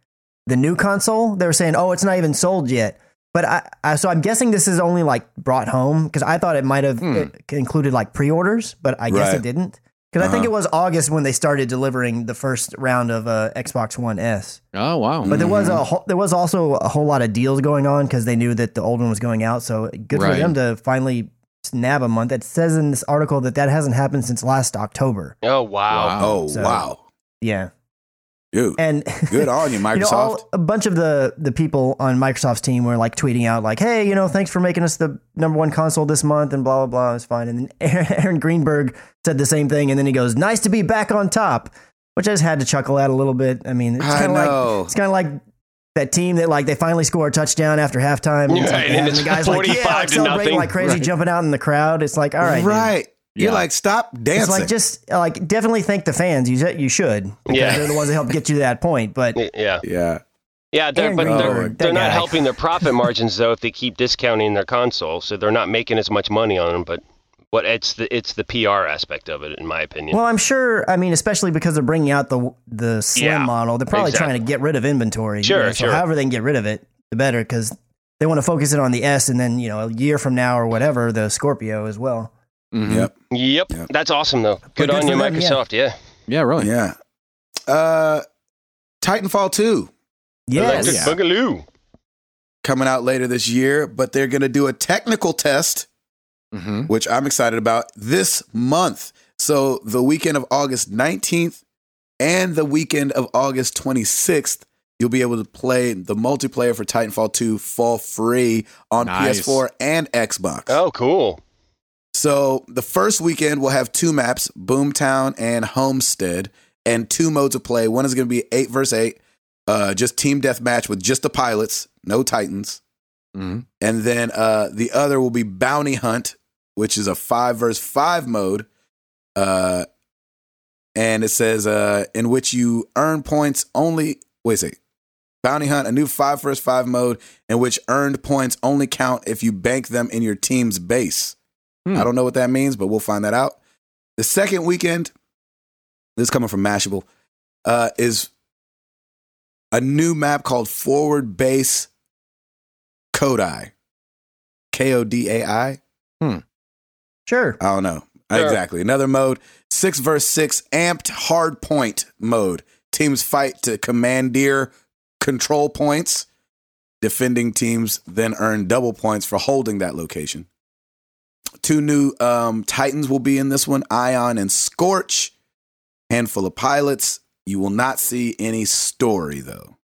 [SPEAKER 2] the new console. They were saying, "Oh, it's not even sold yet." But I, I so I'm guessing this is only like brought home because I thought it might have
[SPEAKER 4] Hmm.
[SPEAKER 2] it included like pre-orders, but I guess
[SPEAKER 1] Right.
[SPEAKER 2] it didn't because I think
[SPEAKER 1] Uh-huh.
[SPEAKER 2] it was August when they started delivering the first round of uh, Xbox One S.
[SPEAKER 4] Oh wow.
[SPEAKER 2] But there was
[SPEAKER 1] Mhm.
[SPEAKER 2] a whole, there was also a whole lot of deals going on because they knew that the old one was going out. So good for
[SPEAKER 4] Right.
[SPEAKER 2] them to finally snab a month. It says in this article that that hasn't happened since last October.
[SPEAKER 3] Oh wow.
[SPEAKER 4] Wow.
[SPEAKER 1] Oh
[SPEAKER 2] So-
[SPEAKER 1] wow,
[SPEAKER 2] Yeah,
[SPEAKER 1] dude,
[SPEAKER 2] and [LAUGHS]
[SPEAKER 1] good on you, Microsoft.
[SPEAKER 2] You know, all, a bunch of the the people on Microsoft's team were like tweeting out like, "Hey, you know, thanks for making us the number one console this month," and blah blah blah. It's fine. And then [LAUGHS] Aaron Greenberg said the same thing, and then he goes, "Nice to be back on top," which I just had to chuckle at a little bit. I mean, it's
[SPEAKER 1] I
[SPEAKER 2] kind of like
[SPEAKER 1] know.
[SPEAKER 2] it's kind of like that team that like they finally score a touchdown after halftime, and, it's like,
[SPEAKER 3] Right, and
[SPEAKER 2] the
[SPEAKER 3] it's
[SPEAKER 2] guys like, yeah,
[SPEAKER 3] 45
[SPEAKER 2] like,
[SPEAKER 3] to
[SPEAKER 2] celebrating
[SPEAKER 3] nothing.
[SPEAKER 2] like crazy,
[SPEAKER 4] Right.
[SPEAKER 2] jumping out in the crowd. It's like, all right, dude.
[SPEAKER 1] right. You're
[SPEAKER 4] Yeah.
[SPEAKER 1] like, stop dancing.
[SPEAKER 2] It's like just like definitely thank the fans. You should- you should because
[SPEAKER 3] Yeah.
[SPEAKER 2] they're the ones that helped get you to that point. But
[SPEAKER 3] Yeah.
[SPEAKER 1] yeah.
[SPEAKER 3] Yeah, they're,
[SPEAKER 2] Aaron
[SPEAKER 3] but they're,
[SPEAKER 2] Greenberg,
[SPEAKER 3] they're
[SPEAKER 2] that
[SPEAKER 3] not
[SPEAKER 2] guy.
[SPEAKER 3] helping their profit margins though if they keep discounting their console, so they're not making as much money on them. But what it's the it's the PR aspect of it, in my opinion.
[SPEAKER 2] Well, I'm sure. I mean, especially because they're bringing out the the slim
[SPEAKER 3] Yeah,
[SPEAKER 2] model, they're probably
[SPEAKER 3] exactly.
[SPEAKER 2] trying to get rid of inventory.
[SPEAKER 3] Sure,
[SPEAKER 2] so
[SPEAKER 3] sure.
[SPEAKER 2] However, they can get rid of it, the better, because they want to focus it on the S, and then you know, a year from now or whatever, the Scorpio as well.
[SPEAKER 4] Mhm.
[SPEAKER 1] Yep.
[SPEAKER 3] yep,
[SPEAKER 1] Yeah.
[SPEAKER 3] that's awesome though. Good
[SPEAKER 2] good
[SPEAKER 3] on
[SPEAKER 2] for
[SPEAKER 3] you,
[SPEAKER 2] them, yeah.
[SPEAKER 3] Microsoft. Yeah.
[SPEAKER 4] Yeah. Really.
[SPEAKER 1] Oh, Yeah. Uh, Titanfall 2
[SPEAKER 2] Yes.
[SPEAKER 3] Electric Boogaloo.
[SPEAKER 1] coming out later this year, but they're going to do a technical test,
[SPEAKER 4] Mm-hmm.
[SPEAKER 1] which I'm excited about this month. So the weekend of August 19th and the weekend of August 26th, you'll be able to play the multiplayer for Titanfall 2 for free on
[SPEAKER 4] Nice.
[SPEAKER 1] PS4 and Xbox.
[SPEAKER 3] Oh, cool.
[SPEAKER 1] So the first weekend will have two maps, Boomtown and Homestead, and two modes of play. One is going to be eight versus eight, uh, just team deathmatch with just the pilots, no Titans,
[SPEAKER 4] hmm
[SPEAKER 1] and then uh, the other will be Bounty Hunt, which is a five versus five mode, uh, and it says uh, in which you earn points only. Wait a second. Bounty Hunt, a new five versus five mode in which earned points only count if you bank them in your team's base.
[SPEAKER 4] Hmm.
[SPEAKER 1] I don't know what that means, but we'll find that out. The second weekend, this is coming from Mashable, uh, is a new map called Forward Base Kodai. K O D A I?
[SPEAKER 2] Sure.
[SPEAKER 1] I don't know.
[SPEAKER 3] Sure.
[SPEAKER 1] Exactly. Another mode, six verse six, amped hard point mode. Teams fight to commandeer control points. Defending teams then earn double points for holding that location. Two new um, Titans will be in this one Ion and Scorch. handful of pilots. You will not see any story though.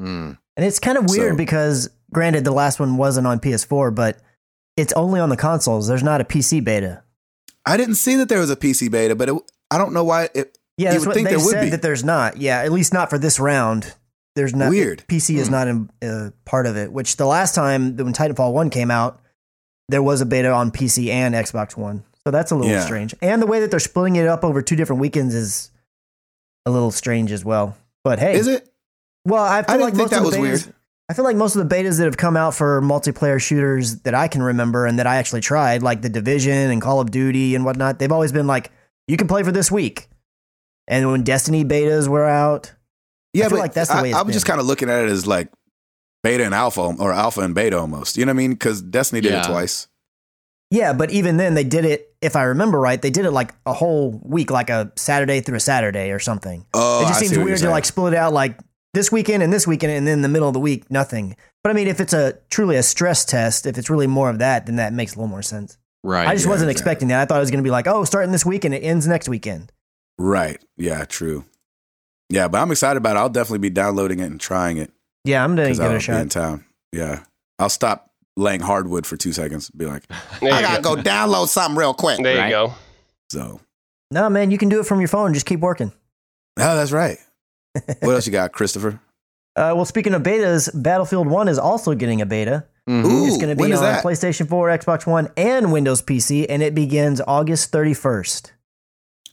[SPEAKER 4] Mm.
[SPEAKER 2] And it's kind of weird
[SPEAKER 1] So-
[SPEAKER 2] because, granted, the last one wasn't on PS4, but it's only on the consoles. There's not a PC beta.
[SPEAKER 1] I didn't see that there was a PC beta, but it, I don't know why. It, You
[SPEAKER 2] Yeah, that's
[SPEAKER 1] would
[SPEAKER 2] what
[SPEAKER 1] think
[SPEAKER 2] they
[SPEAKER 1] there would
[SPEAKER 2] said
[SPEAKER 1] be.
[SPEAKER 2] that there's not. Yeah, at least not for this round. There's not.
[SPEAKER 1] Weird.
[SPEAKER 2] PC is
[SPEAKER 4] Hmm.
[SPEAKER 2] not a uh, part of it. Which the last time that when Titanfall One came out, there was a beta on PC and Xbox One. So that's a little
[SPEAKER 1] Yeah.
[SPEAKER 2] strange. And the way that they're splitting it up over two different weekends is a little strange as well. But hey,
[SPEAKER 1] is it?
[SPEAKER 2] Well, I feel
[SPEAKER 1] I didn't
[SPEAKER 2] like
[SPEAKER 1] think
[SPEAKER 2] most
[SPEAKER 1] that
[SPEAKER 2] of
[SPEAKER 1] was
[SPEAKER 2] the betas,
[SPEAKER 1] weird.
[SPEAKER 2] I feel like most of the betas that have come out for multiplayer shooters that I can remember and that I actually tried, like the Division and Call of Duty and whatnot, they've always been like, you can play for this week. And when Destiny betas were out,
[SPEAKER 1] Yeah,
[SPEAKER 2] feel
[SPEAKER 1] but
[SPEAKER 2] like that's the
[SPEAKER 1] I,
[SPEAKER 2] way it's
[SPEAKER 1] I'm just
[SPEAKER 2] been.
[SPEAKER 1] kind of looking at it as like beta and alpha, or alpha and beta almost. You know what I mean? Because Destiny did
[SPEAKER 4] Yeah.
[SPEAKER 1] it twice.
[SPEAKER 2] yeah, but even then they did it. If I remember right, they did it like a whole week, like a Saturday through a Saturday or something.
[SPEAKER 1] Oh,
[SPEAKER 2] it just
[SPEAKER 1] I see
[SPEAKER 2] seems
[SPEAKER 1] what you're
[SPEAKER 2] weird to
[SPEAKER 1] saying.
[SPEAKER 2] like split it out like this weekend and this weekend and then in the middle of the week nothing. But I mean, if it's a truly a stress test, if it's really more of that, then that makes a little more sense.
[SPEAKER 4] Right.
[SPEAKER 2] I just
[SPEAKER 1] yeah,
[SPEAKER 2] wasn't
[SPEAKER 1] exactly.
[SPEAKER 2] expecting that. I thought it was going to be like, oh, starting this weekend, it ends next weekend.
[SPEAKER 1] Right. Yeah, true. Yeah, but I'm excited about it. I'll definitely be downloading it and trying it
[SPEAKER 2] Yeah, I'm going to
[SPEAKER 1] because
[SPEAKER 2] give it
[SPEAKER 1] I'll
[SPEAKER 2] a
[SPEAKER 1] be in
[SPEAKER 2] shot.
[SPEAKER 1] town. Yeah. I'll stop laying hardwood for two seconds and be like,
[SPEAKER 3] There
[SPEAKER 1] I
[SPEAKER 3] you
[SPEAKER 1] gotta
[SPEAKER 3] go.
[SPEAKER 1] go download something real quick.
[SPEAKER 3] There
[SPEAKER 4] Right.
[SPEAKER 3] you go.
[SPEAKER 1] So,
[SPEAKER 2] No, man, you can do it from your phone. Just keep working.
[SPEAKER 1] oh, that's right. What else you got, Christopher?
[SPEAKER 2] Uh, well, speaking of betas, Battlefield 1 is also getting a beta.
[SPEAKER 4] Mhm.
[SPEAKER 1] Ooh,
[SPEAKER 2] it's going to be
[SPEAKER 1] when
[SPEAKER 2] on
[SPEAKER 1] is that?
[SPEAKER 2] PlayStation 4, Xbox One, and Windows PC, and it begins August 31st.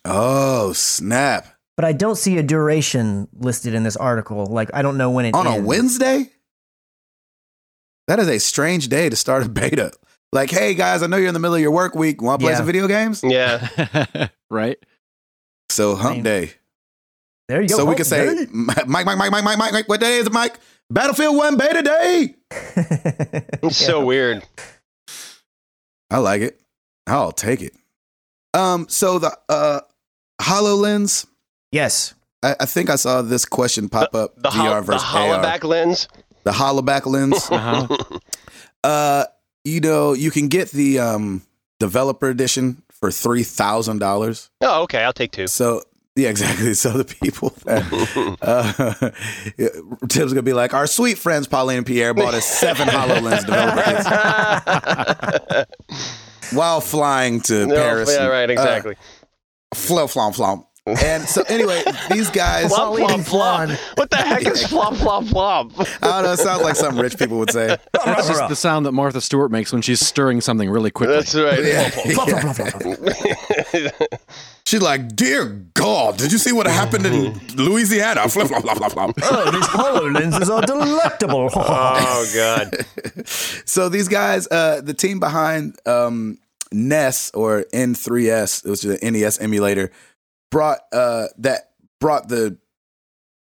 [SPEAKER 1] Oh, snap.
[SPEAKER 2] But I don't see a duration listed in this article. Like, I don't know when it
[SPEAKER 1] On a
[SPEAKER 2] ends.
[SPEAKER 1] Wednesday? That is a strange day to start a [LAUGHS] beta. Like, hey guys, I know you're in the middle of your work week. Wanna play
[SPEAKER 2] Yeah.
[SPEAKER 1] some video games?
[SPEAKER 4] [LAUGHS]
[SPEAKER 3] Yeah.
[SPEAKER 4] [LAUGHS]
[SPEAKER 3] [LAUGHS]
[SPEAKER 4] right.
[SPEAKER 1] So hump
[SPEAKER 2] Same.
[SPEAKER 1] day.
[SPEAKER 2] There you go.
[SPEAKER 1] so we
[SPEAKER 2] Oh,
[SPEAKER 1] can say,
[SPEAKER 2] there-
[SPEAKER 1] [LAUGHS] Mike, Mike, Mike, Mike, Mike, Mike, Mike, what day is it, Mike? Battlefield 1 beta day.
[SPEAKER 3] [LAUGHS] It's so weird.
[SPEAKER 1] I like it. I'll take it. Um, so the uh HoloLens,
[SPEAKER 3] [LAUGHS]
[SPEAKER 2] yes.
[SPEAKER 1] I, I think I saw this question pop up.
[SPEAKER 3] The, hol- the holoback lens.
[SPEAKER 1] The holoback
[SPEAKER 3] [LAUGHS]
[SPEAKER 1] lens.
[SPEAKER 4] Uh-huh.
[SPEAKER 1] uh, you know, you can get the um developer edition for three thousand dollars.
[SPEAKER 3] Oh, okay. I'll take
[SPEAKER 1] [LAUGHS]
[SPEAKER 3] two.
[SPEAKER 1] So yeah, exactly. [LAUGHS] So the people that uh, [LAUGHS] Tim's gonna be like, our sweet friends Pauline and Pierre bought us
[SPEAKER 3] [LAUGHS]
[SPEAKER 1] seven HoloLens developer kits while flying to
[SPEAKER 3] No,
[SPEAKER 1] Paris.
[SPEAKER 3] Oh, yeah, right,
[SPEAKER 1] Uh,
[SPEAKER 3] exactly.
[SPEAKER 1] Flop, flop, flop. And so anyway, these guys
[SPEAKER 3] flop,
[SPEAKER 2] Solid
[SPEAKER 3] flop,
[SPEAKER 2] and
[SPEAKER 3] flop.
[SPEAKER 2] flan.
[SPEAKER 3] What the heck is flop, flop, flop?
[SPEAKER 1] I don't know, it sounds like something rich people would
[SPEAKER 3] [LAUGHS]
[SPEAKER 1] say.
[SPEAKER 2] [LAUGHS]
[SPEAKER 4] That's just the sound that Martha Stewart makes when she's stirring something really quickly.
[SPEAKER 3] That's right.
[SPEAKER 1] She's like, Dear God, did you see what happened in
[SPEAKER 3] [LAUGHS]
[SPEAKER 1] Louisiana? Flip, flop, flop, flop, flop.
[SPEAKER 2] Oh, these HoloLenses
[SPEAKER 3] [LAUGHS]
[SPEAKER 2] are delectable. [LAUGHS]
[SPEAKER 3] oh God.
[SPEAKER 1] So these guys, uh, the team behind um, NES or N3S, which is an NES E emulator, brought uh, that brought the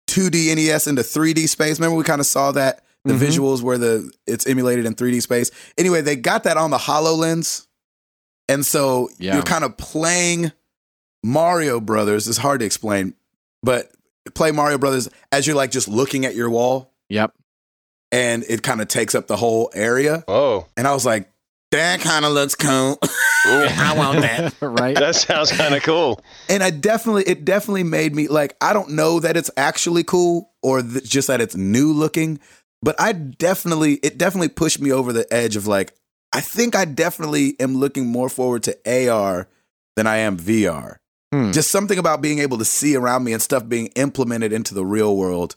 [SPEAKER 1] 2D NES E into 3D space. Remember, we kind of saw that the
[SPEAKER 4] Mhm.
[SPEAKER 1] visuals where the it's emulated in 3D space. Anyway, they got that on the Hololens, and so
[SPEAKER 4] Yeah.
[SPEAKER 1] you're kind of playing Mario Brothers. It's hard to explain, but play Mario Brothers as you're like just looking at your wall,
[SPEAKER 4] Yep.
[SPEAKER 1] and it kind of takes up the whole area.
[SPEAKER 3] Oh,
[SPEAKER 1] And I was like, that kind of looks cool. [LAUGHS] I want that.
[SPEAKER 3] [LAUGHS]
[SPEAKER 4] right.
[SPEAKER 3] that sounds kind of cool.
[SPEAKER 1] And I definitely, it definitely made me like, I don't know that it's actually cool or th- just that it's new looking, but I definitely, it definitely pushed me over the edge of like, I think I definitely am looking more forward to AR than I am VR.
[SPEAKER 4] Hmm.
[SPEAKER 1] Just something about being able to see around me and stuff being implemented into the real world,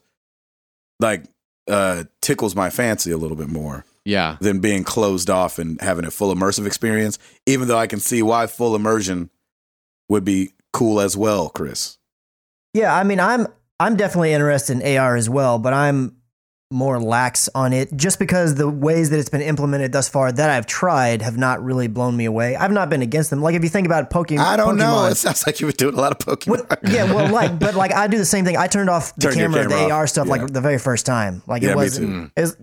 [SPEAKER 1] like, uh, tickles my fancy a little bit more.
[SPEAKER 4] Yeah.
[SPEAKER 1] than being closed off and having a full immersive experience, even though I can see why full immersion would be cool as well, Chris.
[SPEAKER 2] Yeah, I mean, I'm I'm definitely interested in AR as well, but I'm more lax on it just because the ways that it's been implemented thus far that I've tried have not really blown me away. I've not been against them. Like if you think about Pokemon,
[SPEAKER 1] I don't know.
[SPEAKER 2] Pokemon-
[SPEAKER 1] It sounds like you were doing a lot of Pokemon. [LAUGHS]
[SPEAKER 2] What- yeah, well, like, but like, I do the same thing. I turned off the
[SPEAKER 1] Turn your
[SPEAKER 2] camera, the
[SPEAKER 1] camera off.
[SPEAKER 2] AR stuff,
[SPEAKER 1] Yeah.
[SPEAKER 2] like the very first time. Like
[SPEAKER 1] Yeah,
[SPEAKER 2] it
[SPEAKER 1] me
[SPEAKER 2] was,
[SPEAKER 1] too.
[SPEAKER 4] Mm.
[SPEAKER 2] it,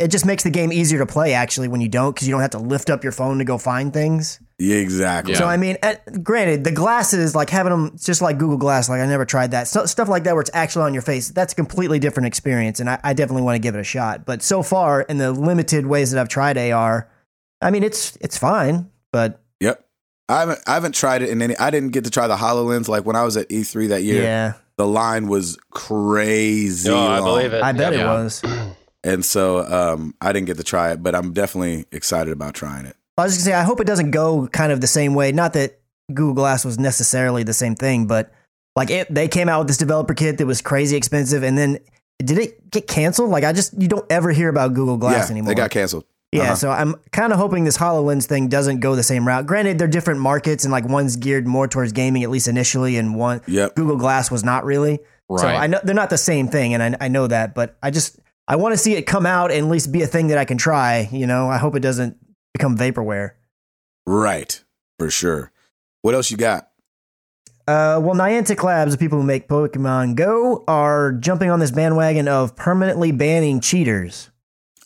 [SPEAKER 2] it just makes the game easier to play actually when you don't because you don't have to lift up your phone to go find things.
[SPEAKER 1] Yeah, exactly.
[SPEAKER 4] Yeah.
[SPEAKER 2] So I mean, uh granted, the glasses, like having them, just like Google Glass, like I never tried that so, stuff like that, where it's actually on your face. That's a completely different experience, and I, I definitely want to give it a shot. But so far, in the limited ways that I've tried AR, I mean, it's it's fine, but
[SPEAKER 1] Yep. I haven't I haven't tried it in any. I didn't get to try the Hololens like when I was at E3 that year.
[SPEAKER 2] yeah.
[SPEAKER 1] The line was crazy.
[SPEAKER 3] No, Oh, I
[SPEAKER 1] long.
[SPEAKER 3] believe it.
[SPEAKER 2] I bet
[SPEAKER 4] Yeah.
[SPEAKER 2] it was.
[SPEAKER 1] And so um, I didn't get to try it, but I'm definitely excited about trying it.
[SPEAKER 2] I was just gonna say, I hope it doesn't go kind of the same way. Not that Google Glass was necessarily the same thing, but like it, they came out with this developer kit that was crazy expensive, and then did it get canceled? Like I just you don't ever hear about Google Glass
[SPEAKER 1] yeah,
[SPEAKER 2] anymore.
[SPEAKER 1] they got canceled.
[SPEAKER 2] yeah,
[SPEAKER 1] uh-huh.
[SPEAKER 2] so I'm kind of hoping this Hololens thing doesn't go the same route. Granted, they're different markets, and like one's geared more towards gaming at least initially, and one
[SPEAKER 1] Yep.
[SPEAKER 2] Google Glass was not really. So I
[SPEAKER 4] Right.
[SPEAKER 2] know they're not the same thing, and I, I know that, but I just I want to see it come out and at least be a thing that I can try. You know, I hope it doesn't become vaporware.
[SPEAKER 1] Right. For sure. What else you got?
[SPEAKER 2] Uh, well, Niantic Labs, the people who make Pokemon Go, are jumping on this bandwagon of permanently banning cheaters.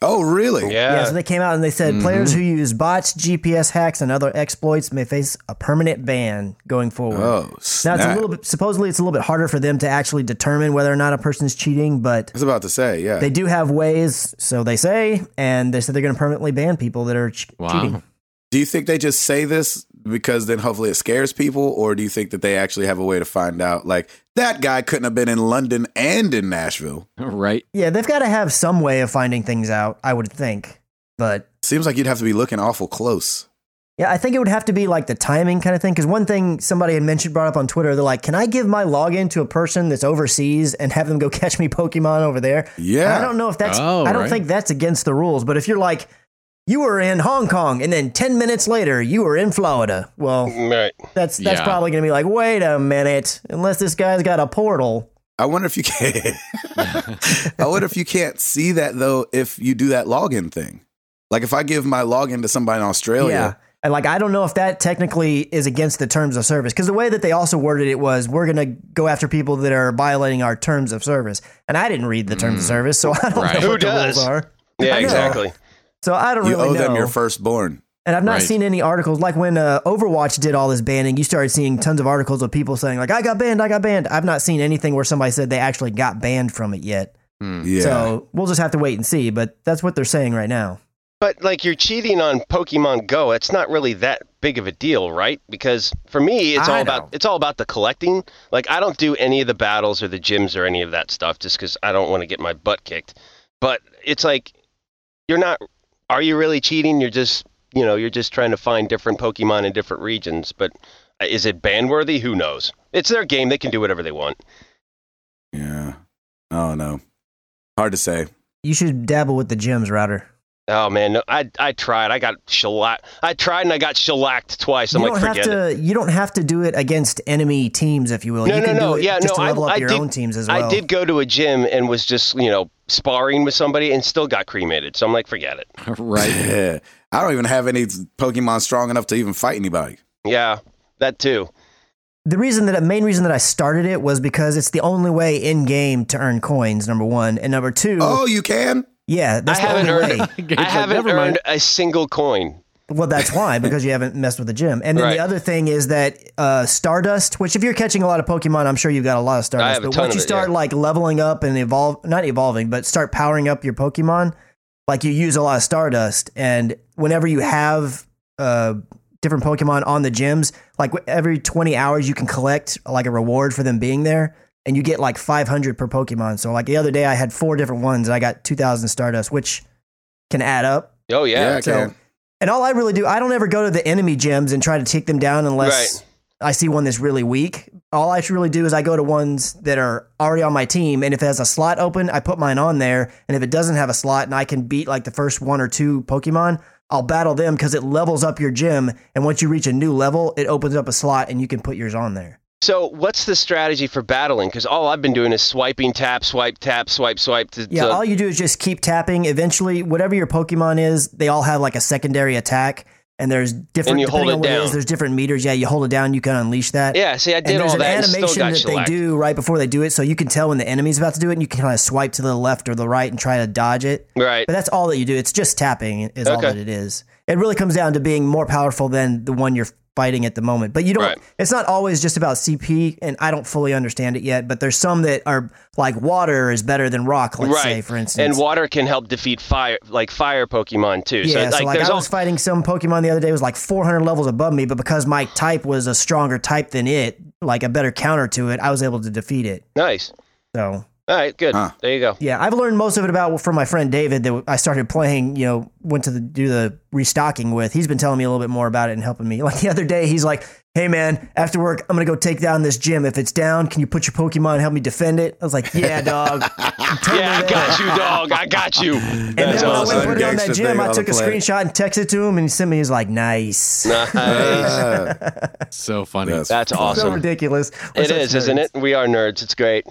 [SPEAKER 1] Oh, really?
[SPEAKER 2] Yeah,
[SPEAKER 3] Yeah.
[SPEAKER 2] so they came out and they said
[SPEAKER 4] Mhm.
[SPEAKER 2] players who use bots, GPS hacks, and other exploits may face a permanent ban going forward.
[SPEAKER 1] Oh,
[SPEAKER 2] now,
[SPEAKER 1] snap.
[SPEAKER 2] it's a little bit, supposedly, it's a little bit harder for them to actually determine whether or not a person's cheating, but
[SPEAKER 1] I was about to say, yeah.
[SPEAKER 2] they do have ways, so they say, and they said they're going to permanently ban people that are ch-
[SPEAKER 4] Wow.
[SPEAKER 2] cheating.
[SPEAKER 1] do you think they just say this because then hopefully it scares people, or do you think that they actually have a way to find out? Like that guy couldn't have been in London and in Nashville.
[SPEAKER 4] right. [LAUGHS]
[SPEAKER 2] Yeah, they've got to have some way of finding things out, I would think, but.
[SPEAKER 1] Seems like you'd have to be looking awful close.
[SPEAKER 2] Yeah, I think it would have to be like the timing kind of thing. Because one thing somebody had mentioned, brought up on Twitter, they're like, "Can I give my login to a person that's overseas and have them go [LAUGHS] catch me Pokemon over there?" And
[SPEAKER 1] Yeah,
[SPEAKER 2] I don't know if that's.
[SPEAKER 4] Oh,
[SPEAKER 2] I don't
[SPEAKER 4] right.
[SPEAKER 2] think that's against the rules. But if you're like, you were in Hong Kong and then ten minutes later you were in Florida, well,
[SPEAKER 3] Right.
[SPEAKER 2] that's that's
[SPEAKER 4] Yeah.
[SPEAKER 2] probably going to be like, wait a minute, unless this guy's got a portal.
[SPEAKER 1] I wonder if you can. [LAUGHS] I wonder if you can't see that though if you do that login thing. Like if I give my login to somebody in Australia,
[SPEAKER 2] And like, I don't know if that technically is against the terms of service because the way that they also worded it was, we're going to go after people that are violating our terms of service. And I didn't read the terms of service, so I don't
[SPEAKER 4] Mm. Right.
[SPEAKER 2] know
[SPEAKER 3] Who
[SPEAKER 2] what the rules
[SPEAKER 3] does?
[SPEAKER 2] are.
[SPEAKER 3] Yeah,
[SPEAKER 2] I know.
[SPEAKER 3] exactly.
[SPEAKER 2] So I don't
[SPEAKER 1] you
[SPEAKER 2] really
[SPEAKER 1] owe
[SPEAKER 2] know.
[SPEAKER 1] them your firstborn.
[SPEAKER 2] and I've not
[SPEAKER 4] Right.
[SPEAKER 2] seen any articles like when uh, Overwatch did all this banning. You started seeing tons of articles of people saying like, "I got banned, I got banned." I've not seen anything where somebody said they actually got banned from it yet.
[SPEAKER 1] Yeah.
[SPEAKER 2] So we'll just have to wait and see. But that's what they're saying right now.
[SPEAKER 3] But like you're cheating on Pokemon Go, it's not really that big of a deal, right? Because for me, it's
[SPEAKER 2] I
[SPEAKER 3] all
[SPEAKER 2] know.
[SPEAKER 3] about it's all about the collecting. Like I don't do any of the battles or the gyms or any of that stuff just cuz I don't want to get my butt kicked. But it's like you're not are you really cheating? You're just, you know, you're just trying to find different Pokemon in different regions, but uh, is it ban worthy? Who knows? It's their game. They can do whatever they want.
[SPEAKER 1] yeah. I don't know. Hard to say.
[SPEAKER 2] You should dabble with the gyms router.
[SPEAKER 3] Oh man, no, I I tried. I got shellacked. I tried and I got shellacked twice. I'm
[SPEAKER 2] you
[SPEAKER 3] like,
[SPEAKER 2] don't have
[SPEAKER 3] forget it.
[SPEAKER 2] to. You don't have to do it against enemy teams, if you will.
[SPEAKER 3] No,
[SPEAKER 2] you
[SPEAKER 3] no,
[SPEAKER 2] can
[SPEAKER 3] no.
[SPEAKER 2] Do it
[SPEAKER 3] Yeah,
[SPEAKER 2] just
[SPEAKER 3] no,
[SPEAKER 2] to
[SPEAKER 3] I-
[SPEAKER 2] level up
[SPEAKER 3] I
[SPEAKER 2] your
[SPEAKER 3] did-
[SPEAKER 2] own teams as well.
[SPEAKER 3] I did go to a gym and was just, you know, sparring with somebody and still got cremated. So I'm like, forget it.
[SPEAKER 4] right.
[SPEAKER 1] [LAUGHS] Yeah. I don't even have any Pokemon strong enough to even fight anybody.
[SPEAKER 3] Yeah,
[SPEAKER 2] [LAUGHS]
[SPEAKER 3] that too.
[SPEAKER 2] The reason that main reason that I started it was because it's the only way in game to earn coins. Number one and number two.
[SPEAKER 1] Oh, you can?
[SPEAKER 2] yeah, that's
[SPEAKER 3] I
[SPEAKER 2] the
[SPEAKER 3] haven't
[SPEAKER 2] only
[SPEAKER 3] earned.
[SPEAKER 2] way.
[SPEAKER 4] Gabe's
[SPEAKER 3] I
[SPEAKER 4] like,
[SPEAKER 3] haven't
[SPEAKER 4] "Never
[SPEAKER 3] earned
[SPEAKER 4] mind."
[SPEAKER 3] a single coin.
[SPEAKER 2] Well, that's
[SPEAKER 3] [LAUGHS]
[SPEAKER 2] why because you haven't messed with the gym. And then
[SPEAKER 3] Right.
[SPEAKER 2] the other thing is that uh, Stardust, which if you're catching a lot of Pokemon, I'm sure you've got a lot of Stardust.
[SPEAKER 3] have a
[SPEAKER 2] but
[SPEAKER 3] ton
[SPEAKER 2] once
[SPEAKER 3] of
[SPEAKER 2] you
[SPEAKER 3] it,
[SPEAKER 2] start
[SPEAKER 3] yeah.
[SPEAKER 2] like leveling up and evolve, not evolving, but start powering up your Pokemon, like you use a lot of Stardust. And whenever you have uh, different Pokemon on the gyms, like wh- every 20 hours, you can collect like a reward for them being there. And you get like 500 per Pokemon. So like the other day, I had four different ones, and I got 2,000 Stardust, which can add up.
[SPEAKER 3] Oh yeah.
[SPEAKER 1] I
[SPEAKER 2] So-
[SPEAKER 1] can.
[SPEAKER 2] And all I really do, I don't ever go to the enemy gyms and try to take them down unless
[SPEAKER 3] Right.
[SPEAKER 2] I see one that's really weak. All I really do is I go to ones that are already on my team, and if it has a slot open, I put mine on there. And if it doesn't have a slot, and I can beat like the first one or two Pokemon, I'll battle them because it levels up your gym. And once you reach a new level, it opens up a slot, and you can put yours on there.
[SPEAKER 3] So what's the strategy for battling? Because all I've been doing is swiping, tap, swipe, tap, swipe, swipe. To,
[SPEAKER 2] Yeah,
[SPEAKER 3] to-
[SPEAKER 2] all you do is just keep tapping. Eventually, whatever your Pokemon is, they all have like a secondary attack, and there's different.
[SPEAKER 3] you
[SPEAKER 2] depending
[SPEAKER 3] hold it
[SPEAKER 2] on what
[SPEAKER 3] down.
[SPEAKER 2] It is, there's different meters. Yeah, you hold it down, you can unleash that.
[SPEAKER 3] yeah. See, I did
[SPEAKER 2] and there's
[SPEAKER 3] all
[SPEAKER 2] an
[SPEAKER 3] that and still
[SPEAKER 2] animation
[SPEAKER 3] got
[SPEAKER 2] that they
[SPEAKER 3] shellacked.
[SPEAKER 2] do right before they do it, so you can tell when the enemy's about to do it, and you can kind of swipe to the left or the right and try to dodge it.
[SPEAKER 3] Right.
[SPEAKER 2] But that's all that you do. It's just tapping is all
[SPEAKER 3] Okay.
[SPEAKER 2] that it is. It really comes down to being more powerful than the one you're fighting at the moment. But you don't.
[SPEAKER 3] Right.
[SPEAKER 2] It's not always just about CP, and I don't fully understand it yet. But there's some that are like water is better than rock. Let's
[SPEAKER 3] right.
[SPEAKER 2] say, for instance,
[SPEAKER 3] and water can help defeat fire, like fire Pokemon too.
[SPEAKER 2] Yeah, so like,
[SPEAKER 3] there's
[SPEAKER 2] I
[SPEAKER 3] all-
[SPEAKER 2] was fighting some Pokemon the other day it was like 400 levels above me, but because my type was a stronger type than it, like a better counter to it, I was able to defeat it.
[SPEAKER 3] [LAUGHS] nice.
[SPEAKER 2] So
[SPEAKER 3] All right, good.
[SPEAKER 1] Huh.
[SPEAKER 3] There you go.
[SPEAKER 2] yeah, I've learned most of it about from my friend David that I started playing. You know, went to the, do the restocking with. He's been telling me a little bit more about it and helping me. [LAUGHS] Like the other day, he's like, "Hey man, after work, I'm gonna go take down this gym. If it's down, can you put your Pokemon and help me defend it?" I was like,
[SPEAKER 3] [LAUGHS]
[SPEAKER 2] "Yeah, dog." I'm totally
[SPEAKER 3] Yeah, I
[SPEAKER 2] there."
[SPEAKER 3] got you, dog. I got
[SPEAKER 2] [LAUGHS]
[SPEAKER 3] you.
[SPEAKER 2] And
[SPEAKER 3] That's
[SPEAKER 2] then when I
[SPEAKER 3] awesome.
[SPEAKER 2] went
[SPEAKER 3] [LAUGHS]
[SPEAKER 2] and put it on
[SPEAKER 1] Gangsta
[SPEAKER 2] that
[SPEAKER 1] thing
[SPEAKER 2] gym, I
[SPEAKER 1] on
[SPEAKER 2] took
[SPEAKER 1] the
[SPEAKER 2] a
[SPEAKER 1] planet.
[SPEAKER 2] screenshot and texted it to him, and he sent me. He's like, "Nice."
[SPEAKER 3] Nice.
[SPEAKER 1] Uh,
[SPEAKER 4] So funny.
[SPEAKER 1] That's-
[SPEAKER 2] [LAUGHS]
[SPEAKER 3] That's
[SPEAKER 2] so
[SPEAKER 3] awesome.
[SPEAKER 2] ridiculous. We're
[SPEAKER 3] It
[SPEAKER 2] such
[SPEAKER 3] is, isn't
[SPEAKER 2] nerds.
[SPEAKER 3] it? We are nerds. It's great.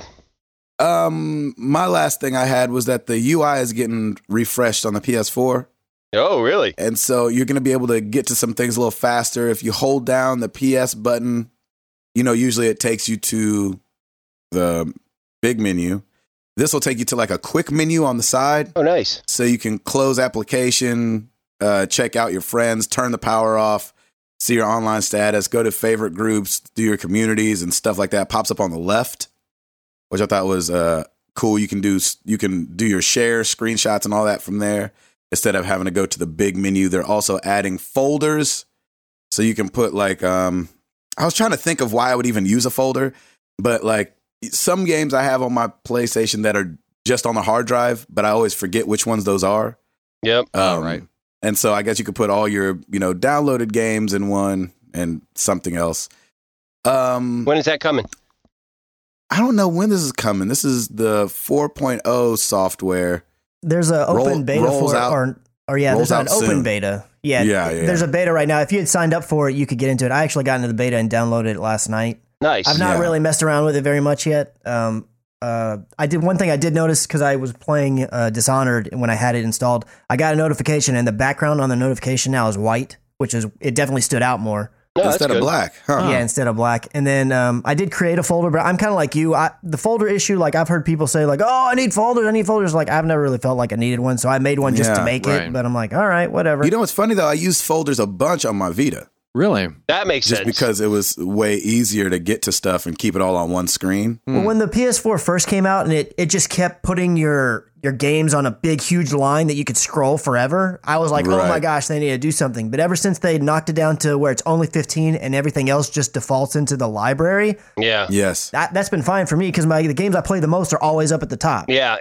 [SPEAKER 1] um, my last thing I had was that the UI is getting refreshed on the PS4.
[SPEAKER 3] Oh, really?
[SPEAKER 1] And so you're going to be able to get to some things a little faster. If you hold down the PS button, you know, usually it takes you to the big menu. This will take you to like a quick menu on the side
[SPEAKER 3] Oh, nice.
[SPEAKER 1] so you can close application, uh, check out your friends, turn the power off, see your online status, go to favorite groups, do your communities and stuff like that. Pops up on the left, which I thought was uh, cool. You can do you can do your share screenshots and all that from there instead of having to go to the big menu. They're also adding folders, so you can put like um, I was trying to think of why I would even use a folder, but like some games I have on my PlayStation that are just on the hard drive, but I always forget which ones those are. Um,
[SPEAKER 3] Yep.
[SPEAKER 4] Oh, right.
[SPEAKER 1] And so I guess you could put all your, you know, downloaded games in one and something else. Um,
[SPEAKER 3] When is that coming?
[SPEAKER 1] I don't know when this is coming. This is the 4.0 software.
[SPEAKER 2] There's an
[SPEAKER 1] Roll-
[SPEAKER 2] open beta
[SPEAKER 1] rolls
[SPEAKER 2] for it,
[SPEAKER 1] out-
[SPEAKER 2] or or yeah,
[SPEAKER 1] rolls
[SPEAKER 2] there's an
[SPEAKER 1] out
[SPEAKER 2] open
[SPEAKER 1] soon.
[SPEAKER 2] beta. Yeah,
[SPEAKER 1] Yeah, yeah,
[SPEAKER 2] There's
[SPEAKER 1] yeah.
[SPEAKER 2] a beta right now. If you had signed up for it, you could get into it. I actually got into the beta and downloaded it last night.
[SPEAKER 3] Nice.
[SPEAKER 2] I've not
[SPEAKER 1] Yeah.
[SPEAKER 2] really messed around with it very much yet. Um, uh, I did one thing I did notice because I was playing uh, Dishonored when I had it installed. I got a notification, and the background on the notification now is white, which is it definitely stood out more.
[SPEAKER 3] No, that's
[SPEAKER 1] instead of
[SPEAKER 3] good.
[SPEAKER 1] black, huh?
[SPEAKER 2] Yeah, instead of black. And then um, I did create a folder, but I'm kind of like you. I, the folder issue, like I've heard people say, like, oh, I need folders, I need folders. Like I've never really felt like I needed one, so I made one just
[SPEAKER 1] Yeah,
[SPEAKER 2] to make
[SPEAKER 4] right.
[SPEAKER 2] it. But I'm like, all right, whatever.
[SPEAKER 1] You know what's funny though? I used folders a bunch on my Vita
[SPEAKER 4] Really?
[SPEAKER 3] That makes
[SPEAKER 1] just
[SPEAKER 3] sense.
[SPEAKER 1] because it was way easier to get to stuff and keep it all on one screen.
[SPEAKER 2] Well, when the PS4 first came out, and it it just kept putting your your games on a big, huge line that you could scroll forever. I was like, oh
[SPEAKER 1] Right.
[SPEAKER 2] my gosh, they need to do something. But ever since they knocked it down to where it's only 15 and everything else just defaults into the library,
[SPEAKER 3] yeah.
[SPEAKER 1] Yes.
[SPEAKER 2] that that's been fine for me because my the games I play the most are always up at the top.
[SPEAKER 3] Yeah,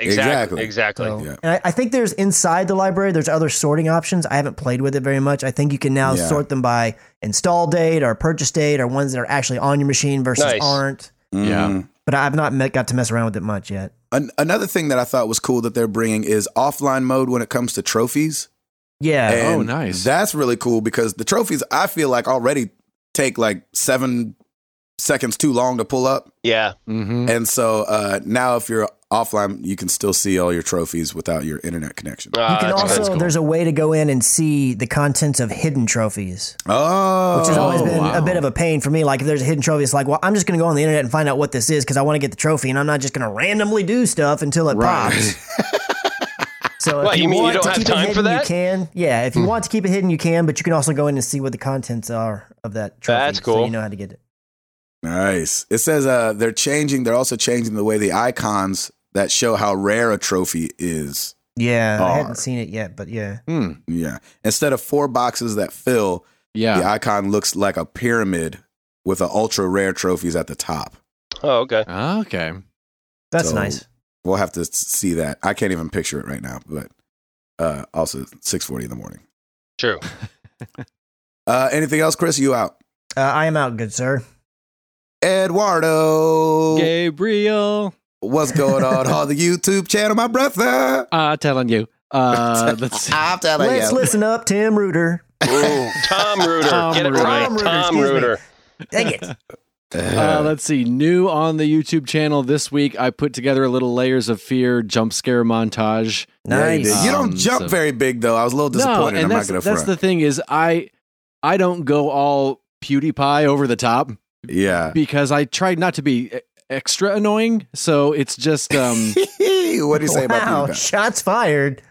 [SPEAKER 1] Exactly.
[SPEAKER 3] exactly. Exactly.
[SPEAKER 2] So-
[SPEAKER 1] Yeah.
[SPEAKER 2] And I, I think there's inside the library, there's other sorting options. I haven't played with it very much. I think you can now
[SPEAKER 1] Yeah.
[SPEAKER 2] sort them by install date or purchase date or ones that are actually on your machine versus
[SPEAKER 3] Nice.
[SPEAKER 2] aren't.
[SPEAKER 4] Yeah.
[SPEAKER 1] Mhm.
[SPEAKER 2] But I've not met, got to mess around with it much yet.
[SPEAKER 1] An- another thing that I thought was cool that they're bringing is offline mode when it comes to trophies.
[SPEAKER 2] Yeah.
[SPEAKER 4] Oh,
[SPEAKER 1] And
[SPEAKER 4] nice.
[SPEAKER 1] That's really cool because the trophies I feel like already take like seven seconds too long to pull up,
[SPEAKER 3] Yeah.
[SPEAKER 4] Mm-hmm.
[SPEAKER 1] and so uh, now if you're offline, you can still see all your trophies without your internet connection.
[SPEAKER 3] Ah,
[SPEAKER 2] you can
[SPEAKER 3] that's
[SPEAKER 2] also
[SPEAKER 3] good.
[SPEAKER 4] that's cool.
[SPEAKER 2] there's a way to go in and see the contents of hidden trophies,
[SPEAKER 1] Oh,
[SPEAKER 2] which has always been
[SPEAKER 4] wow.
[SPEAKER 2] a bit of a pain for me. Like if there's a hidden trophy, it's like, well, I'm just going to go on the internet and find out what this is because I want to get the trophy, and I'm not just going to randomly do stuff until it
[SPEAKER 4] Right.
[SPEAKER 2] pops.
[SPEAKER 4] [LAUGHS]
[SPEAKER 2] So if
[SPEAKER 3] What, you mean you
[SPEAKER 2] want
[SPEAKER 3] don't
[SPEAKER 2] to
[SPEAKER 3] have
[SPEAKER 2] keep it
[SPEAKER 3] time for
[SPEAKER 2] hidden,
[SPEAKER 3] that? Hmm.
[SPEAKER 2] You can, yeah. If you want to keep it hidden, you can, but you can also go in and see what the contents are of that trophy.
[SPEAKER 3] That's
[SPEAKER 2] So
[SPEAKER 3] cool.
[SPEAKER 2] you know how to get it.
[SPEAKER 1] nice. It says uh, they're changing. They're also changing the way the icons that show how rare a trophy is.
[SPEAKER 2] Yeah, I
[SPEAKER 1] Are.
[SPEAKER 2] haven't seen it yet, but yeah.
[SPEAKER 4] Hmm.
[SPEAKER 1] Yeah. Instead of four boxes that fill,
[SPEAKER 4] Yeah.
[SPEAKER 1] the icon looks like a pyramid with the ultra rare trophies at the top.
[SPEAKER 3] Oh, okay.
[SPEAKER 4] Ah, Okay.
[SPEAKER 2] That's
[SPEAKER 1] So-
[SPEAKER 2] nice.
[SPEAKER 1] We'll have to s- see that. I can't even picture it right now, but uh, also 6:40 in the morning.
[SPEAKER 3] True.
[SPEAKER 1] Uh, anything else, Chris? You out,
[SPEAKER 2] Uh, I am out, good sir.
[SPEAKER 1] Eduardo?
[SPEAKER 4] Gabriel.
[SPEAKER 1] What's going on on the YouTube channel, my brother?
[SPEAKER 4] I'm Ah, telling you. Uh, let's see.
[SPEAKER 1] I'm telling
[SPEAKER 2] Let's
[SPEAKER 1] you.
[SPEAKER 2] listen up, Tim Reuter.
[SPEAKER 3] Tom Rooter.
[SPEAKER 4] Tom
[SPEAKER 3] Get it
[SPEAKER 4] Reuter.
[SPEAKER 3] right.
[SPEAKER 2] Tom Reuter,
[SPEAKER 3] Tom
[SPEAKER 2] excuse me.
[SPEAKER 3] Rooter.
[SPEAKER 2] Dang it.
[SPEAKER 4] Uh, let's see. New on the YouTube channel this week, I put together a little layers of fear jump scare montage.
[SPEAKER 1] [LAUGHS] Yeah, you
[SPEAKER 2] Nice.
[SPEAKER 1] did. You don't
[SPEAKER 4] Um,
[SPEAKER 1] jump
[SPEAKER 4] so-
[SPEAKER 1] very big though. I was a little
[SPEAKER 4] No,
[SPEAKER 1] disappointed.
[SPEAKER 4] and
[SPEAKER 1] I'm
[SPEAKER 4] that's
[SPEAKER 1] not gonna
[SPEAKER 4] that's
[SPEAKER 1] front.
[SPEAKER 4] the thing is I I don't go all PewDiePie over the top
[SPEAKER 1] yeah,
[SPEAKER 4] [LAUGHS] because I tried not to be eh, extra annoying. So it's just
[SPEAKER 1] [LAUGHS]
[SPEAKER 4] um,
[SPEAKER 1] what do you say about
[SPEAKER 2] Wow,
[SPEAKER 1] PewDiePie?
[SPEAKER 2] shots fired.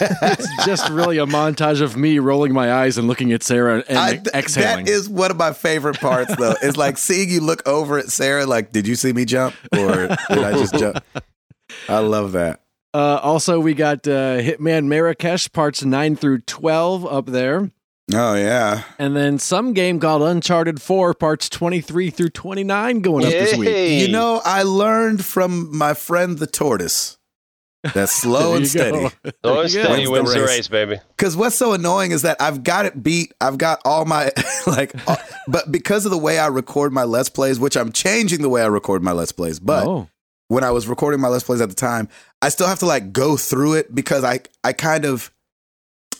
[SPEAKER 4] it's just really a montage of me rolling my eyes and looking at Sarah and
[SPEAKER 1] I- th-
[SPEAKER 4] exhaling.
[SPEAKER 1] That is one of my favorite parts, though. It's [LAUGHS] like seeing you look over at Sarah, like, did you see me jump? Or did I just jump? [LAUGHS] I love that.
[SPEAKER 4] uh, also, we got uh, Hitman Marrakesh parts nine through twelve up there.
[SPEAKER 1] Oh, yeah.
[SPEAKER 4] And then some game called Uncharted 4, parts 23 through 29 going up this week.
[SPEAKER 3] Yay.
[SPEAKER 1] You know, I learned from my friend the tortoise that slow
[SPEAKER 4] [LAUGHS] There
[SPEAKER 1] and
[SPEAKER 4] you
[SPEAKER 1] steady.
[SPEAKER 4] go. [LAUGHS]
[SPEAKER 3] Oh,
[SPEAKER 4] There you go.
[SPEAKER 3] steady wins the race.
[SPEAKER 1] race.
[SPEAKER 3] baby.
[SPEAKER 1] Because what's so annoying is that I've got it beat. I've got all my [LAUGHS] like, all- but because of the way I record my let's plays, which I'm changing the way I record my let's plays, but
[SPEAKER 4] oh,
[SPEAKER 1] when I was recording my Let's Plays at the time, I still have to like go through it because I I kind of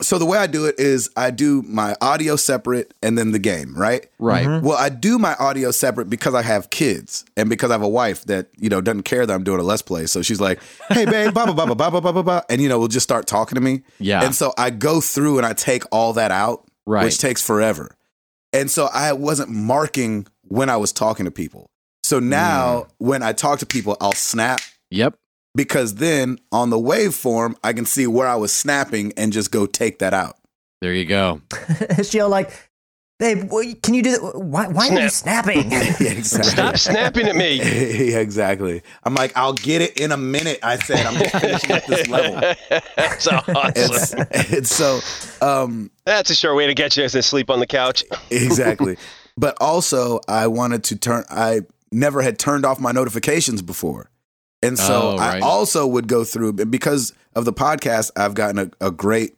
[SPEAKER 1] so the way I do it is I do my audio separate and then the game, right?
[SPEAKER 4] right.
[SPEAKER 2] [LAUGHS] Mhm.
[SPEAKER 1] Well, I do my audio separate because I have kids and because I have a wife that, you know, doesn't care that I'm doing a Let's Play. So she's like, hey, babe, blah, blah, blah, blah, blah, blah, blah, blah, blah. And, you know, will just start talking to me.
[SPEAKER 4] Yeah,
[SPEAKER 1] Mm-hmm. And so I go through and I take all that out
[SPEAKER 4] right.
[SPEAKER 1] which takes forever. And so I wasn't marking when I was talking to people. So now
[SPEAKER 4] Hmm.
[SPEAKER 1] when I talk to people, I'll snap
[SPEAKER 4] yep.
[SPEAKER 1] because then on the waveform, I can see where I was snapping and just go take that out. [LAUGHS]
[SPEAKER 4] There you go.
[SPEAKER 2] She'll like, babe, wh- can you do that? Why, why are you
[SPEAKER 3] [LAUGHS]
[SPEAKER 2] snapping?
[SPEAKER 1] yeah, exactly. [LAUGHS]
[SPEAKER 3] Stop snapping at
[SPEAKER 4] [LAUGHS]
[SPEAKER 3] me.
[SPEAKER 1] Yeah, exactly. I'm like, I'll get it in a minute. I said, I'm just finishing up
[SPEAKER 4] [LAUGHS]
[SPEAKER 1] this level.
[SPEAKER 3] That's
[SPEAKER 1] It's,
[SPEAKER 3] awesome.
[SPEAKER 1] it's so, um,
[SPEAKER 3] That's a sure way to get you to sleep on the couch.
[SPEAKER 4] [LAUGHS]
[SPEAKER 1] exactly. But also, I wanted to turn. I never had turned off my notifications before, and so
[SPEAKER 4] Oh,
[SPEAKER 1] I
[SPEAKER 4] right.
[SPEAKER 1] also would go through. But because of the podcast, I've gotten a, a great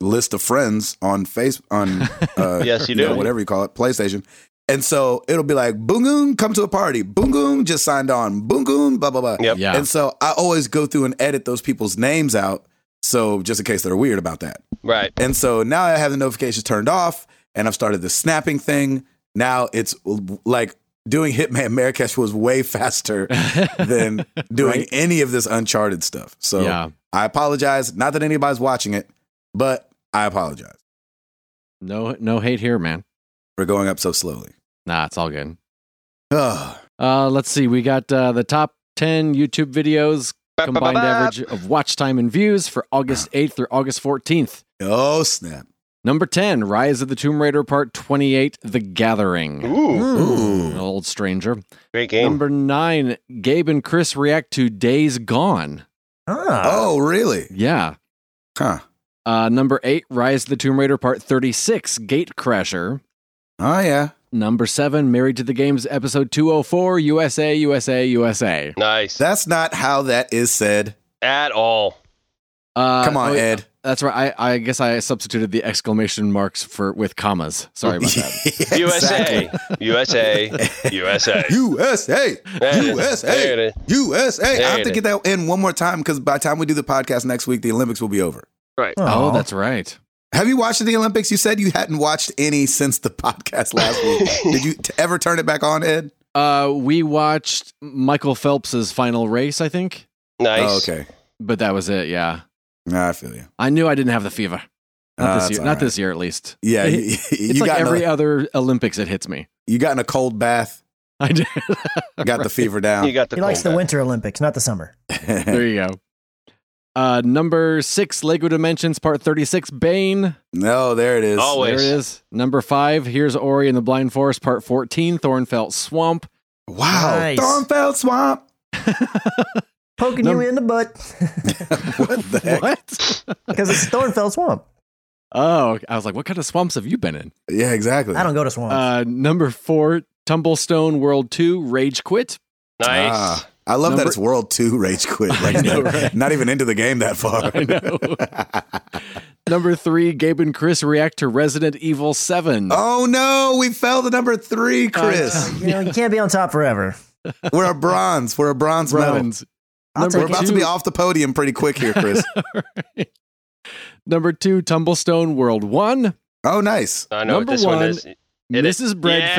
[SPEAKER 1] list of friends on face
[SPEAKER 4] [LAUGHS]
[SPEAKER 1] on uh,
[SPEAKER 3] Yes, you
[SPEAKER 1] know,
[SPEAKER 3] do.
[SPEAKER 1] whatever you call it, PlayStation. And so it'll be like boom boom, come to a party. Boom boom, just signed on. Boom boom, blah blah blah.
[SPEAKER 3] Yep.
[SPEAKER 4] Yeah.
[SPEAKER 1] And so I always go through and edit those people's names out, so just in case they're weird about that.
[SPEAKER 3] Right.
[SPEAKER 1] And so now I have the notifications turned off and I've started the snapping thing. Now it's l- like doing Hitman Marrakesh was way
[SPEAKER 4] [LAUGHS]
[SPEAKER 1] faster than doing
[SPEAKER 4] Right.
[SPEAKER 1] any of this Uncharted stuff. So
[SPEAKER 4] yeah.
[SPEAKER 1] I apologize. Not that anybody's watching it, but I apologize
[SPEAKER 4] No no hate here, man.
[SPEAKER 1] for going up so slowly.
[SPEAKER 4] Nah, it's all good.
[SPEAKER 1] Ugh.
[SPEAKER 4] Uh, let's see. We got uh, the top 10 YouTube videos combined average of watch time and views for
[SPEAKER 1] [CLEARS THROAT]
[SPEAKER 4] August 8th through August 14th.
[SPEAKER 1] oh, snap.
[SPEAKER 4] Number 10, Rise of the Tomb Raider Part 28, The Gathering.
[SPEAKER 1] Hmm.
[SPEAKER 3] Ooh,
[SPEAKER 4] An
[SPEAKER 1] Ooh.
[SPEAKER 4] old stranger.
[SPEAKER 3] great game.
[SPEAKER 4] Number 9, Gabe and Chris react to Days Gone.
[SPEAKER 2] Ah.
[SPEAKER 1] Oh, really?
[SPEAKER 4] Yeah.
[SPEAKER 1] Huh.
[SPEAKER 4] Uh, number eight, Rise of the Tomb Raider Part 36, Gatecrasher.
[SPEAKER 1] Oh, yeah.
[SPEAKER 4] Number seven, Married to the Games Episode 204, USA, USA, USA.
[SPEAKER 3] Nice.
[SPEAKER 1] That's not how that is said.
[SPEAKER 3] At all.
[SPEAKER 4] Uh,
[SPEAKER 1] Come on,
[SPEAKER 4] oh, yeah,
[SPEAKER 1] Ed.
[SPEAKER 4] That's right. I, I guess I substituted the exclamation marks for with commas. Sorry
[SPEAKER 1] [LAUGHS]
[SPEAKER 4] about that.
[SPEAKER 1] Yeah, exactly.
[SPEAKER 3] USA. USA. USA.
[SPEAKER 1] USA.
[SPEAKER 3] There it is.
[SPEAKER 1] USA.
[SPEAKER 3] There it is.
[SPEAKER 1] USA. I
[SPEAKER 3] There
[SPEAKER 1] have
[SPEAKER 3] it
[SPEAKER 1] to
[SPEAKER 3] is.
[SPEAKER 1] get that in one more time because by the time we do the podcast next week, the Olympics will be over.
[SPEAKER 4] Oh,
[SPEAKER 2] Aw.
[SPEAKER 4] that's right.
[SPEAKER 1] Have you watched the Olympics? You said you hadn't watched any since the [LAUGHS] podcast last week. Did you t- ever turn it back on, Ed?
[SPEAKER 4] Uh, we watched Michael Phelps's final race, I think,
[SPEAKER 3] Nice.
[SPEAKER 1] Oh, okay.
[SPEAKER 4] but that was it. Yeah.
[SPEAKER 1] Nah, I feel you.
[SPEAKER 4] I knew I didn't have the fever. Not
[SPEAKER 1] Ah,
[SPEAKER 4] this
[SPEAKER 1] it's
[SPEAKER 4] year.
[SPEAKER 1] all
[SPEAKER 4] Not
[SPEAKER 1] right.
[SPEAKER 4] this year, at least.
[SPEAKER 1] Yeah,
[SPEAKER 4] It-
[SPEAKER 1] you,
[SPEAKER 4] it's
[SPEAKER 1] you [LAUGHS]
[SPEAKER 4] like
[SPEAKER 1] got in
[SPEAKER 4] every uh,
[SPEAKER 1] a,
[SPEAKER 4] other Olympics, it hits me. [LAUGHS]
[SPEAKER 1] you got in a cold bath,
[SPEAKER 4] I did.
[SPEAKER 1] got the
[SPEAKER 3] [LAUGHS]
[SPEAKER 1] fever down.
[SPEAKER 3] You got the
[SPEAKER 2] He likes
[SPEAKER 3] cold
[SPEAKER 2] the
[SPEAKER 3] back.
[SPEAKER 2] Winter Olympics, not the summer.
[SPEAKER 1] [LAUGHS]
[SPEAKER 4] there you go. Uh, number six, Lego Dimensions Part 36, Bane.
[SPEAKER 1] no, there it is.
[SPEAKER 3] Always.
[SPEAKER 4] There it is. Number five, Here's Ori and the Blind Forest Part 14, Thornfelt Swamp.
[SPEAKER 1] Wow,
[SPEAKER 2] Nice.
[SPEAKER 1] Thornfeld Swamp. [LAUGHS]
[SPEAKER 2] Poking
[SPEAKER 4] Num-
[SPEAKER 2] you in the butt [LAUGHS]
[SPEAKER 1] what the heck?
[SPEAKER 4] What?
[SPEAKER 2] because
[SPEAKER 3] [LAUGHS]
[SPEAKER 2] it's Thornfell Swamp.
[SPEAKER 4] oh, I was like, what kind of swamps have you been in?
[SPEAKER 1] Yeah, exactly.
[SPEAKER 2] I don't go to swamps.
[SPEAKER 4] Uh, number four, Tumblestone World 2, Rage Quit.
[SPEAKER 3] Nice.
[SPEAKER 1] Ah, I love that
[SPEAKER 4] Number-
[SPEAKER 1] it's World Two Rage Quit.
[SPEAKER 4] [LAUGHS] I
[SPEAKER 1] Like,
[SPEAKER 4] know,
[SPEAKER 1] not,
[SPEAKER 4] right?
[SPEAKER 1] not even into the game that far.
[SPEAKER 4] I know. Number three, Gabe and Chris react to Resident Evil 7.
[SPEAKER 1] [LAUGHS] oh no, we fell to number three, Chris.
[SPEAKER 4] Uh,
[SPEAKER 2] you know, you can't be on top forever.
[SPEAKER 1] we're a bronze. We're a bronze medal.
[SPEAKER 4] Bronze.
[SPEAKER 2] I'll
[SPEAKER 4] Number
[SPEAKER 1] We're
[SPEAKER 2] take it.
[SPEAKER 1] about to be off the podium pretty quick here,
[SPEAKER 4] [LAUGHS]
[SPEAKER 1] Chris.
[SPEAKER 4] Number two, Tumblestone World 1.
[SPEAKER 1] oh, nice.
[SPEAKER 3] I know what
[SPEAKER 4] number
[SPEAKER 3] this
[SPEAKER 4] one-
[SPEAKER 3] one is. It is-
[SPEAKER 4] Mrs. Bread
[SPEAKER 3] Yes!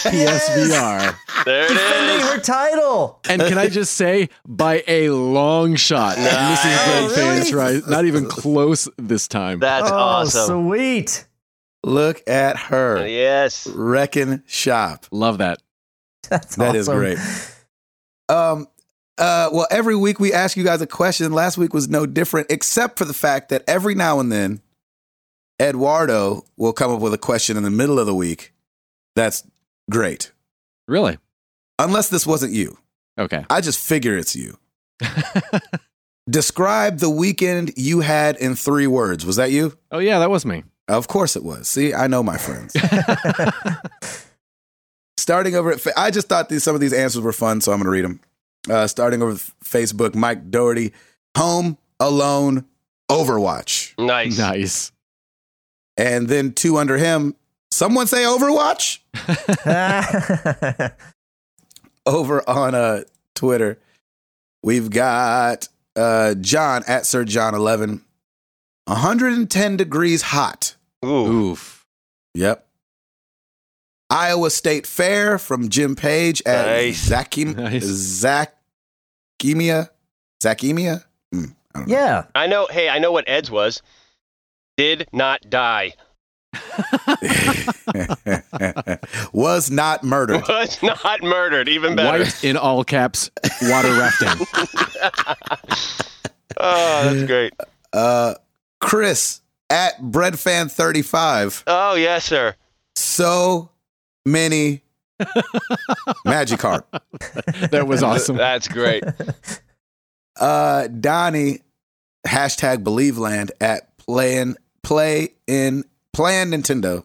[SPEAKER 4] fan tries
[SPEAKER 2] Yes!
[SPEAKER 4] PSVR.
[SPEAKER 3] There it
[SPEAKER 2] Defending
[SPEAKER 3] is.
[SPEAKER 2] her title.
[SPEAKER 4] And can I just say, by a long shot,
[SPEAKER 3] Nice.
[SPEAKER 4] Mrs.
[SPEAKER 3] Oh,
[SPEAKER 4] Bread fan
[SPEAKER 2] really?
[SPEAKER 4] tries not even close this time.
[SPEAKER 3] That's
[SPEAKER 2] oh,
[SPEAKER 3] awesome.
[SPEAKER 2] sweet.
[SPEAKER 1] Look at her
[SPEAKER 3] Yes.
[SPEAKER 1] wrecking shop.
[SPEAKER 4] Love that.
[SPEAKER 2] That's
[SPEAKER 1] That is
[SPEAKER 2] awesome.
[SPEAKER 1] great. Um, uh, well, every week we ask you guys a question. Last week was no different, except for the fact that every now and then, Eduardo will come up with a question in the middle of the week. That's great.
[SPEAKER 4] Really?
[SPEAKER 1] Unless this wasn't you.
[SPEAKER 4] Okay.
[SPEAKER 1] I just figure it's [LAUGHS] you. Describe the weekend you had in three words. Was that you?
[SPEAKER 4] Oh yeah, that was me.
[SPEAKER 1] Of course it was. See, I know my friends. starting over at, Fa- I just thought these, some of these answers were fun, so I'm going to read them. Uh, starting over with Facebook, Mike Doherty, Home Alone, Overwatch.
[SPEAKER 3] Nice.
[SPEAKER 4] nice.
[SPEAKER 1] And then two under him, someone say Overwatch over on uh, Twitter. We've got uh, John at Sir John11, 110 degrees hot.
[SPEAKER 3] Ooh.
[SPEAKER 4] Oof.
[SPEAKER 1] Yep. Iowa State Fair from Jim Page at
[SPEAKER 3] Nice.
[SPEAKER 1] Zakim
[SPEAKER 4] Nice.
[SPEAKER 1] Zakemia. Zakemia?
[SPEAKER 2] [LAUGHS]
[SPEAKER 1] [LAUGHS]
[SPEAKER 2] yeah.
[SPEAKER 3] I know. Hey, I know what Ed's was. Did not die.
[SPEAKER 1] Was not
[SPEAKER 3] [LAUGHS]
[SPEAKER 1] murdered.
[SPEAKER 3] Was not murdered. Even better.
[SPEAKER 4] White in all caps. Water rafting.
[SPEAKER 3] [LAUGHS] Oh, that's great.
[SPEAKER 1] Uh, Chris at Breadfan35.
[SPEAKER 3] Oh yes, sir.
[SPEAKER 1] So many Magikarp.
[SPEAKER 4] That was awesome.
[SPEAKER 3] That's great.
[SPEAKER 1] Uh, Donnie, hashtag Believeland at playing play in playing Nintendo.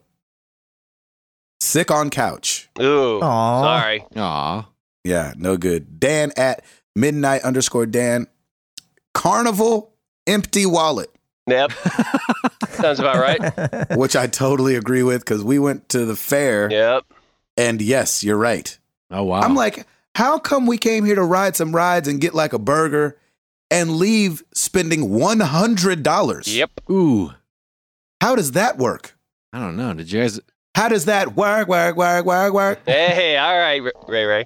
[SPEAKER 1] Sick on couch.
[SPEAKER 3] Ooh.
[SPEAKER 2] Aw.
[SPEAKER 3] Sorry.
[SPEAKER 4] Aw.
[SPEAKER 1] Yeah, no good. Dan at midnight underscore Dan. Carnival empty wallet,
[SPEAKER 3] Yep. Sounds about right.
[SPEAKER 1] which I totally agree with because we went to the fair.
[SPEAKER 3] Yep.
[SPEAKER 1] And yes, you're right.
[SPEAKER 4] Oh wow.
[SPEAKER 1] I'm like, how come we came here to ride some rides and get like a burger and leave spending $100?
[SPEAKER 3] Yep.
[SPEAKER 4] ooh.
[SPEAKER 1] How does that work?
[SPEAKER 4] I don't know. Did you guys?
[SPEAKER 1] How does that work? Work, work, work, work.
[SPEAKER 3] Hey, all right, Ray Ray.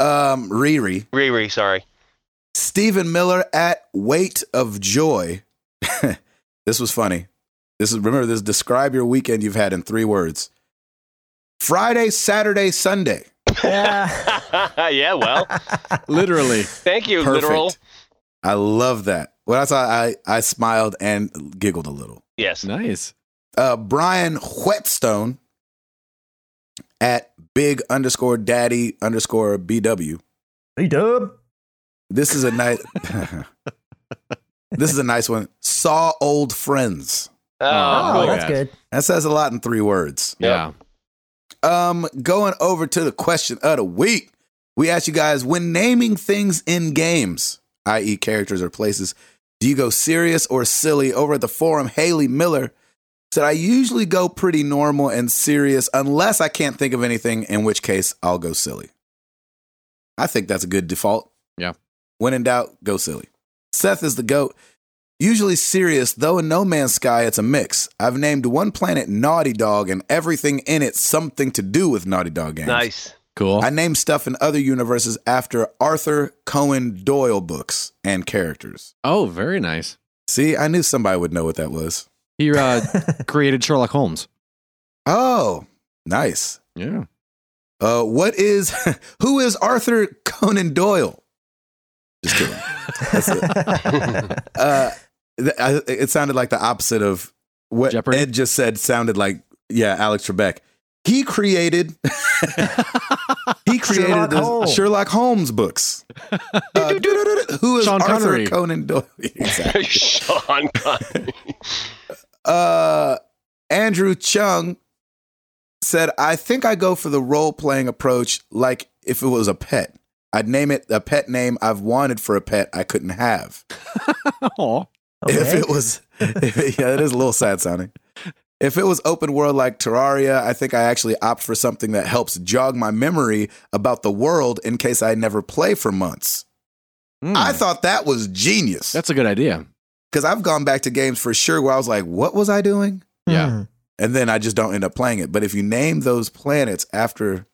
[SPEAKER 1] Um, Riri,
[SPEAKER 3] Riri, sorry. [LAUGHS]
[SPEAKER 1] Stephen Miller at Weight of Joy. [LAUGHS] this was funny. This is remember this. Describe your weekend you've had in three words. Friday, Saturday, Sunday.
[SPEAKER 2] yeah. [LAUGHS]
[SPEAKER 3] yeah, well, [LAUGHS]
[SPEAKER 4] Literally.
[SPEAKER 3] thank you, literal.
[SPEAKER 1] I love that. When I saw, I I smiled and giggled a little.
[SPEAKER 3] Yes.
[SPEAKER 4] Nice.
[SPEAKER 1] Uh, Brian Whetstone at Big underscore Daddy underscore BW.
[SPEAKER 2] Hey, Dub.
[SPEAKER 1] This is a nice. [LAUGHS] this is a nice one. Saw old friends.
[SPEAKER 2] Oh,
[SPEAKER 4] Oh,
[SPEAKER 2] that's
[SPEAKER 4] yeah.
[SPEAKER 2] good.
[SPEAKER 1] That says a lot in three words.
[SPEAKER 4] Yeah.
[SPEAKER 1] Um, going over to the question of the week, we asked you guys when naming things in games, i.e., characters or places, do you go serious or silly? Over at the forum, Haley Miller said, "I usually go pretty normal and serious, unless I can't think of anything, in which case I'll go silly." I think that's a good default.
[SPEAKER 4] Yeah.
[SPEAKER 1] When in doubt, go silly. Seth is the goat. Usually serious, though in No Man's Sky, it's a mix. I've named one planet Naughty Dog and everything in it something to do with Naughty Dog games.
[SPEAKER 3] Nice.
[SPEAKER 4] Cool.
[SPEAKER 1] I named stuff in other universes after Arthur Cohen Doyle books and characters.
[SPEAKER 4] oh, very nice.
[SPEAKER 1] See, I knew somebody would know what that was.
[SPEAKER 4] He
[SPEAKER 1] [LAUGHS]
[SPEAKER 4] uh, created Sherlock Holmes.
[SPEAKER 1] Oh, nice.
[SPEAKER 4] Yeah.
[SPEAKER 1] Uh, what is, [LAUGHS] who is Arthur Conan Doyle? Just kidding. That's it.
[SPEAKER 2] [LAUGHS]
[SPEAKER 1] Uh, th- I, it sounded like the opposite of what
[SPEAKER 4] Jeopardy?
[SPEAKER 1] Ed just said. Sounded like yeah, Alex Trebek. He created [LAUGHS] he created
[SPEAKER 2] Sherlock
[SPEAKER 1] the
[SPEAKER 2] Holmes.
[SPEAKER 1] Sherlock Holmes
[SPEAKER 4] [LAUGHS]
[SPEAKER 1] books. Uh, [LAUGHS] who is
[SPEAKER 4] Sean
[SPEAKER 1] Arthur
[SPEAKER 4] Connery.
[SPEAKER 1] Conan Doyle? [LAUGHS] Exactly.
[SPEAKER 3] [LAUGHS] Sean Connery.
[SPEAKER 1] Uh, Andrew Chung said, "I think I go for the role playing approach, like if it was a pet." I'd name it a pet name I've wanted for a pet I couldn't have.
[SPEAKER 4] [LAUGHS]
[SPEAKER 1] [LAUGHS]
[SPEAKER 4] Aw.
[SPEAKER 1] If
[SPEAKER 2] Okay.
[SPEAKER 1] it was, [LAUGHS] if it, yeah, that is a little sad sounding. If it was open world like Terraria, I think I actually opt for something that helps jog my memory about the world in case I never play for months.
[SPEAKER 4] Mm.
[SPEAKER 1] I thought that was genius
[SPEAKER 4] that's a good idea.
[SPEAKER 1] because I've gone back to games for sure where I was like, what was I doing?
[SPEAKER 4] Yeah.
[SPEAKER 2] Hmm.
[SPEAKER 1] And then I just don't end up playing it. But if you name those planets after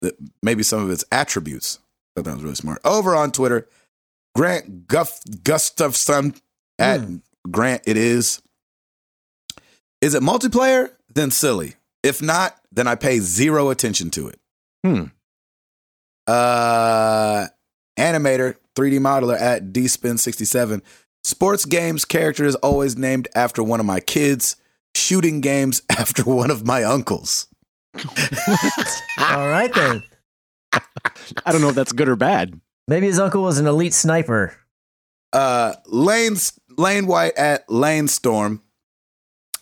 [SPEAKER 1] the, maybe some of its attributes, I thought that was really smart. Over on Twitter, Grant Guff, Gustafson at Grant It Is. Is it multiplayer? Then silly. If not, then I pay zero attention to it.
[SPEAKER 4] Hmm.
[SPEAKER 1] Uh, animator, 3D modeler at dspin67. Sports games character is always named after one of my kids. Shooting games [LAUGHS] after one of my uncles.
[SPEAKER 2] [LAUGHS] All right then.
[SPEAKER 4] I don't know if that's good
[SPEAKER 3] [LAUGHS]
[SPEAKER 4] or bad.
[SPEAKER 5] Maybe his uncle was an elite sniper.
[SPEAKER 1] Uh, Lane Lane White at Lane Storm.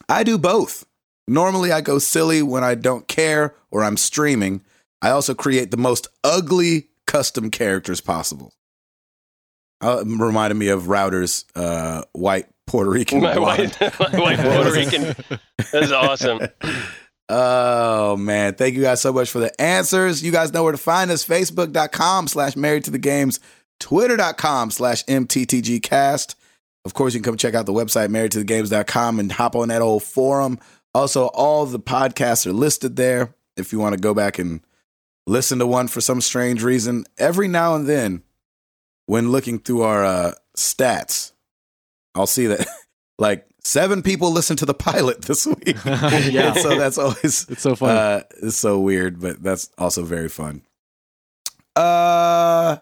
[SPEAKER 1] I do both. Normally, I go silly when I don't care or I'm streaming. I also create the most ugly custom characters possible. Uh, it reminded me of Router's uh, white Puerto Rican.
[SPEAKER 3] My
[SPEAKER 1] blonde.
[SPEAKER 3] white, my white Puerto Rican. That's awesome.
[SPEAKER 1] Oh man, thank you guys so much for the answers. You guys know where to find us. Facebook.com slash married to the games, twitter.com slash mttgcast. Of course, you can come check out the website married to the games.com and hop on that old forum. Also, all the podcasts are listed there if you want to go back and listen to one for some strange reason. Every now and then, when looking through our uh, stats, I'll see that [LAUGHS] like seven people listened to the [LAUGHS] pilot this week.
[SPEAKER 4] [LAUGHS] Yeah.
[SPEAKER 1] And so that's always
[SPEAKER 4] It's so funny.
[SPEAKER 1] uh, it's so weird, but that's also very fun. Uh,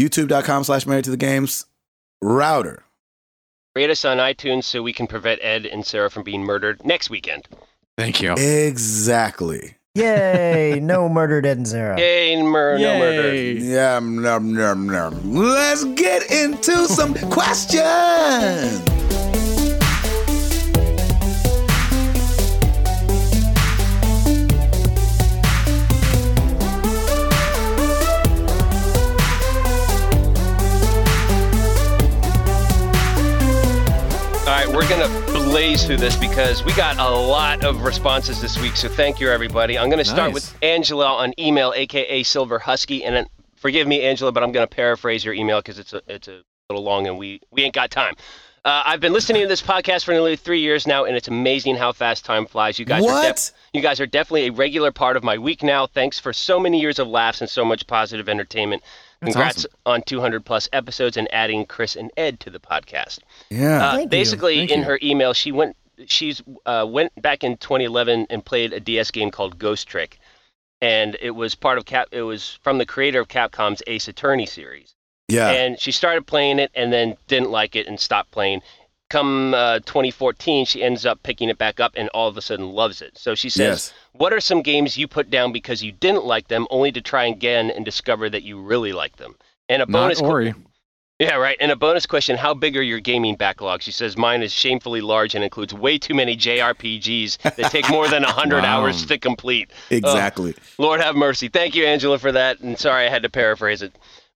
[SPEAKER 1] YouTube.com slash married to the games. Router.
[SPEAKER 3] Rate us on iTunes so we can prevent Ed and Sarah from being murdered next weekend.
[SPEAKER 4] Thank you.
[SPEAKER 1] Exactly.
[SPEAKER 3] [LAUGHS]
[SPEAKER 2] Yay! No murder, dead and zero.
[SPEAKER 3] Yay, mur- no murder.
[SPEAKER 4] Yay.
[SPEAKER 1] Yeah, nom, nom, nom. Let's get into
[SPEAKER 4] [LAUGHS]
[SPEAKER 1] some questions.
[SPEAKER 3] All right, we're going to blaze through this because we got a lot of responses this week. So thank you, everybody. I'm going to start
[SPEAKER 4] Nice.
[SPEAKER 3] with Angela on email, aka Silver Husky. And then, forgive me, Angela, but I'm going to paraphrase your email because it's a, it's a little long and we, we ain't got time. Uh, I've been listening to this podcast for nearly three years now, and it's amazing how fast time flies. You guys are def-
[SPEAKER 1] What?
[SPEAKER 3] you guys are definitely a regular part of my week now. Thanks for so many years of laughs and so much positive entertainment. Congrats on 200 plus episodes and adding Chris and Ed to the podcast.
[SPEAKER 1] Yeah.
[SPEAKER 3] Uh,
[SPEAKER 2] Thank you.
[SPEAKER 3] basically,
[SPEAKER 4] Thank
[SPEAKER 3] in
[SPEAKER 4] you.
[SPEAKER 3] her email, she went she's uh, went back in 2011 and played a DS game called Ghost Trick, and it was part of Cap. It was from the creator of Capcom's Ace Attorney series
[SPEAKER 1] yeah.
[SPEAKER 3] and she started playing it and then didn't like it and stopped playing. Come uh, 2014, she ends up picking it back up and all of a sudden loves it. So she
[SPEAKER 1] Yes.
[SPEAKER 3] says, "What are some games you put down because you didn't like them, only to try again and discover that you really like them?" And a bonus,
[SPEAKER 4] Not Ori.
[SPEAKER 3] yeah, right. And a bonus question: How big are your gaming backlogs? She says mine is shamefully large and includes way too many JRPGs that take more than 100
[SPEAKER 4] Wow.
[SPEAKER 3] hours to complete.
[SPEAKER 1] Exactly.
[SPEAKER 3] Lord have mercy. Thank you, Angela, for that. And sorry I had to paraphrase it,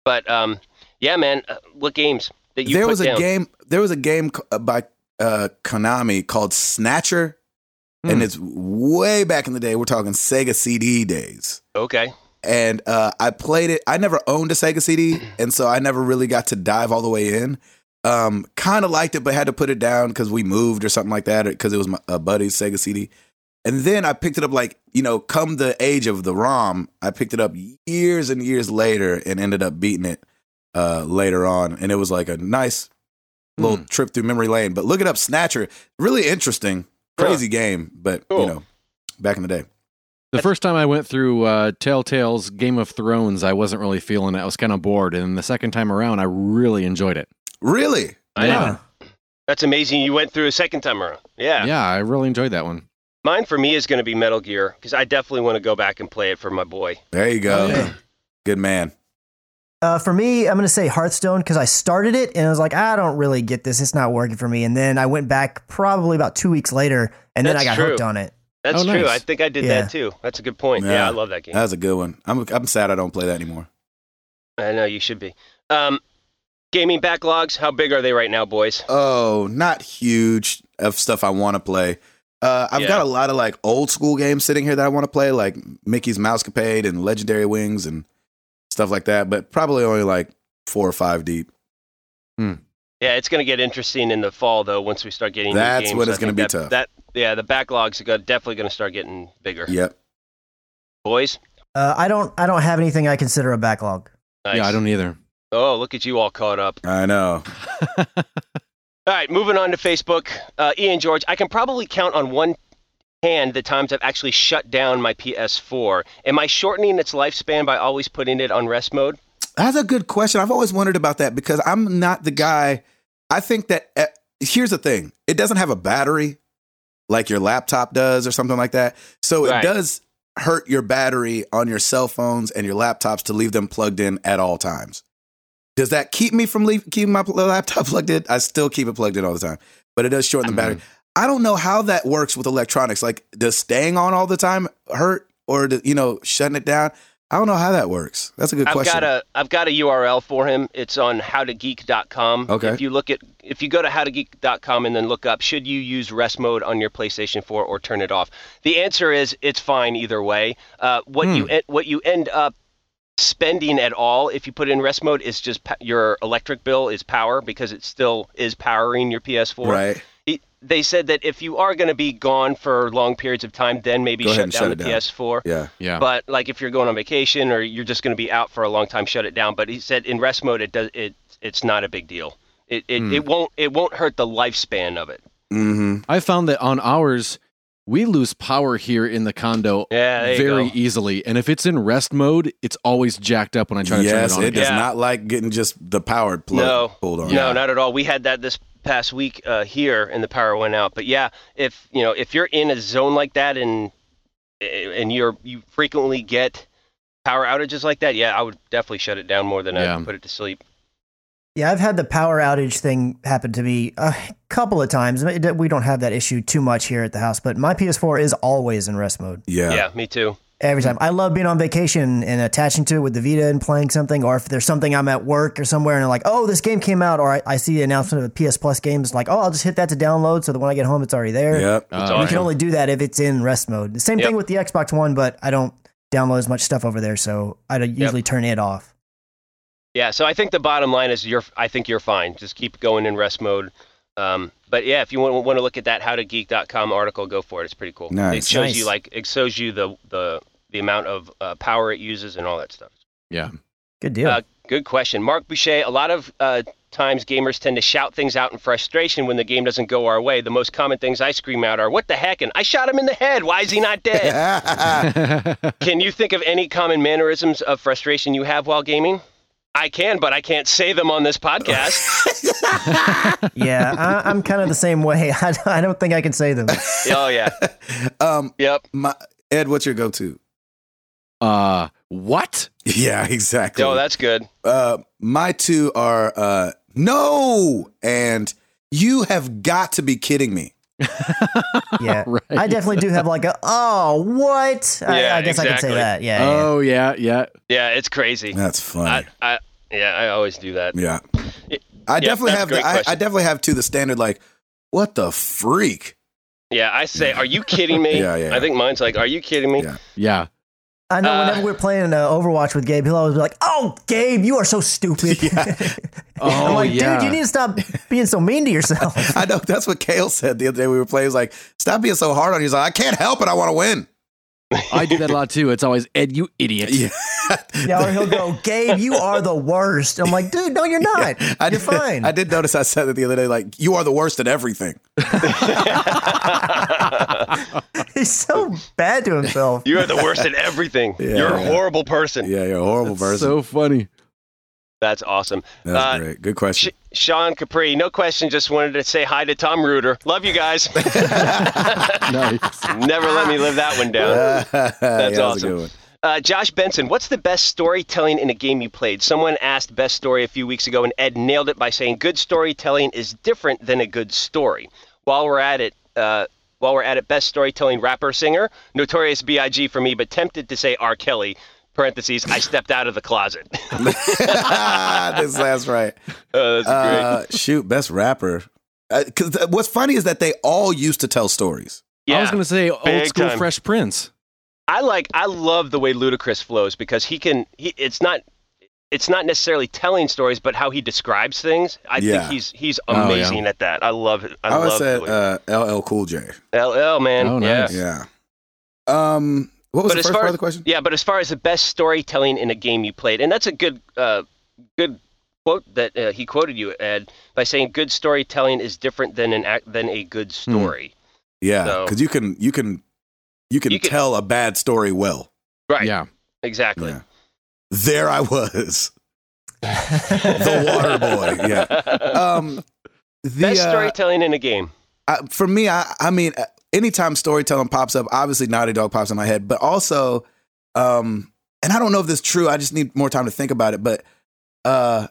[SPEAKER 3] but um, yeah, man, uh, what games that you
[SPEAKER 1] there
[SPEAKER 3] put
[SPEAKER 1] was a
[SPEAKER 3] down?
[SPEAKER 1] game. There was a game c- uh, by uh, Konami called Snatcher, and
[SPEAKER 4] Hmm.
[SPEAKER 1] it's way back in the day. We're talking Sega CD days.
[SPEAKER 3] Okay,
[SPEAKER 1] and uh, I played it. I never owned a Sega CD, and so I never really got to dive all the way in. Um, kind of liked it, but had to put it down because we moved or something like that, because it was my a buddy's Sega CD. And then I picked it up, like you know, come the age of the ROM, I picked it up years and years later, and ended up beating it uh, later on, and it was like a nice little trip through memory lane. But look it up, Snatcher, really interesting, crazy game, but
[SPEAKER 3] Cool.
[SPEAKER 1] you know, back in the day,
[SPEAKER 4] The first time I went through uh, Telltale's Game of Thrones, I wasn't really feeling it. I was kind of bored. And the second time around, I really enjoyed it.
[SPEAKER 1] really,
[SPEAKER 3] I
[SPEAKER 4] yeah.
[SPEAKER 3] know. that's amazing. You went through a second time around. Yeah,
[SPEAKER 4] Yeah, I really enjoyed that one.
[SPEAKER 3] mine for me is going to be Metal Gear because I definitely want to go back and play it for my boy.
[SPEAKER 1] there you go,
[SPEAKER 2] Okay.
[SPEAKER 1] good man.
[SPEAKER 2] Uh, for me, I'm going to say Hearthstone because I started it and I was like, I don't really get this. It's not working for me. And then I went back probably about two weeks later and then
[SPEAKER 3] That's
[SPEAKER 2] I got
[SPEAKER 3] true.
[SPEAKER 2] hooked on it.
[SPEAKER 3] That's
[SPEAKER 4] Oh,
[SPEAKER 3] true.
[SPEAKER 4] nice.
[SPEAKER 3] I think I did
[SPEAKER 2] Yeah.
[SPEAKER 3] that too. That's a good point. Yeah,
[SPEAKER 1] Yeah.
[SPEAKER 3] I love that game.
[SPEAKER 1] That was a good one. I'm I'm sad I don't play that anymore.
[SPEAKER 3] I know you should be. Um, gaming backlogs. How big are they right now, boys?
[SPEAKER 1] Oh, not huge of stuff I want to play. Uh, I've
[SPEAKER 3] Yeah.
[SPEAKER 1] got a lot of like old school games sitting here that I want to play, like Mickey's Mousecapade and Legendary Wings and stuff like that. But probably only like four or five deep.
[SPEAKER 3] Yeah, it's going to get interesting in the fall though. Once we start getting new
[SPEAKER 1] That's
[SPEAKER 3] games.
[SPEAKER 1] when
[SPEAKER 3] I
[SPEAKER 1] it's gonna
[SPEAKER 3] think
[SPEAKER 1] be
[SPEAKER 3] that-
[SPEAKER 1] tough.
[SPEAKER 3] That yeah, the backlogs are gonna, definitely going to start getting bigger.
[SPEAKER 1] Yep.
[SPEAKER 3] Boys,
[SPEAKER 2] Uh, I don't I don't have anything I consider a backlog.
[SPEAKER 3] nice.
[SPEAKER 4] Yeah, I don't either.
[SPEAKER 3] Oh, look at you all caught up.
[SPEAKER 1] I know.
[SPEAKER 3] All right, moving on to Facebook. Uh, Ian George, I can probably count on one hand the times I've actually shut down my PS4. Am I shortening its lifespan by always putting it on rest mode?
[SPEAKER 1] That's a good question. I've always wondered about that because I'm not the guy. I think that uh, here's the thing: it doesn't have a battery like your laptop does, or something like that. So it
[SPEAKER 3] Right.
[SPEAKER 1] does hurt your battery on your cell phones and your laptops to leave them plugged in at all times. Does that keep me from leave, keeping my pl- [LAUGHS] laptop plugged in? I still keep it plugged in all the time, but it does shorten the
[SPEAKER 3] Mm-hmm.
[SPEAKER 1] battery. I don't know how that works with electronics. Like, does staying on all the time hurt, or do, you know, shutting it down? I don't know how that works. That's a good
[SPEAKER 3] I've
[SPEAKER 1] question.
[SPEAKER 3] got a I've got a URL for him. It's on howtogeek.com.
[SPEAKER 1] Okay.
[SPEAKER 3] If you look at if you go to howtogeek.com and then look up should you use rest mode on your PlayStation 4 or turn it off? The answer is it's fine either way. Uh, what
[SPEAKER 1] Hmm.
[SPEAKER 3] you en- what you end up spending at all if you put it in rest mode is just pa- your electric bill is power because it still is powering your PS4.
[SPEAKER 1] right.
[SPEAKER 3] It- they said that if you are going to be gone for long periods of time, then maybe
[SPEAKER 1] Go ahead
[SPEAKER 3] shut
[SPEAKER 1] and
[SPEAKER 3] down
[SPEAKER 1] shut
[SPEAKER 3] the
[SPEAKER 1] it down.
[SPEAKER 3] PS4.
[SPEAKER 1] Yeah.
[SPEAKER 4] Yeah.
[SPEAKER 3] But like if you're going on vacation or you're just going to be out for a long time, shut it down. But he said in rest mode, it does it. It's not a big deal. It it,
[SPEAKER 4] Hmm.
[SPEAKER 3] it won't it won't hurt the lifespan of it.
[SPEAKER 1] Mm-hmm.
[SPEAKER 4] I found that on ours, we lose power here in the condo
[SPEAKER 3] Yeah, there you
[SPEAKER 4] very
[SPEAKER 3] go.
[SPEAKER 4] easily. And if it's in rest mode, it's always jacked up when I try to
[SPEAKER 1] yes,
[SPEAKER 4] turn it on.
[SPEAKER 1] it, does
[SPEAKER 3] Yeah.
[SPEAKER 1] not like getting just the powered plug
[SPEAKER 3] No.
[SPEAKER 1] pulled on.
[SPEAKER 3] No, not at all. We had that this past week uh, here, and the power went out. But yeah, if you know if you're in a zone like that and and you're you frequently get power outages like that, yeah, I would definitely shut it down more than I
[SPEAKER 4] Yeah.
[SPEAKER 3] would put it to sleep.
[SPEAKER 2] Yeah, I've had the power outage thing happen to me a couple of times. It- We don't have that issue too much here at the house, but my PS4 is always in rest mode
[SPEAKER 1] Yeah.
[SPEAKER 3] yeah me too.
[SPEAKER 2] every time. I love being on vacation and attaching to it with the Vita and playing something, or if there's something I'm at work or somewhere and I'm like, oh, this game came out, or I, I see the announcement of a PS Plus game, it's like, oh, I'll just hit that to download so that when I get home, it's already there.
[SPEAKER 1] Yep.
[SPEAKER 4] Uh,
[SPEAKER 2] And
[SPEAKER 3] It's all
[SPEAKER 2] You can
[SPEAKER 3] right.
[SPEAKER 2] only do that if it's in rest mode. The same
[SPEAKER 3] Yep.
[SPEAKER 2] thing with the Xbox One, but I don't download as much stuff over there, so I don't
[SPEAKER 3] Yep.
[SPEAKER 2] usually turn it off.
[SPEAKER 3] Yeah, so I think the bottom line is you're. I think you're fine. Just keep going in rest mode. Um, but yeah, if you want, want to look at that howtogeek.com article, go for it. It's pretty cool.
[SPEAKER 1] Nice.
[SPEAKER 3] It shows
[SPEAKER 2] Nice.
[SPEAKER 3] you like it shows you the the the amount of uh, power it uses and all that stuff.
[SPEAKER 4] yeah.
[SPEAKER 2] Good deal.
[SPEAKER 3] Uh, good question, Mark Boucher. A lot of uh, times gamers tend to shout things out in frustration when the game doesn't go our way. The most common things I scream out are, "What the heck?" and "I shot him in the head. Why is he
[SPEAKER 1] [LAUGHS]
[SPEAKER 3] not dead?"
[SPEAKER 4] [LAUGHS]
[SPEAKER 3] Can you think of any common mannerisms of frustration you have while gaming? I can, but I can't say them on this podcast.
[SPEAKER 2] yeah, I, I'm kind of the same way. [LAUGHS] I, I don't think I can say them.
[SPEAKER 3] [LAUGHS] oh yeah.
[SPEAKER 1] um,
[SPEAKER 3] Yep.
[SPEAKER 1] my, Ed, what's your go-to? [LAUGHS]
[SPEAKER 4] uh, what?
[SPEAKER 1] Yeah, exactly.
[SPEAKER 3] Oh, that's good.
[SPEAKER 1] uh, my two are uh, no, and you have got to be kidding me.
[SPEAKER 4] [LAUGHS]
[SPEAKER 2] Yeah.
[SPEAKER 4] Right.
[SPEAKER 2] I definitely do have like a oh what I,
[SPEAKER 3] Yeah,
[SPEAKER 2] I guess I could say
[SPEAKER 3] exactly.
[SPEAKER 2] that yeah, yeah.
[SPEAKER 4] Oh yeah, yeah.
[SPEAKER 3] Yeah, it's crazy.
[SPEAKER 1] That's funny.
[SPEAKER 3] I, I, yeah, I always do that.
[SPEAKER 1] yeah, I definitely
[SPEAKER 3] that's a
[SPEAKER 1] have.
[SPEAKER 3] great
[SPEAKER 1] The, I, I
[SPEAKER 3] question.
[SPEAKER 1] definitely have two. The standard like, what the freak? [LAUGHS]
[SPEAKER 3] Yeah, I say, are you kidding me?
[SPEAKER 1] Yeah, yeah,
[SPEAKER 3] I think mine's like, are you kidding me?
[SPEAKER 1] Yeah.
[SPEAKER 4] Yeah.
[SPEAKER 2] I know
[SPEAKER 3] uh,
[SPEAKER 2] whenever we're playing uh, Overwatch with Gabe he'll always be like oh Gabe you are so
[SPEAKER 4] [LAUGHS]
[SPEAKER 2] stupid
[SPEAKER 1] Yeah.
[SPEAKER 2] [LAUGHS] [LAUGHS]
[SPEAKER 4] Oh,
[SPEAKER 2] I'm like
[SPEAKER 4] yeah.
[SPEAKER 2] dude you need to stop being so mean to yourself
[SPEAKER 4] [LAUGHS]
[SPEAKER 1] I know that's what Kale said the other day. We were playing. He was like, stop being so hard on you. He's like, I can't help it. I want to win. [LAUGHS]
[SPEAKER 4] I do that a lot too. It's always Ed, you idiot.
[SPEAKER 1] Yeah.
[SPEAKER 2] yeah or he'll go Gabe you are the worst I'm like dude no you're
[SPEAKER 4] [LAUGHS]
[SPEAKER 2] not
[SPEAKER 1] I
[SPEAKER 2] you're
[SPEAKER 1] did, [LAUGHS]
[SPEAKER 2] fine
[SPEAKER 1] I did notice I said that the other day. Like, you are the worst at everything.
[SPEAKER 2] he's so bad to
[SPEAKER 4] [LAUGHS]
[SPEAKER 2] himself
[SPEAKER 3] [LAUGHS] You are the worst at everything.
[SPEAKER 1] Yeah.
[SPEAKER 3] You're a horrible person.
[SPEAKER 1] Yeah, you're a horrible
[SPEAKER 4] That's
[SPEAKER 1] person.
[SPEAKER 3] [LAUGHS]
[SPEAKER 4] so funny.
[SPEAKER 3] That's awesome.
[SPEAKER 1] That's
[SPEAKER 3] uh,
[SPEAKER 1] great. Good question.
[SPEAKER 3] Sh- Sean Capri, no question, just wanted to say hi to Tom Reuter. Love
[SPEAKER 1] [LAUGHS]
[SPEAKER 3] you guys.
[SPEAKER 4] Nice.
[SPEAKER 3] Never let me live that
[SPEAKER 1] [LAUGHS]
[SPEAKER 3] one down.
[SPEAKER 1] That's
[SPEAKER 3] awesome. [LAUGHS] Uh, Josh Benson, what's the best storytelling in a game you played? Someone asked best story a few weeks ago, and Ed nailed it by saying good storytelling is different than a good story. While we're at it, uh, while we're at it, best storytelling rapper singer, Notorious B.I.G. for me, but tempted to say R. Kelly. Parentheses. I stepped out of the closet. [LAUGHS]
[SPEAKER 1] [LAUGHS]
[SPEAKER 3] Uh,
[SPEAKER 1] this, that's right.
[SPEAKER 3] Oh, that's great.
[SPEAKER 1] Uh, shoot, best rapper. Because what's funny is that they all used to tell stories.
[SPEAKER 4] I
[SPEAKER 3] yeah,
[SPEAKER 4] was gonna say old
[SPEAKER 3] Big
[SPEAKER 4] school
[SPEAKER 3] time.
[SPEAKER 4] Fresh Prince.
[SPEAKER 3] I like. I love the way Ludacris flows because he can. He, it's not. It's not necessarily telling stories, but how he describes things. I
[SPEAKER 1] Yeah.
[SPEAKER 3] think he's he's
[SPEAKER 4] yeah.
[SPEAKER 3] amazing at that. I love it. I,
[SPEAKER 1] I, always
[SPEAKER 3] love
[SPEAKER 1] said
[SPEAKER 3] the way-
[SPEAKER 1] uh, LL Cool J.
[SPEAKER 3] LL man.
[SPEAKER 4] Oh,
[SPEAKER 3] yeah.
[SPEAKER 4] nice.
[SPEAKER 1] Yeah. Um, what was
[SPEAKER 3] But
[SPEAKER 1] the
[SPEAKER 3] as
[SPEAKER 1] first
[SPEAKER 3] far
[SPEAKER 1] part
[SPEAKER 3] as-
[SPEAKER 1] of the question?
[SPEAKER 3] Yeah, but as far as the best storytelling in a game you played, and that's a good uh, good quote that uh, he quoted you Ed by saying
[SPEAKER 4] Hmm.
[SPEAKER 3] good storytelling is different than an act, than a good story.
[SPEAKER 1] Yeah,
[SPEAKER 3] So-
[SPEAKER 1] because you can you can you can
[SPEAKER 3] You can-
[SPEAKER 1] tell a bad story well.
[SPEAKER 3] Right.
[SPEAKER 4] Yeah.
[SPEAKER 3] Exactly.
[SPEAKER 1] Yeah. There I was. [LAUGHS] The water boy,
[SPEAKER 3] [LAUGHS] Yeah.
[SPEAKER 1] Um, the,
[SPEAKER 3] Best
[SPEAKER 1] uh,
[SPEAKER 3] storytelling in a game. [LAUGHS]
[SPEAKER 1] I, for me, I, I mean, uh, anytime storytelling pops up, obviously Naughty Dog pops in my head, but also, um, and I don't know if this is true. I just need more time to think about it. But uh,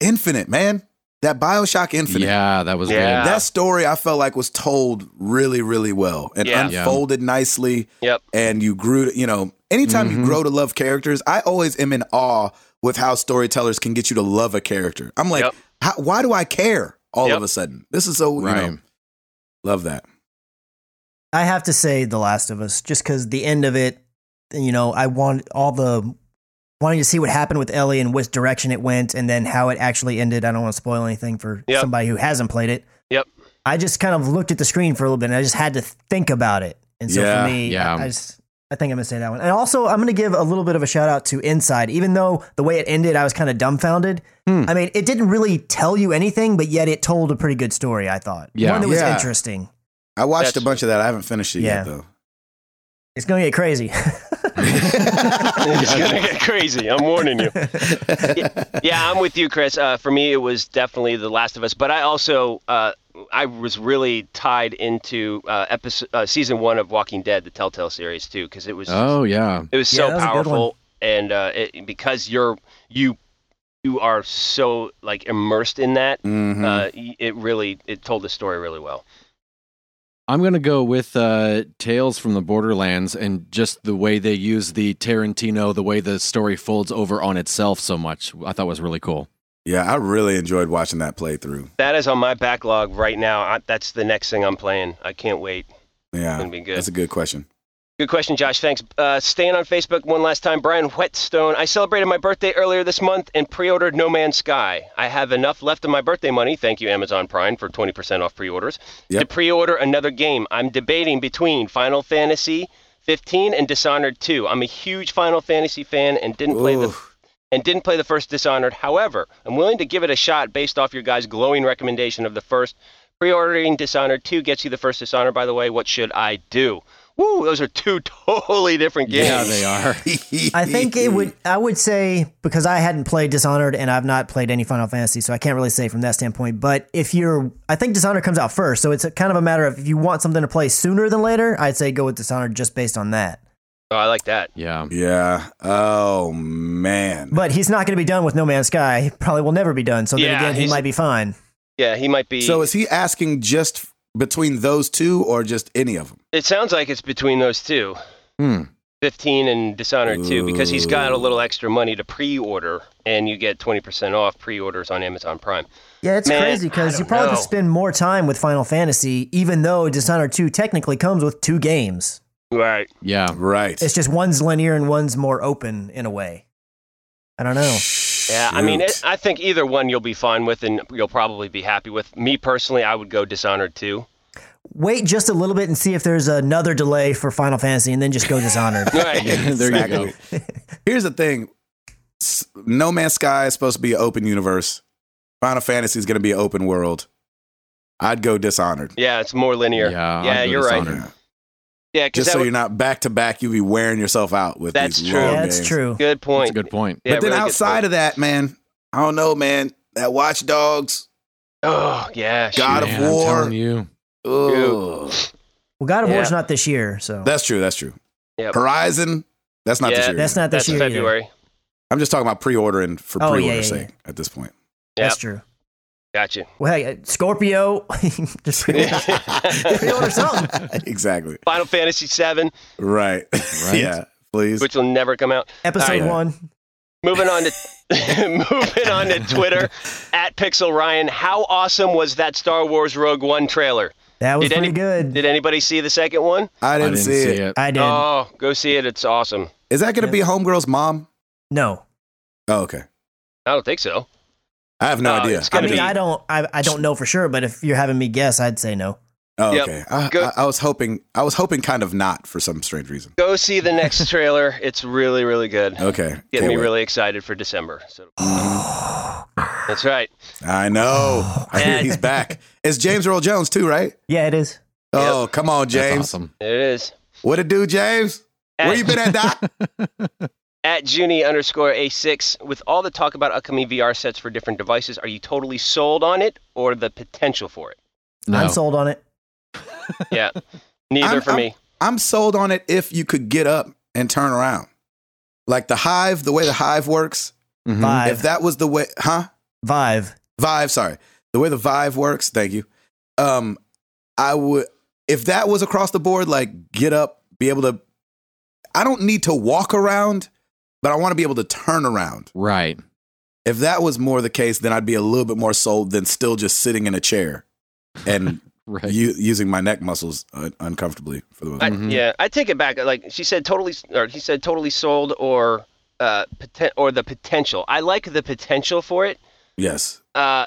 [SPEAKER 1] Infinite, man, that Bioshock Infinite,
[SPEAKER 4] Yeah, that was
[SPEAKER 3] Yeah.
[SPEAKER 1] that story, I felt like was told really, really well and
[SPEAKER 3] Yeah.
[SPEAKER 4] Yeah.
[SPEAKER 1] unfolded nicely.
[SPEAKER 3] Yep.
[SPEAKER 1] And you grew, to, you know, anytime you
[SPEAKER 2] Mm-hmm.
[SPEAKER 4] Mhm.
[SPEAKER 1] grow to love characters, I always am in awe with how storytellers can get you to love a character. I'm like,
[SPEAKER 3] Yep.
[SPEAKER 1] how, why do I care all
[SPEAKER 3] Yep.
[SPEAKER 1] of a sudden? This is so,
[SPEAKER 4] good.
[SPEAKER 1] you
[SPEAKER 4] Right.
[SPEAKER 1] know, love that.
[SPEAKER 2] I have to say The Last of Us, just because the end of it, you know, I want all the wanting to see what happened with Ellie and which direction it went and then how it actually ended. I don't want to spoil anything for
[SPEAKER 3] Yep.
[SPEAKER 2] somebody who hasn't played it.
[SPEAKER 3] Yep.
[SPEAKER 2] I just kind of looked at the screen for a little bit and I just had to think about it. And so
[SPEAKER 1] Yeah,
[SPEAKER 2] for me,
[SPEAKER 4] yeah.
[SPEAKER 2] I, I just I think I'm gonna say that one. And also I'm gonna give a little bit of a shout out to Inside, even though the way it ended I was kind of dumbfounded.
[SPEAKER 4] Hmm.
[SPEAKER 2] I mean, it didn't really tell you anything, but yet it told a pretty good story, I thought.
[SPEAKER 4] Yeah.
[SPEAKER 2] One that was
[SPEAKER 1] Yeah.
[SPEAKER 2] interesting.
[SPEAKER 1] I watched
[SPEAKER 3] That's-
[SPEAKER 1] a bunch of that. I haven't finished it
[SPEAKER 2] Yeah.
[SPEAKER 1] yet
[SPEAKER 3] [LAUGHS]
[SPEAKER 1] though.
[SPEAKER 2] It's gonna get crazy. [LAUGHS]
[SPEAKER 3] It's gonna get crazy. I'm warning you. yeah, I'm with you, Chris. Uh, for me, it was definitely The Last of Us, but I also uh, I was really tied into uh, episode uh, season one of Walking Dead, the Telltale series too, because it was
[SPEAKER 4] Oh yeah.
[SPEAKER 3] it was
[SPEAKER 2] Yeah,
[SPEAKER 3] so
[SPEAKER 2] that was a good
[SPEAKER 3] powerful, and uh, it, because you're you you are so like immersed in that,
[SPEAKER 1] Mhm.
[SPEAKER 3] uh,
[SPEAKER 2] Mm-hmm.
[SPEAKER 3] y- it really it told the story really well.
[SPEAKER 4] I'm gonna go with uh, Tales from the Borderlands and just the way they use the Tarantino, the way the story folds over on itself so much. I thought was
[SPEAKER 1] [LAUGHS]
[SPEAKER 4] really cool.
[SPEAKER 1] yeah, I really enjoyed watching that playthrough.
[SPEAKER 3] That is on my backlog right now. I, that's the next thing I'm playing. I can't wait. It's
[SPEAKER 1] Yeah,
[SPEAKER 3] gonna be good.
[SPEAKER 1] that's a good question.
[SPEAKER 3] Good question, Josh. Thanks. Uh, staying on Facebook one last time, Brian Whetstone. I celebrated my birthday earlier this month and pre ordered No Man's Sky. I have enough left of my birthday money, thank you, Amazon Prime, for 20% off pre orders, to
[SPEAKER 1] Yep.
[SPEAKER 3] pre order another game. I'm debating between Final Fantasy 15 and Dishonored 2. I'm a huge Final Fantasy fan and didn't play the
[SPEAKER 1] Oof.
[SPEAKER 3] and didn't play the first Dishonored. However, I'm willing to give it a shot based off your guys' glowing recommendation of the first. Pre-ordering Dishonored 2 gets you the first Dishonored, by the way. What should I do? Woo, those are two [LAUGHS] totally different games.
[SPEAKER 4] Yeah, they are.
[SPEAKER 2] [LAUGHS] I think it would. I would say because I hadn't played Dishonored and I've not played any Final Fantasy, so I can't really say from that standpoint. But if you're, I think Dishonored comes out first, so it's a, kind of a matter of if you want something to play sooner than later. I'd say go with Dishonored just based on that.
[SPEAKER 3] Oh, I like that.
[SPEAKER 4] Yeah.
[SPEAKER 1] [LAUGHS] Yeah. Oh man.
[SPEAKER 2] But he's not going to be done with No Man's Sky. He Probably will never be done. So
[SPEAKER 3] Yeah,
[SPEAKER 2] then again, he
[SPEAKER 3] he's-
[SPEAKER 2] might be fine.
[SPEAKER 3] Yeah, he might be.
[SPEAKER 1] So is he asking just between those two, or just any of them?
[SPEAKER 3] it sounds like it's between those two,
[SPEAKER 4] Hmm.
[SPEAKER 3] 15 and Dishonored 2, because he's got a little extra money to pre-order, and you get 20% off pre-orders on Amazon Prime.
[SPEAKER 2] Yeah, it's
[SPEAKER 3] Man,
[SPEAKER 2] crazy
[SPEAKER 3] I
[SPEAKER 2] because you
[SPEAKER 3] don't
[SPEAKER 2] probably
[SPEAKER 3] know.
[SPEAKER 2] could spend more time with Final Fantasy, even though Dishonored two technically comes with two games.
[SPEAKER 3] Right.
[SPEAKER 4] Yeah.
[SPEAKER 1] Right.
[SPEAKER 2] It's just one's linear and one's more open in a way. I don't know.
[SPEAKER 3] Yeah, I mean, it,
[SPEAKER 1] Shoot.
[SPEAKER 3] I think either one you'll be fine with, and you'll probably be happy with. Me personally, I would go Dishonored 2.
[SPEAKER 2] wait just a little bit and see if there's another delay for Final Fantasy and then just go
[SPEAKER 1] [LAUGHS]
[SPEAKER 2] Dishonored.
[SPEAKER 3] Right.
[SPEAKER 4] Yeah, there you go.
[SPEAKER 1] Exactly. Here's the thing: S- No Man's Sky is supposed to be an open universe. Final Fantasy is going to be an open world. I'd go Dishonored.
[SPEAKER 3] Yeah, it's more linear.
[SPEAKER 4] Yeah,
[SPEAKER 3] yeah
[SPEAKER 4] I'd go
[SPEAKER 3] you're right.
[SPEAKER 4] Dishonored.
[SPEAKER 3] Yeah,
[SPEAKER 1] Just
[SPEAKER 3] because that
[SPEAKER 1] so
[SPEAKER 3] would-
[SPEAKER 1] you're not back to back, you'll be wearing yourself out with
[SPEAKER 3] That's
[SPEAKER 1] these
[SPEAKER 3] true.
[SPEAKER 1] long
[SPEAKER 2] yeah, that's
[SPEAKER 1] games.
[SPEAKER 2] true.
[SPEAKER 3] good point.
[SPEAKER 4] That's a good point.
[SPEAKER 3] Yeah,
[SPEAKER 1] but then
[SPEAKER 3] really good
[SPEAKER 1] outside
[SPEAKER 3] point.
[SPEAKER 1] of that, man, I don't know, man. That Watch Dogs,
[SPEAKER 3] oh yeah, shoot.
[SPEAKER 1] God
[SPEAKER 4] Man,
[SPEAKER 1] of
[SPEAKER 4] I'm
[SPEAKER 1] War. [LAUGHS]
[SPEAKER 4] telling you.
[SPEAKER 1] Ugh.
[SPEAKER 2] Well, God of
[SPEAKER 3] Yeah.
[SPEAKER 2] War's not this year, so
[SPEAKER 1] That's true. That's true.
[SPEAKER 3] Yep.
[SPEAKER 1] Horizon. That's not
[SPEAKER 3] Yeah.
[SPEAKER 1] this year.
[SPEAKER 2] that's not this
[SPEAKER 3] that's
[SPEAKER 2] year. either.
[SPEAKER 3] February.
[SPEAKER 1] I'm just talking about pre-ordering for
[SPEAKER 2] Oh,
[SPEAKER 1] pre-order
[SPEAKER 2] yeah, yeah,
[SPEAKER 1] sake at this point. [LAUGHS]
[SPEAKER 2] That's true.
[SPEAKER 3] Gotcha. [LAUGHS]
[SPEAKER 2] Well, hey, uh, Scorpio, [LAUGHS]
[SPEAKER 1] [LAUGHS]
[SPEAKER 2] just pre-order pre-order something.
[SPEAKER 1] exactly.
[SPEAKER 3] Final Fantasy VII,
[SPEAKER 1] Right. [LAUGHS]
[SPEAKER 4] Right?
[SPEAKER 1] yeah. Please.
[SPEAKER 3] which will never come out.
[SPEAKER 2] Episode
[SPEAKER 1] yeah.
[SPEAKER 2] one.
[SPEAKER 3] Moving on to [LAUGHS] moving on to Twitter at Pixel Ryan. How awesome was that Star Wars Rogue One trailer?
[SPEAKER 2] That was
[SPEAKER 3] Did
[SPEAKER 2] pretty
[SPEAKER 3] any-
[SPEAKER 2] good.
[SPEAKER 3] Did anybody see the second one?
[SPEAKER 1] I didn't, see, it. Is
[SPEAKER 4] it.
[SPEAKER 2] I did.
[SPEAKER 3] Oh, go see it. It's awesome.
[SPEAKER 1] that going to
[SPEAKER 2] Yeah.
[SPEAKER 1] be Homegirl's mom?
[SPEAKER 2] no,
[SPEAKER 1] Oh, okay.
[SPEAKER 3] I don't think so.
[SPEAKER 1] I have no
[SPEAKER 3] No,
[SPEAKER 1] idea.
[SPEAKER 3] it's
[SPEAKER 2] I
[SPEAKER 3] gonna
[SPEAKER 2] mean
[SPEAKER 3] be-
[SPEAKER 2] I don't. I, I don't know for sure, but if you're having me guess, I'd say no.
[SPEAKER 1] oh,
[SPEAKER 3] Yep.
[SPEAKER 1] okay. I,
[SPEAKER 3] Go-
[SPEAKER 1] I, I was hoping. I was hoping kind of not for some strange reason.
[SPEAKER 3] Go see the
[SPEAKER 1] [LAUGHS]
[SPEAKER 3] next trailer. It's really, really good.
[SPEAKER 1] Okay.
[SPEAKER 3] Getting
[SPEAKER 1] Can't
[SPEAKER 3] me
[SPEAKER 1] wait.
[SPEAKER 3] really excited for December. So that's right.
[SPEAKER 1] I
[SPEAKER 2] [SIGHS]
[SPEAKER 1] know. I hear
[SPEAKER 3] man.
[SPEAKER 1] he's back. It's James Earl Jones too, right?
[SPEAKER 2] Yeah, it is.
[SPEAKER 1] Oh, come on,
[SPEAKER 4] That's
[SPEAKER 1] James.
[SPEAKER 4] awesome.
[SPEAKER 3] It is.
[SPEAKER 1] What it do, James? Where you been at,
[SPEAKER 2] [LAUGHS]
[SPEAKER 1] Doc?
[SPEAKER 3] at Junie underscore A6, with all the talk about upcoming VR sets for different devices, are you totally sold on it or the potential for it?
[SPEAKER 4] No.
[SPEAKER 2] I'm sold on it.
[SPEAKER 1] [LAUGHS]
[SPEAKER 3] Yeah. Neither
[SPEAKER 1] I'm-
[SPEAKER 3] for me.
[SPEAKER 1] I'm sold on it if you could get up and turn around. Like the hive, the way the hive works,
[SPEAKER 4] Mhm.
[SPEAKER 2] Vive.
[SPEAKER 1] Mm-hmm. if that was the way, huh?
[SPEAKER 2] Vive.
[SPEAKER 1] Vive, sorry. The way the Vive works, thank you. Um, I would if that was across the board, like get up, be able to I don't need to walk around, but I want to be able to turn around.
[SPEAKER 4] Right.
[SPEAKER 1] If that was more the case, then I'd be a little bit more sold than still just sitting in a chair and
[SPEAKER 4] Right.
[SPEAKER 1] u- using my neck muscles un- uncomfortably for the most
[SPEAKER 3] I,
[SPEAKER 1] part.
[SPEAKER 4] Mhm.
[SPEAKER 3] Yeah, I take it back. Like she said, totally, or he said, totally sold or uh, poten- or the potential. I like the potential for it.
[SPEAKER 1] Yes.
[SPEAKER 3] Uh,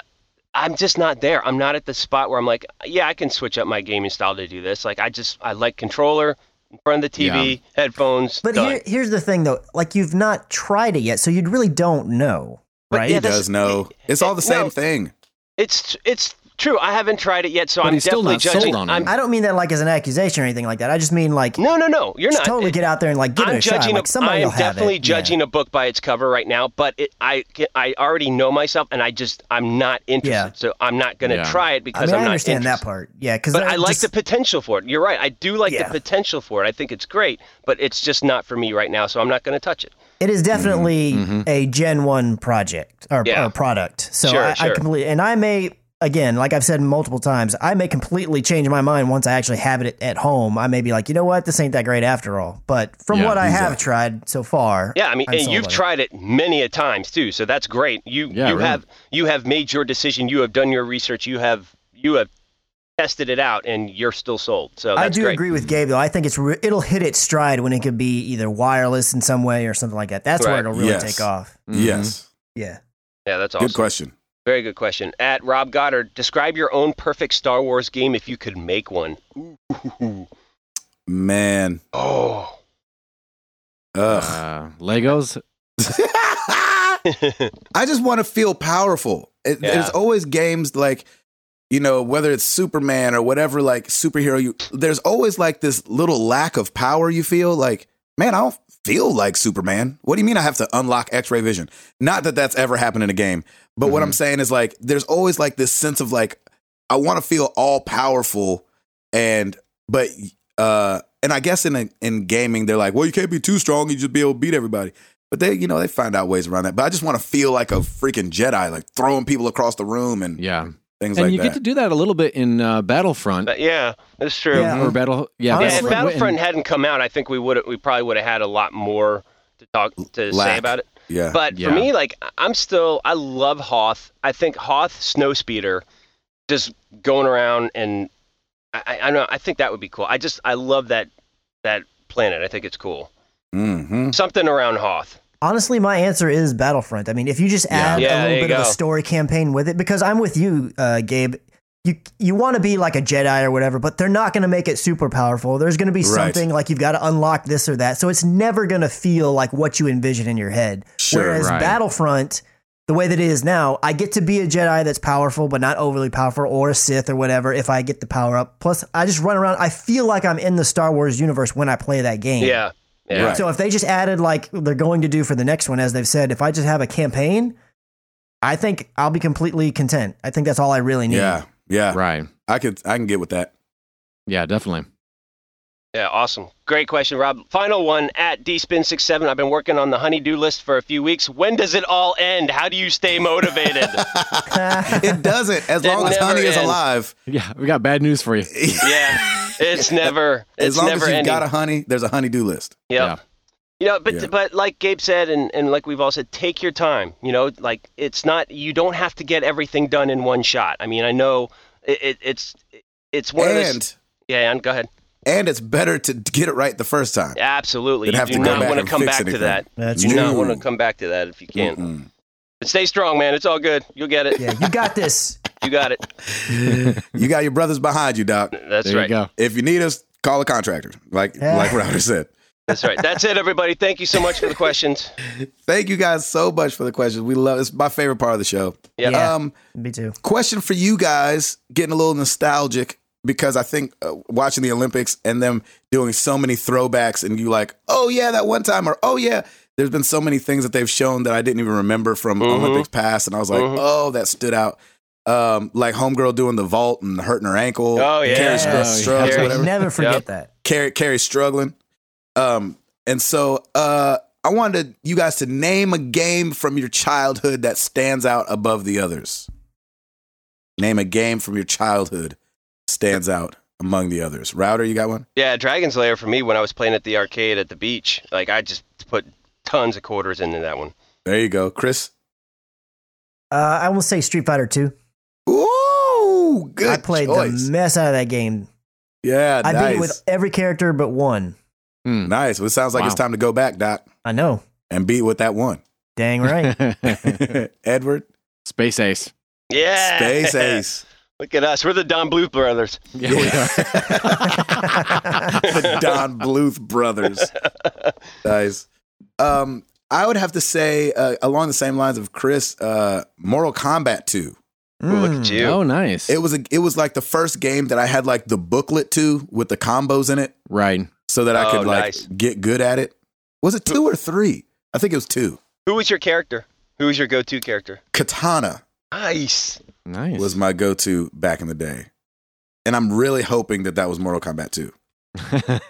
[SPEAKER 3] I'm just not there. I'm not at the spot where I'm like, yeah, I can switch up my gaming style to do this. Like I just, I like controller in front of the TV, headphones.
[SPEAKER 2] But
[SPEAKER 3] done.
[SPEAKER 2] here, here's the thing, though. Like, you've not tried it yet, so you really don't know,
[SPEAKER 3] But
[SPEAKER 2] right?
[SPEAKER 3] yeah,
[SPEAKER 1] He
[SPEAKER 3] that's-
[SPEAKER 1] does know. It's all the same
[SPEAKER 3] No.
[SPEAKER 1] thing.
[SPEAKER 3] it's it's true. I haven't tried it yet, so
[SPEAKER 4] But
[SPEAKER 3] I'm
[SPEAKER 4] he's still
[SPEAKER 3] definitely
[SPEAKER 4] not sold
[SPEAKER 3] judging.
[SPEAKER 4] on it.
[SPEAKER 3] I'm,
[SPEAKER 2] I don't mean that like as an accusation or anything like that. I just mean like
[SPEAKER 3] no, no, no. You're
[SPEAKER 2] just
[SPEAKER 3] not
[SPEAKER 2] totally
[SPEAKER 3] it-
[SPEAKER 2] get out there and like give it
[SPEAKER 3] I'm
[SPEAKER 2] a shot.
[SPEAKER 3] judging.
[SPEAKER 2] Like somebody
[SPEAKER 3] I'm
[SPEAKER 2] will have
[SPEAKER 3] definitely
[SPEAKER 2] it.
[SPEAKER 3] judging a book by its cover right now, but it, I I already know myself, and I just I'm not interested.
[SPEAKER 2] Yeah.
[SPEAKER 3] So I'm not going to
[SPEAKER 4] Yeah.
[SPEAKER 3] try it
[SPEAKER 2] Yeah.
[SPEAKER 3] because
[SPEAKER 2] I mean,
[SPEAKER 3] am
[SPEAKER 2] I
[SPEAKER 3] not
[SPEAKER 2] understand
[SPEAKER 3] interested.
[SPEAKER 2] that part. Yeah, because
[SPEAKER 3] But I like
[SPEAKER 2] just,
[SPEAKER 3] the potential for it. You're right. I do like
[SPEAKER 2] Yeah.
[SPEAKER 3] the potential for it. I think it's great, but it's just not for me right now. So I'm not going to touch it.
[SPEAKER 2] It is definitely
[SPEAKER 4] Mhm.
[SPEAKER 2] a Gen One project or,
[SPEAKER 3] Mm-hmm. Yeah.
[SPEAKER 2] or product. So
[SPEAKER 3] Sure,
[SPEAKER 2] I,
[SPEAKER 3] sure.
[SPEAKER 2] I completely and I may again, like I've said multiple times, I may completely change my mind once I actually have it at home. I may be like, you know what, this ain't that great after all. But from
[SPEAKER 4] Yeah,
[SPEAKER 2] what I have
[SPEAKER 1] exactly.
[SPEAKER 2] tried so far,
[SPEAKER 3] Yeah, I mean,
[SPEAKER 2] I'm
[SPEAKER 3] and
[SPEAKER 2] sold
[SPEAKER 3] you've
[SPEAKER 2] on it.
[SPEAKER 3] tried it many a times too, so that's great. You
[SPEAKER 4] Yeah,
[SPEAKER 3] you
[SPEAKER 4] really.
[SPEAKER 3] have you have made your decision. You have done your research. You have you have tested it out, and you're still sold. So Oh, that's
[SPEAKER 2] I do
[SPEAKER 3] great.
[SPEAKER 2] agree with Gabe though. I think it's re- it'll hit its stride when it could be either wireless in some way or something like that. That's
[SPEAKER 3] Right. Mm.
[SPEAKER 2] where it'll really
[SPEAKER 1] Yes.
[SPEAKER 2] take off.
[SPEAKER 4] Mhm.
[SPEAKER 1] Yes.
[SPEAKER 2] Yeah.
[SPEAKER 3] Yeah, that's awesome.
[SPEAKER 1] Good question.
[SPEAKER 3] Very good question. At Rob Goddard, describe your own perfect Star Wars game if you could make one.
[SPEAKER 2] [LAUGHS]
[SPEAKER 1] Man.
[SPEAKER 3] Oh.
[SPEAKER 4] [LAUGHS]
[SPEAKER 1] Ugh. [LAUGHS]
[SPEAKER 4] Uh, Legos.
[SPEAKER 1] I just want to feel powerful. It,
[SPEAKER 3] Yeah.
[SPEAKER 1] There's always games like, you know, whether it's Superman or whatever, like superhero. You there's always like this little lack of power you feel. Like, man, I don't feel like Superman. What do you mean I have to unlock X-ray vision? Not that that's ever happened in a game, but what I'm saying is like, there's always like this sense of like, I want to feel all powerful, and but uh, and I guess in in gaming they're like, well, you can't be too strong. You just be able to beat everybody. But they, you know, they find out ways around that. But I just want to feel like a freaking Jedi, like throwing people across the room and
[SPEAKER 4] Yeah.
[SPEAKER 1] things
[SPEAKER 4] and
[SPEAKER 1] like
[SPEAKER 4] you
[SPEAKER 1] that.
[SPEAKER 4] get to do that a little bit in uh,
[SPEAKER 3] [LAUGHS]
[SPEAKER 4] Battlefront
[SPEAKER 3] But yeah, that's
[SPEAKER 2] Yeah.
[SPEAKER 3] true. Yeah,
[SPEAKER 1] mm-hmm.
[SPEAKER 4] or Battle. Yeah.
[SPEAKER 2] Honestly-
[SPEAKER 3] if
[SPEAKER 2] Battlefront-
[SPEAKER 3] Battlefront hadn't come out, I think we would we probably would have had a lot more to talk to
[SPEAKER 1] Lack. uh,
[SPEAKER 3] say about it.
[SPEAKER 1] yeah,
[SPEAKER 3] But
[SPEAKER 4] Yeah.
[SPEAKER 3] for me, like I'm still I love Hoth. I think Hoth Snowspeeder, just going around and I, I, I don't know. I think that would be cool. I just I love that that planet. I think it's cool.
[SPEAKER 1] hmm
[SPEAKER 3] Something around Hoth.
[SPEAKER 2] Honestly, my answer is Battlefront. I mean, if you just add
[SPEAKER 3] Yeah,
[SPEAKER 2] a
[SPEAKER 3] there you
[SPEAKER 2] little bit of
[SPEAKER 3] go.
[SPEAKER 2] a story campaign with it, because I'm with you, uh, Gabe. You you want to be like a Jedi or whatever, but they're not going to make it super powerful. There's going to be
[SPEAKER 1] Right.
[SPEAKER 2] something like you've got to unlock this or that, so it's never going to feel like what you envision in your head.
[SPEAKER 1] Sure,
[SPEAKER 2] Whereas
[SPEAKER 4] right.
[SPEAKER 2] Battlefront, the way that it is now, I get to be a Jedi that's powerful but not overly powerful, or a Sith or whatever if I get the power up. Plus, I just run around. I feel like I'm in the Star Wars universe when I play that game.
[SPEAKER 3] Yeah. Yeah.
[SPEAKER 1] Right.
[SPEAKER 2] So if they just added like they're going to do for the next one, as they've said, if I just have a campaign, I think I'll be completely content. I think that's all I really need.
[SPEAKER 1] yeah, yeah.
[SPEAKER 4] Right.
[SPEAKER 1] I could, I can get with
[SPEAKER 2] [LAUGHS]
[SPEAKER 1] that.
[SPEAKER 4] Yeah, definitely. [LAUGHS]
[SPEAKER 3] Yeah, awesome. Great question, Rob. Final one at dspin67. I've been working on the honeydew list for a few weeks. When does it all end? How do you stay motivated?
[SPEAKER 1] It doesn't, as
[SPEAKER 3] It
[SPEAKER 1] long as
[SPEAKER 3] never
[SPEAKER 1] Honey is
[SPEAKER 3] ends.
[SPEAKER 1] alive.
[SPEAKER 4] Yeah, we got bad news for you.
[SPEAKER 3] yeah, it's never.
[SPEAKER 1] [LAUGHS] as
[SPEAKER 3] it's
[SPEAKER 1] long as
[SPEAKER 3] never
[SPEAKER 1] you've
[SPEAKER 3] ending.
[SPEAKER 1] got a honey, there's a honey-do list.
[SPEAKER 3] Yep.
[SPEAKER 4] Yeah.
[SPEAKER 3] You know, but
[SPEAKER 1] Yeah.
[SPEAKER 3] but like Gabe said, and, and like we've all said, take your time. You know, like it's not you don't have to get everything done in one shot. I mean, I know it, it, it's it's one of those.
[SPEAKER 1] And
[SPEAKER 3] Yeah, and go ahead.
[SPEAKER 1] and it's better to get it right the first time.
[SPEAKER 3] Absolutely,
[SPEAKER 1] Than
[SPEAKER 3] you
[SPEAKER 1] have
[SPEAKER 3] do
[SPEAKER 1] to go
[SPEAKER 3] not
[SPEAKER 1] back
[SPEAKER 3] want to
[SPEAKER 1] and
[SPEAKER 3] come
[SPEAKER 1] fix
[SPEAKER 3] back to
[SPEAKER 1] anything.
[SPEAKER 3] that.
[SPEAKER 2] That's
[SPEAKER 3] Do
[SPEAKER 1] No.
[SPEAKER 3] not want to come back to that if you can.
[SPEAKER 1] Mm-mm.
[SPEAKER 3] But stay strong, man. It's all good. You'll get it.
[SPEAKER 2] Yeah, you got this. [LAUGHS]
[SPEAKER 3] You got it.
[SPEAKER 1] You got your brothers behind you, Doc.
[SPEAKER 3] That's
[SPEAKER 4] there
[SPEAKER 3] right.
[SPEAKER 4] you go.
[SPEAKER 1] If you need us, call a contractor, like
[SPEAKER 2] Yeah.
[SPEAKER 1] like Router said.
[SPEAKER 3] That's right. That's it, everybody. Thank you so much for the
[SPEAKER 1] [LAUGHS]
[SPEAKER 3] questions.
[SPEAKER 1] Thank you guys so much for the questions. We love it's my favorite part of the show.
[SPEAKER 3] Yeah.
[SPEAKER 2] Yeah.
[SPEAKER 1] Um,
[SPEAKER 2] Me too.
[SPEAKER 1] question for you guys, getting a little nostalgic. because I think uh, watching the Olympics and them doing so many throwbacks, and you like, oh yeah, that one time, or oh yeah, there's been so many things that they've shown that I didn't even remember from
[SPEAKER 3] Mhm.
[SPEAKER 1] Olympics past, and I was like,
[SPEAKER 3] Mhm.
[SPEAKER 1] oh, that stood out. Um, like homegirl doing the vault and hurting her ankle.
[SPEAKER 3] Oh, yeah.
[SPEAKER 1] Carrie Str-
[SPEAKER 2] Oh, yeah.
[SPEAKER 1] Struggs,
[SPEAKER 3] Carrie-
[SPEAKER 1] whatever.
[SPEAKER 2] Never forget
[SPEAKER 3] Yep.
[SPEAKER 2] that.
[SPEAKER 1] Carrie, Carrie's struggling. Um, and so uh, I wanted you guys to name a game from your childhood that stands out above the others. Name a game from your childhood stands out among the others. Router, you got one?
[SPEAKER 3] Yeah, Dragon Slayer for me when I was playing at the arcade at the beach. Like I just put tons of quarters into that one.
[SPEAKER 1] There you go, Chris.
[SPEAKER 2] Uh, I will say Street Fighter Two.
[SPEAKER 1] Ooh, good
[SPEAKER 2] I played
[SPEAKER 1] choice.
[SPEAKER 2] the mess out of that game.
[SPEAKER 1] yeah,
[SPEAKER 2] I
[SPEAKER 1] nice.
[SPEAKER 2] beat it with every character but one.
[SPEAKER 4] Hmm.
[SPEAKER 1] nice. Well, it sounds like it's
[SPEAKER 4] Wow.
[SPEAKER 1] time to go back, Doc,
[SPEAKER 2] I know.
[SPEAKER 1] and beat with that one. [LAUGHS]
[SPEAKER 2] Dang
[SPEAKER 3] [LAUGHS]
[SPEAKER 2] right.
[SPEAKER 1] Edward,
[SPEAKER 4] [LAUGHS] Space Ace.
[SPEAKER 3] Yeah. [LAUGHS]
[SPEAKER 1] Space Ace.
[SPEAKER 3] Look at us. We're the Don Bluth brothers. [LAUGHS]
[SPEAKER 4] Yeah, we are.
[SPEAKER 1] [LAUGHS]
[SPEAKER 4] [LAUGHS]
[SPEAKER 1] the Don Bluth brothers. Nice. Um, I would have to say, uh, along the same lines of Chris, uh, Mortal Kombat 2.
[SPEAKER 3] Ooh, look
[SPEAKER 2] Hmm.
[SPEAKER 3] at you.
[SPEAKER 4] Oh, nice.
[SPEAKER 1] It Hmm, was a, it was like the first game that I had like the booklet to with the combos in it,
[SPEAKER 4] right.
[SPEAKER 1] so that I
[SPEAKER 3] Oh,
[SPEAKER 1] could like
[SPEAKER 3] nice.
[SPEAKER 1] get good at it. Was it two or three? I think it was two.
[SPEAKER 3] Who was your character? Who was your go-to character?
[SPEAKER 1] Katana
[SPEAKER 3] Nice.
[SPEAKER 4] Nice. [LAUGHS]
[SPEAKER 1] was my go-to back in the day, and I'm really hoping that that was Mortal Kombat 2.
[SPEAKER 3] Hashtag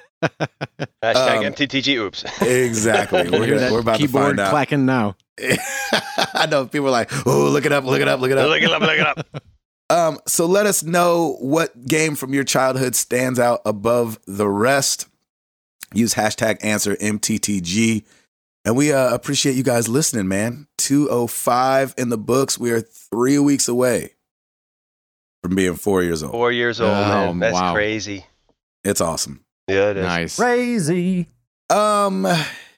[SPEAKER 1] Um,
[SPEAKER 3] MTTG. Oops. [LAUGHS]
[SPEAKER 1] Exactly.
[SPEAKER 4] You
[SPEAKER 1] We're,
[SPEAKER 4] hear
[SPEAKER 1] gonna-
[SPEAKER 4] that
[SPEAKER 1] we're about to
[SPEAKER 4] keyboard
[SPEAKER 1] find out.
[SPEAKER 4] clacking now.
[SPEAKER 1] [LAUGHS] I know people are like, "Oh, look it up, look it up, look it up."
[SPEAKER 3] look it up. Look it up.
[SPEAKER 1] Um, so let us know what game from your childhood stands out above the rest. Use hashtag answer MTTG. And we uh, appreciate you guys listening, man. 205 in the books. We are three weeks away from being four years old.
[SPEAKER 3] Four years old,
[SPEAKER 4] Um,
[SPEAKER 1] Oh,
[SPEAKER 3] man. That's
[SPEAKER 4] wow.
[SPEAKER 3] crazy.
[SPEAKER 1] It's awesome.
[SPEAKER 3] Yeah, it is.
[SPEAKER 4] Nice.
[SPEAKER 2] Crazy.
[SPEAKER 1] Um,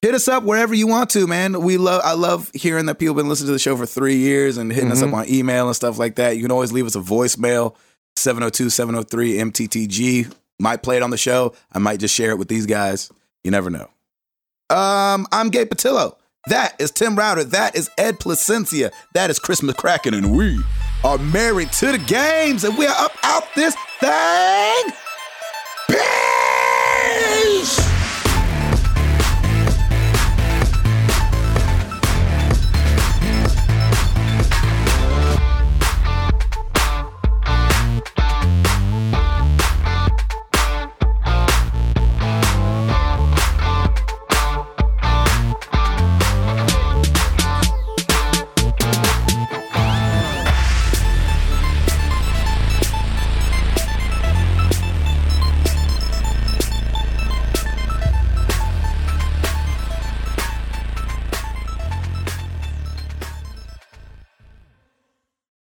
[SPEAKER 1] hit us up wherever you want to, man. We love. I love hearing that people been listening to the show for three years and hitting us
[SPEAKER 4] Mhm.
[SPEAKER 1] up on email and stuff like that. You can always leave us a voicemail 702-703-MTTG. Might play it on the show. I might just share it with these guys. You never know. Um, I'm Gabe Patillo. That is Tim Router. That is Ed Placencia. That is Chris McCracken, and we are married to the games, and we are up out this thing.